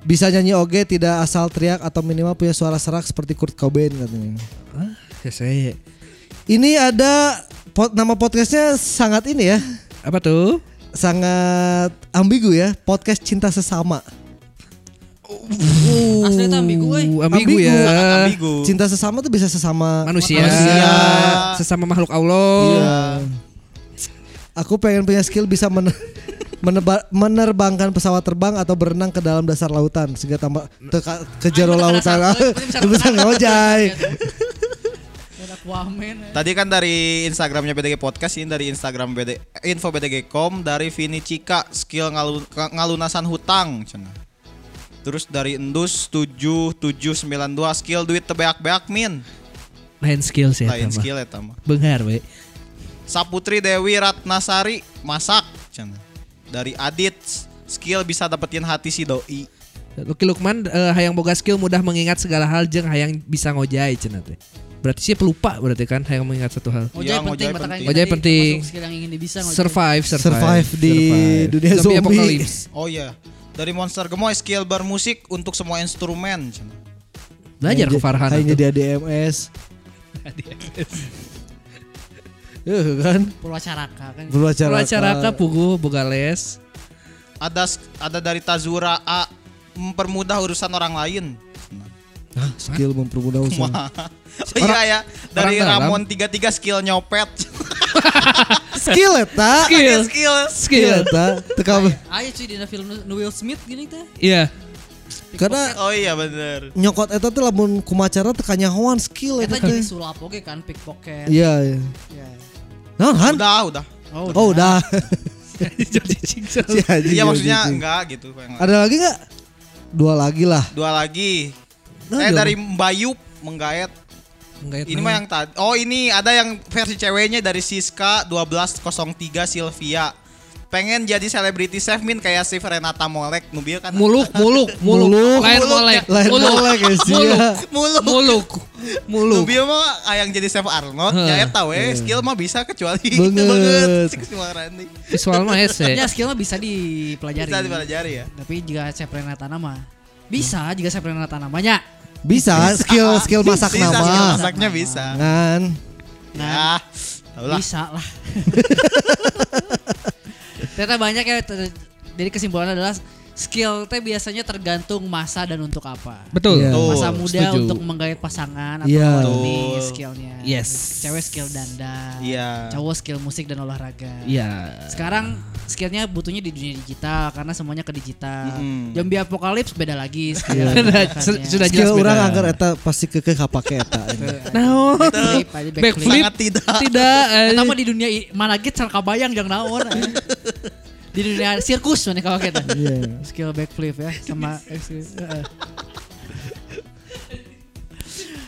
A: Bisa nyanyi oge tidak asal teriak atau minimal punya suara serak seperti Kurt Cobain katanya.
C: Ah, ya saya.
A: Ini ada pod- nama podcastnya sangat ini ya,
C: Apa tuh?
A: sangat ambigu ya. Podcast cinta sesama.
D: Asli itu ambigu, eh.
C: Uh, ambigu ya.
B: ambigu.
A: Eh, Cinta sesama tuh bisa sesama
C: Manusia.
A: manusia.
C: Sesama makhluk Allah.
A: Iya.
B: Eh,
A: Aku pengen punya skill bisa men- meneba- menerbangkan pesawat terbang atau berenang ke dalam dasar lautan sehingga tambah teka- ke jero
D: Ayo, kita
A: lautan.
D: ke dasar,
A: Lu bisa ngojay.
D: Ada Aquaman. eh.
B: Tadi kan dari Instagramnya BDG Podcast ini dari Instagram BD, info BDG.com dari Vini Cika skill ngalu- ka- ngalunasan hutang cenah. Terus dari Endus 7792 skill duit tebeak-beak min.
C: Lain skills ya.
B: Lain
C: Tama.
B: skill eta mah.
C: Benghar we.
B: Saputri Dewi Ratnasari masak cenah. Dari Adit skill bisa dapetin hati si doi.
C: Lucky Lukman eh, hayang boga skill mudah mengingat segala hal jeung hayang bisa ngojay cenah teh. Berarti sih pelupa berarti kan hayang mengingat satu hal.
D: Ngojay
B: Iya,
D: penting,
B: ngojay
D: mata kayak
B: penting.
C: Ngojay
D: tadi,
C: penting.
D: masuk skill yang ingin dibisa ngojay.
C: Survive, survive, Iya.
A: Survive di dunia zombie.
C: apocalypse.
B: Oh iya. Dari Monster Gemoy skill bermusik untuk semua instrumen cenah.
C: Belajar
A: Iya.
C: ke Farhan.
A: Kayaknya
C: atuh.
A: dia DMS. Eh kan
D: Purwacaraka kan.
A: berwacara.
C: Purwacaraka puguh boga les.
B: Ada sk- ada dari Tazura A mempermudah urusan orang lain. Cenah.
A: Hah, Ah, skill mempermudah usaha.
B: Wah. Oh iya ya, dari
C: orang
B: Ramon
C: dalam.
B: 33 skill nyopet.
A: skill eta.
C: Skill.
B: skill.
A: Skill
C: Skill.
A: eta. Teu kabeh.
D: Ayo cuy di film nu- nu Will Smith gini teh.
C: Iya.
A: Karena
B: Oh iya bener.
A: nyokot eta teh lamun kumacara teu kanyahoan skill eta
D: Kita
A: teh.
D: jadi sulap oke kan pickpocket.
A: Oh, Iya, iya.
D: Iya.
A: Nah, Han.
B: Udah, udah.
A: Oh, udah.
C: Jadi cingsan.
A: Si Haji
B: Iya
A: juga
B: maksudnya
A: gitu.
B: enggak gitu. pengen.
A: Ada lagi nggak? Dua lagi lah.
B: Dua lagi.
A: Nah,
B: Saya
A: dong.
B: dari Mbayup menggayat.
C: Enggak,
B: Ini mah yang tadi. Oh, ini ada yang versi ceweknya dari Siska 1203 Sylvia. Pengen jadi selebriti chef min kayak si Renata Molek nu bieu kan.
C: muluk muluk muluk, lain
B: Muluk,
C: molek
A: Lain molek ya sih. ya.
B: Muluk.
C: muluk
B: Nu
C: muluk
B: bieu mah yang jadi chef Arnold Ya, nya
C: Heh.
B: eta we, eh, skill mah bisa kecuali
A: Beungeut.
B: Cik si Marani.
C: visual mah ese
D: Ya skillnya bisa dipelajari.
B: Bisa dipelajari ya.
D: Tapi jika Seprena Tanama bisa jika Seprena Tanamanya.
A: Bisa skill skill masak
B: Ah, Bisa, skill
A: nama.
B: masaknya bisa.
A: Kan.
B: Nah, tau lah.
D: Bisa lah. Ternyata banyak ya. ter- Jadi kesimpulannya adalah skill teh biasanya tergantung masa dan untuk apa.
C: betul
A: Iya.
B: Betul.
D: Masa muda
C: setuju.
D: untuk menggait pasangan atau
A: Iya.
D: melalui
B: Betul.
D: skillnya.
C: Yes.
D: Cewek skill dandan.
B: Iya.
D: Cowok skill musik dan olahraga.
C: iya
D: Sekarang skillnya butuhnya di dunia digital karena semuanya ke digital.
B: Mm-mm.
D: Zombie apokalips beda lagi
C: Iya.
D: skillnya.
C: Sudah-
D: Makanya.
C: sudah jelas
A: Skill
C: beda.
A: orang anggar eta pasti kekeh kapake eta. ya.
C: Naon?
D: Nah, Backflip, aja backflip.
C: Backflip.
B: Sangat tidak.
C: tidak eh.
D: Pertama di dunia i- mana gitu sarka bayang jang naon. eh. di dunia sirkus mana kalau kita.
A: Iya.
D: Skill backflip ya sama Eh. Heeh.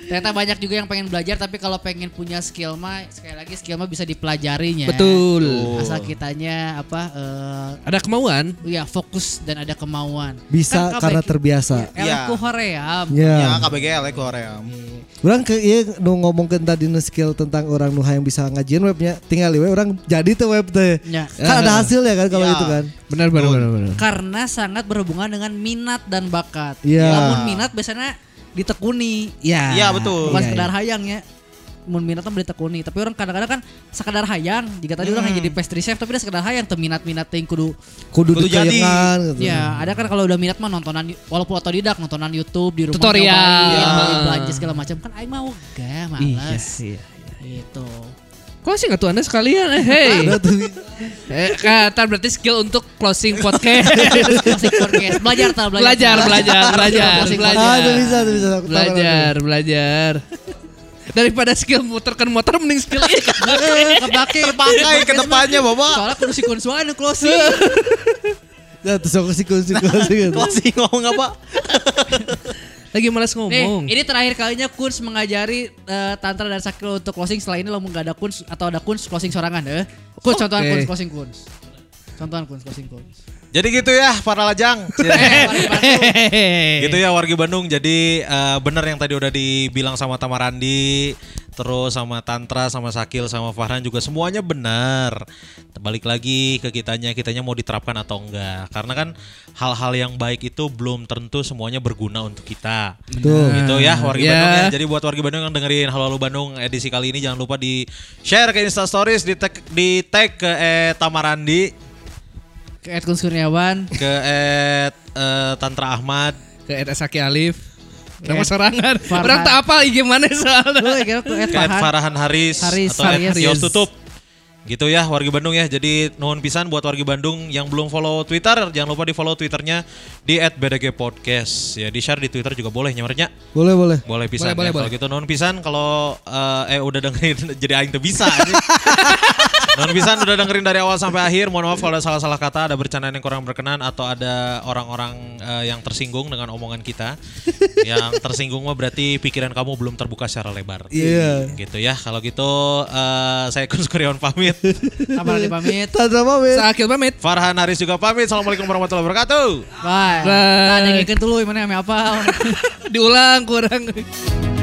D: Ternyata banyak juga yang pengen belajar tapi kalau pengen punya skill mah sekali lagi skill mah bisa dipelajarinya.
C: betul
D: Asal kitanya apa eh,
C: ada kemauan
D: ya fokus dan ada kemauan.
A: Bisa
D: Kan
A: karena
D: KBG
A: terbiasa.
D: Eleh
B: Iya.
D: ku hoream.
B: Ya, Hmm.
A: Ya. Eh,
B: KBGL Korea.
A: Orang ke ieu nu ngomongkeun tadi nu skill tentang orang nu hayang bisa ngajieun webnya, tinggal we orang jadi teh web teh.
D: Ya.
A: Kan ada hasil ya kan kalau
B: Ya.
A: itu kan.
C: benar benar benar benar
D: Karena sangat berhubungan dengan minat dan bakat.
A: Iya.
D: Namun minat biasanya ditekuni.
C: ya
B: Iya, betul.
D: bukan
C: Iya,
D: sekedar
C: iya.
D: hayang ya mun minat mah beli tekuni tapi orang kadang-kadang kan sekedar hayang jika tadi
C: Hmm.
D: orang yang jadi pastry chef tapi dia sekedar hayang teu minat-minat teuing kudu
A: Kudu
B: Kudu jadi.
A: dikayangan gitu.
D: ya ada kan kalau udah minat mah nontonan walaupun otodidak nontonan YouTube di rumah
C: Tutorial.
D: nyobain, belanja segala macam kan aing mau gak
C: iya
D: males
C: iya
D: gitu
C: Kok sih nggak tuh anda sekalian? Eh, hey,
A: Ada tuh.
C: eh, kata berarti skill untuk closing podcast.
D: Masih podcast belajar tau
C: belajar, belajar, belajar,
D: Closing
C: belajar.
A: Ah, itu bisa, itu bisa. Aku tahu
C: belajar belajar daripada skill muterkan motor mending skill ini
D: Eh, kepake
B: Terpakai ke depannya, Bapak.
D: soalnya kudu sikun soalnya anu closing
A: Ya, terus aku sikun-sikun.
B: Masih ngomong apa?
C: lagi malas
D: Nih,
C: ngomong
D: ini terakhir kalinya Kuns mengajari eh, Tantra dan Sakil untuk closing. Setelah ini lo nggak ada Kuns atau ada Kuns closing sorangan. Eh. Kuns, contohan
C: Oke.
D: Kuns, closing Kuns. Contohan kuns, closing kuns.
E: Jadi gitu ya para lajang. gitu ya wargi Bandung. Jadi eh, benar yang tadi udah dibilang sama Tamarandi, terus sama Tantra, sama Sakil, sama Farhan juga semuanya benar. Balik lagi ke kitanya, kitanya mau diterapkan atau enggak. Karena kan hal-hal yang baik itu belum tentu semuanya berguna untuk kita.
A: Betul.
E: Gitu ya wargi
C: Ya.
E: Bandung ya. Jadi buat wargi Bandung yang dengerin Halo Halo Bandung edisi kali ini jangan lupa di share ke Insta Stories, di tag di tag ke eh, Tamarandi,
D: Ke Ed Kuns Kurniawan,
E: ke eh, eh, Tantra Ahmad
C: Ke Ed Asaki Alif. Nama sorangan.
D: Farhan.
C: Orang tak apa gimana soalnya.
D: lu kira ke Ed
E: ke Ed
D: Farhan.
E: Farhan Haris,
D: Haris,
E: atau Ed
D: Haris.
E: Yos Tutup. Gitu ya wargi Bandung ya. Jadi nuhun pisan buat wargi Bandung yang belum follow Twitter, jangan lupa di follow Twitternya di @bdgpodcast. Ya di share di Twitter juga boleh nyamernya.
A: Boleh boleh.
E: Boleh pisan.
C: Boleh, boleh,
E: ya. Kalau
C: boleh.
E: gitu nuhun pisan kalau eh, eh udah dengerin jadi aing tuh bisa. anjing. Nuhun pisan udah dengerin dari awal sampai akhir. Mohon maaf kalau ada salah-salah kata, ada bercandaan yang kurang berkenan atau ada orang-orang eh, yang tersinggung dengan omongan kita. yang tersinggung mah berarti pikiran kamu belum terbuka secara lebar.
A: Iya.
E: Gitu ya. Kalau gitu eh, saya Kus Kuryawan pamit.
D: Tamarani pamit.
A: Tanda pamit.
C: Sakil pamit.
E: Farhan Haris juga pamit. Assalamualaikum warahmatullahi wabarakatuh.
D: Bye.
C: Bye.
D: Nah, dengerin dulu mana ame apa.
C: Diulang kurang.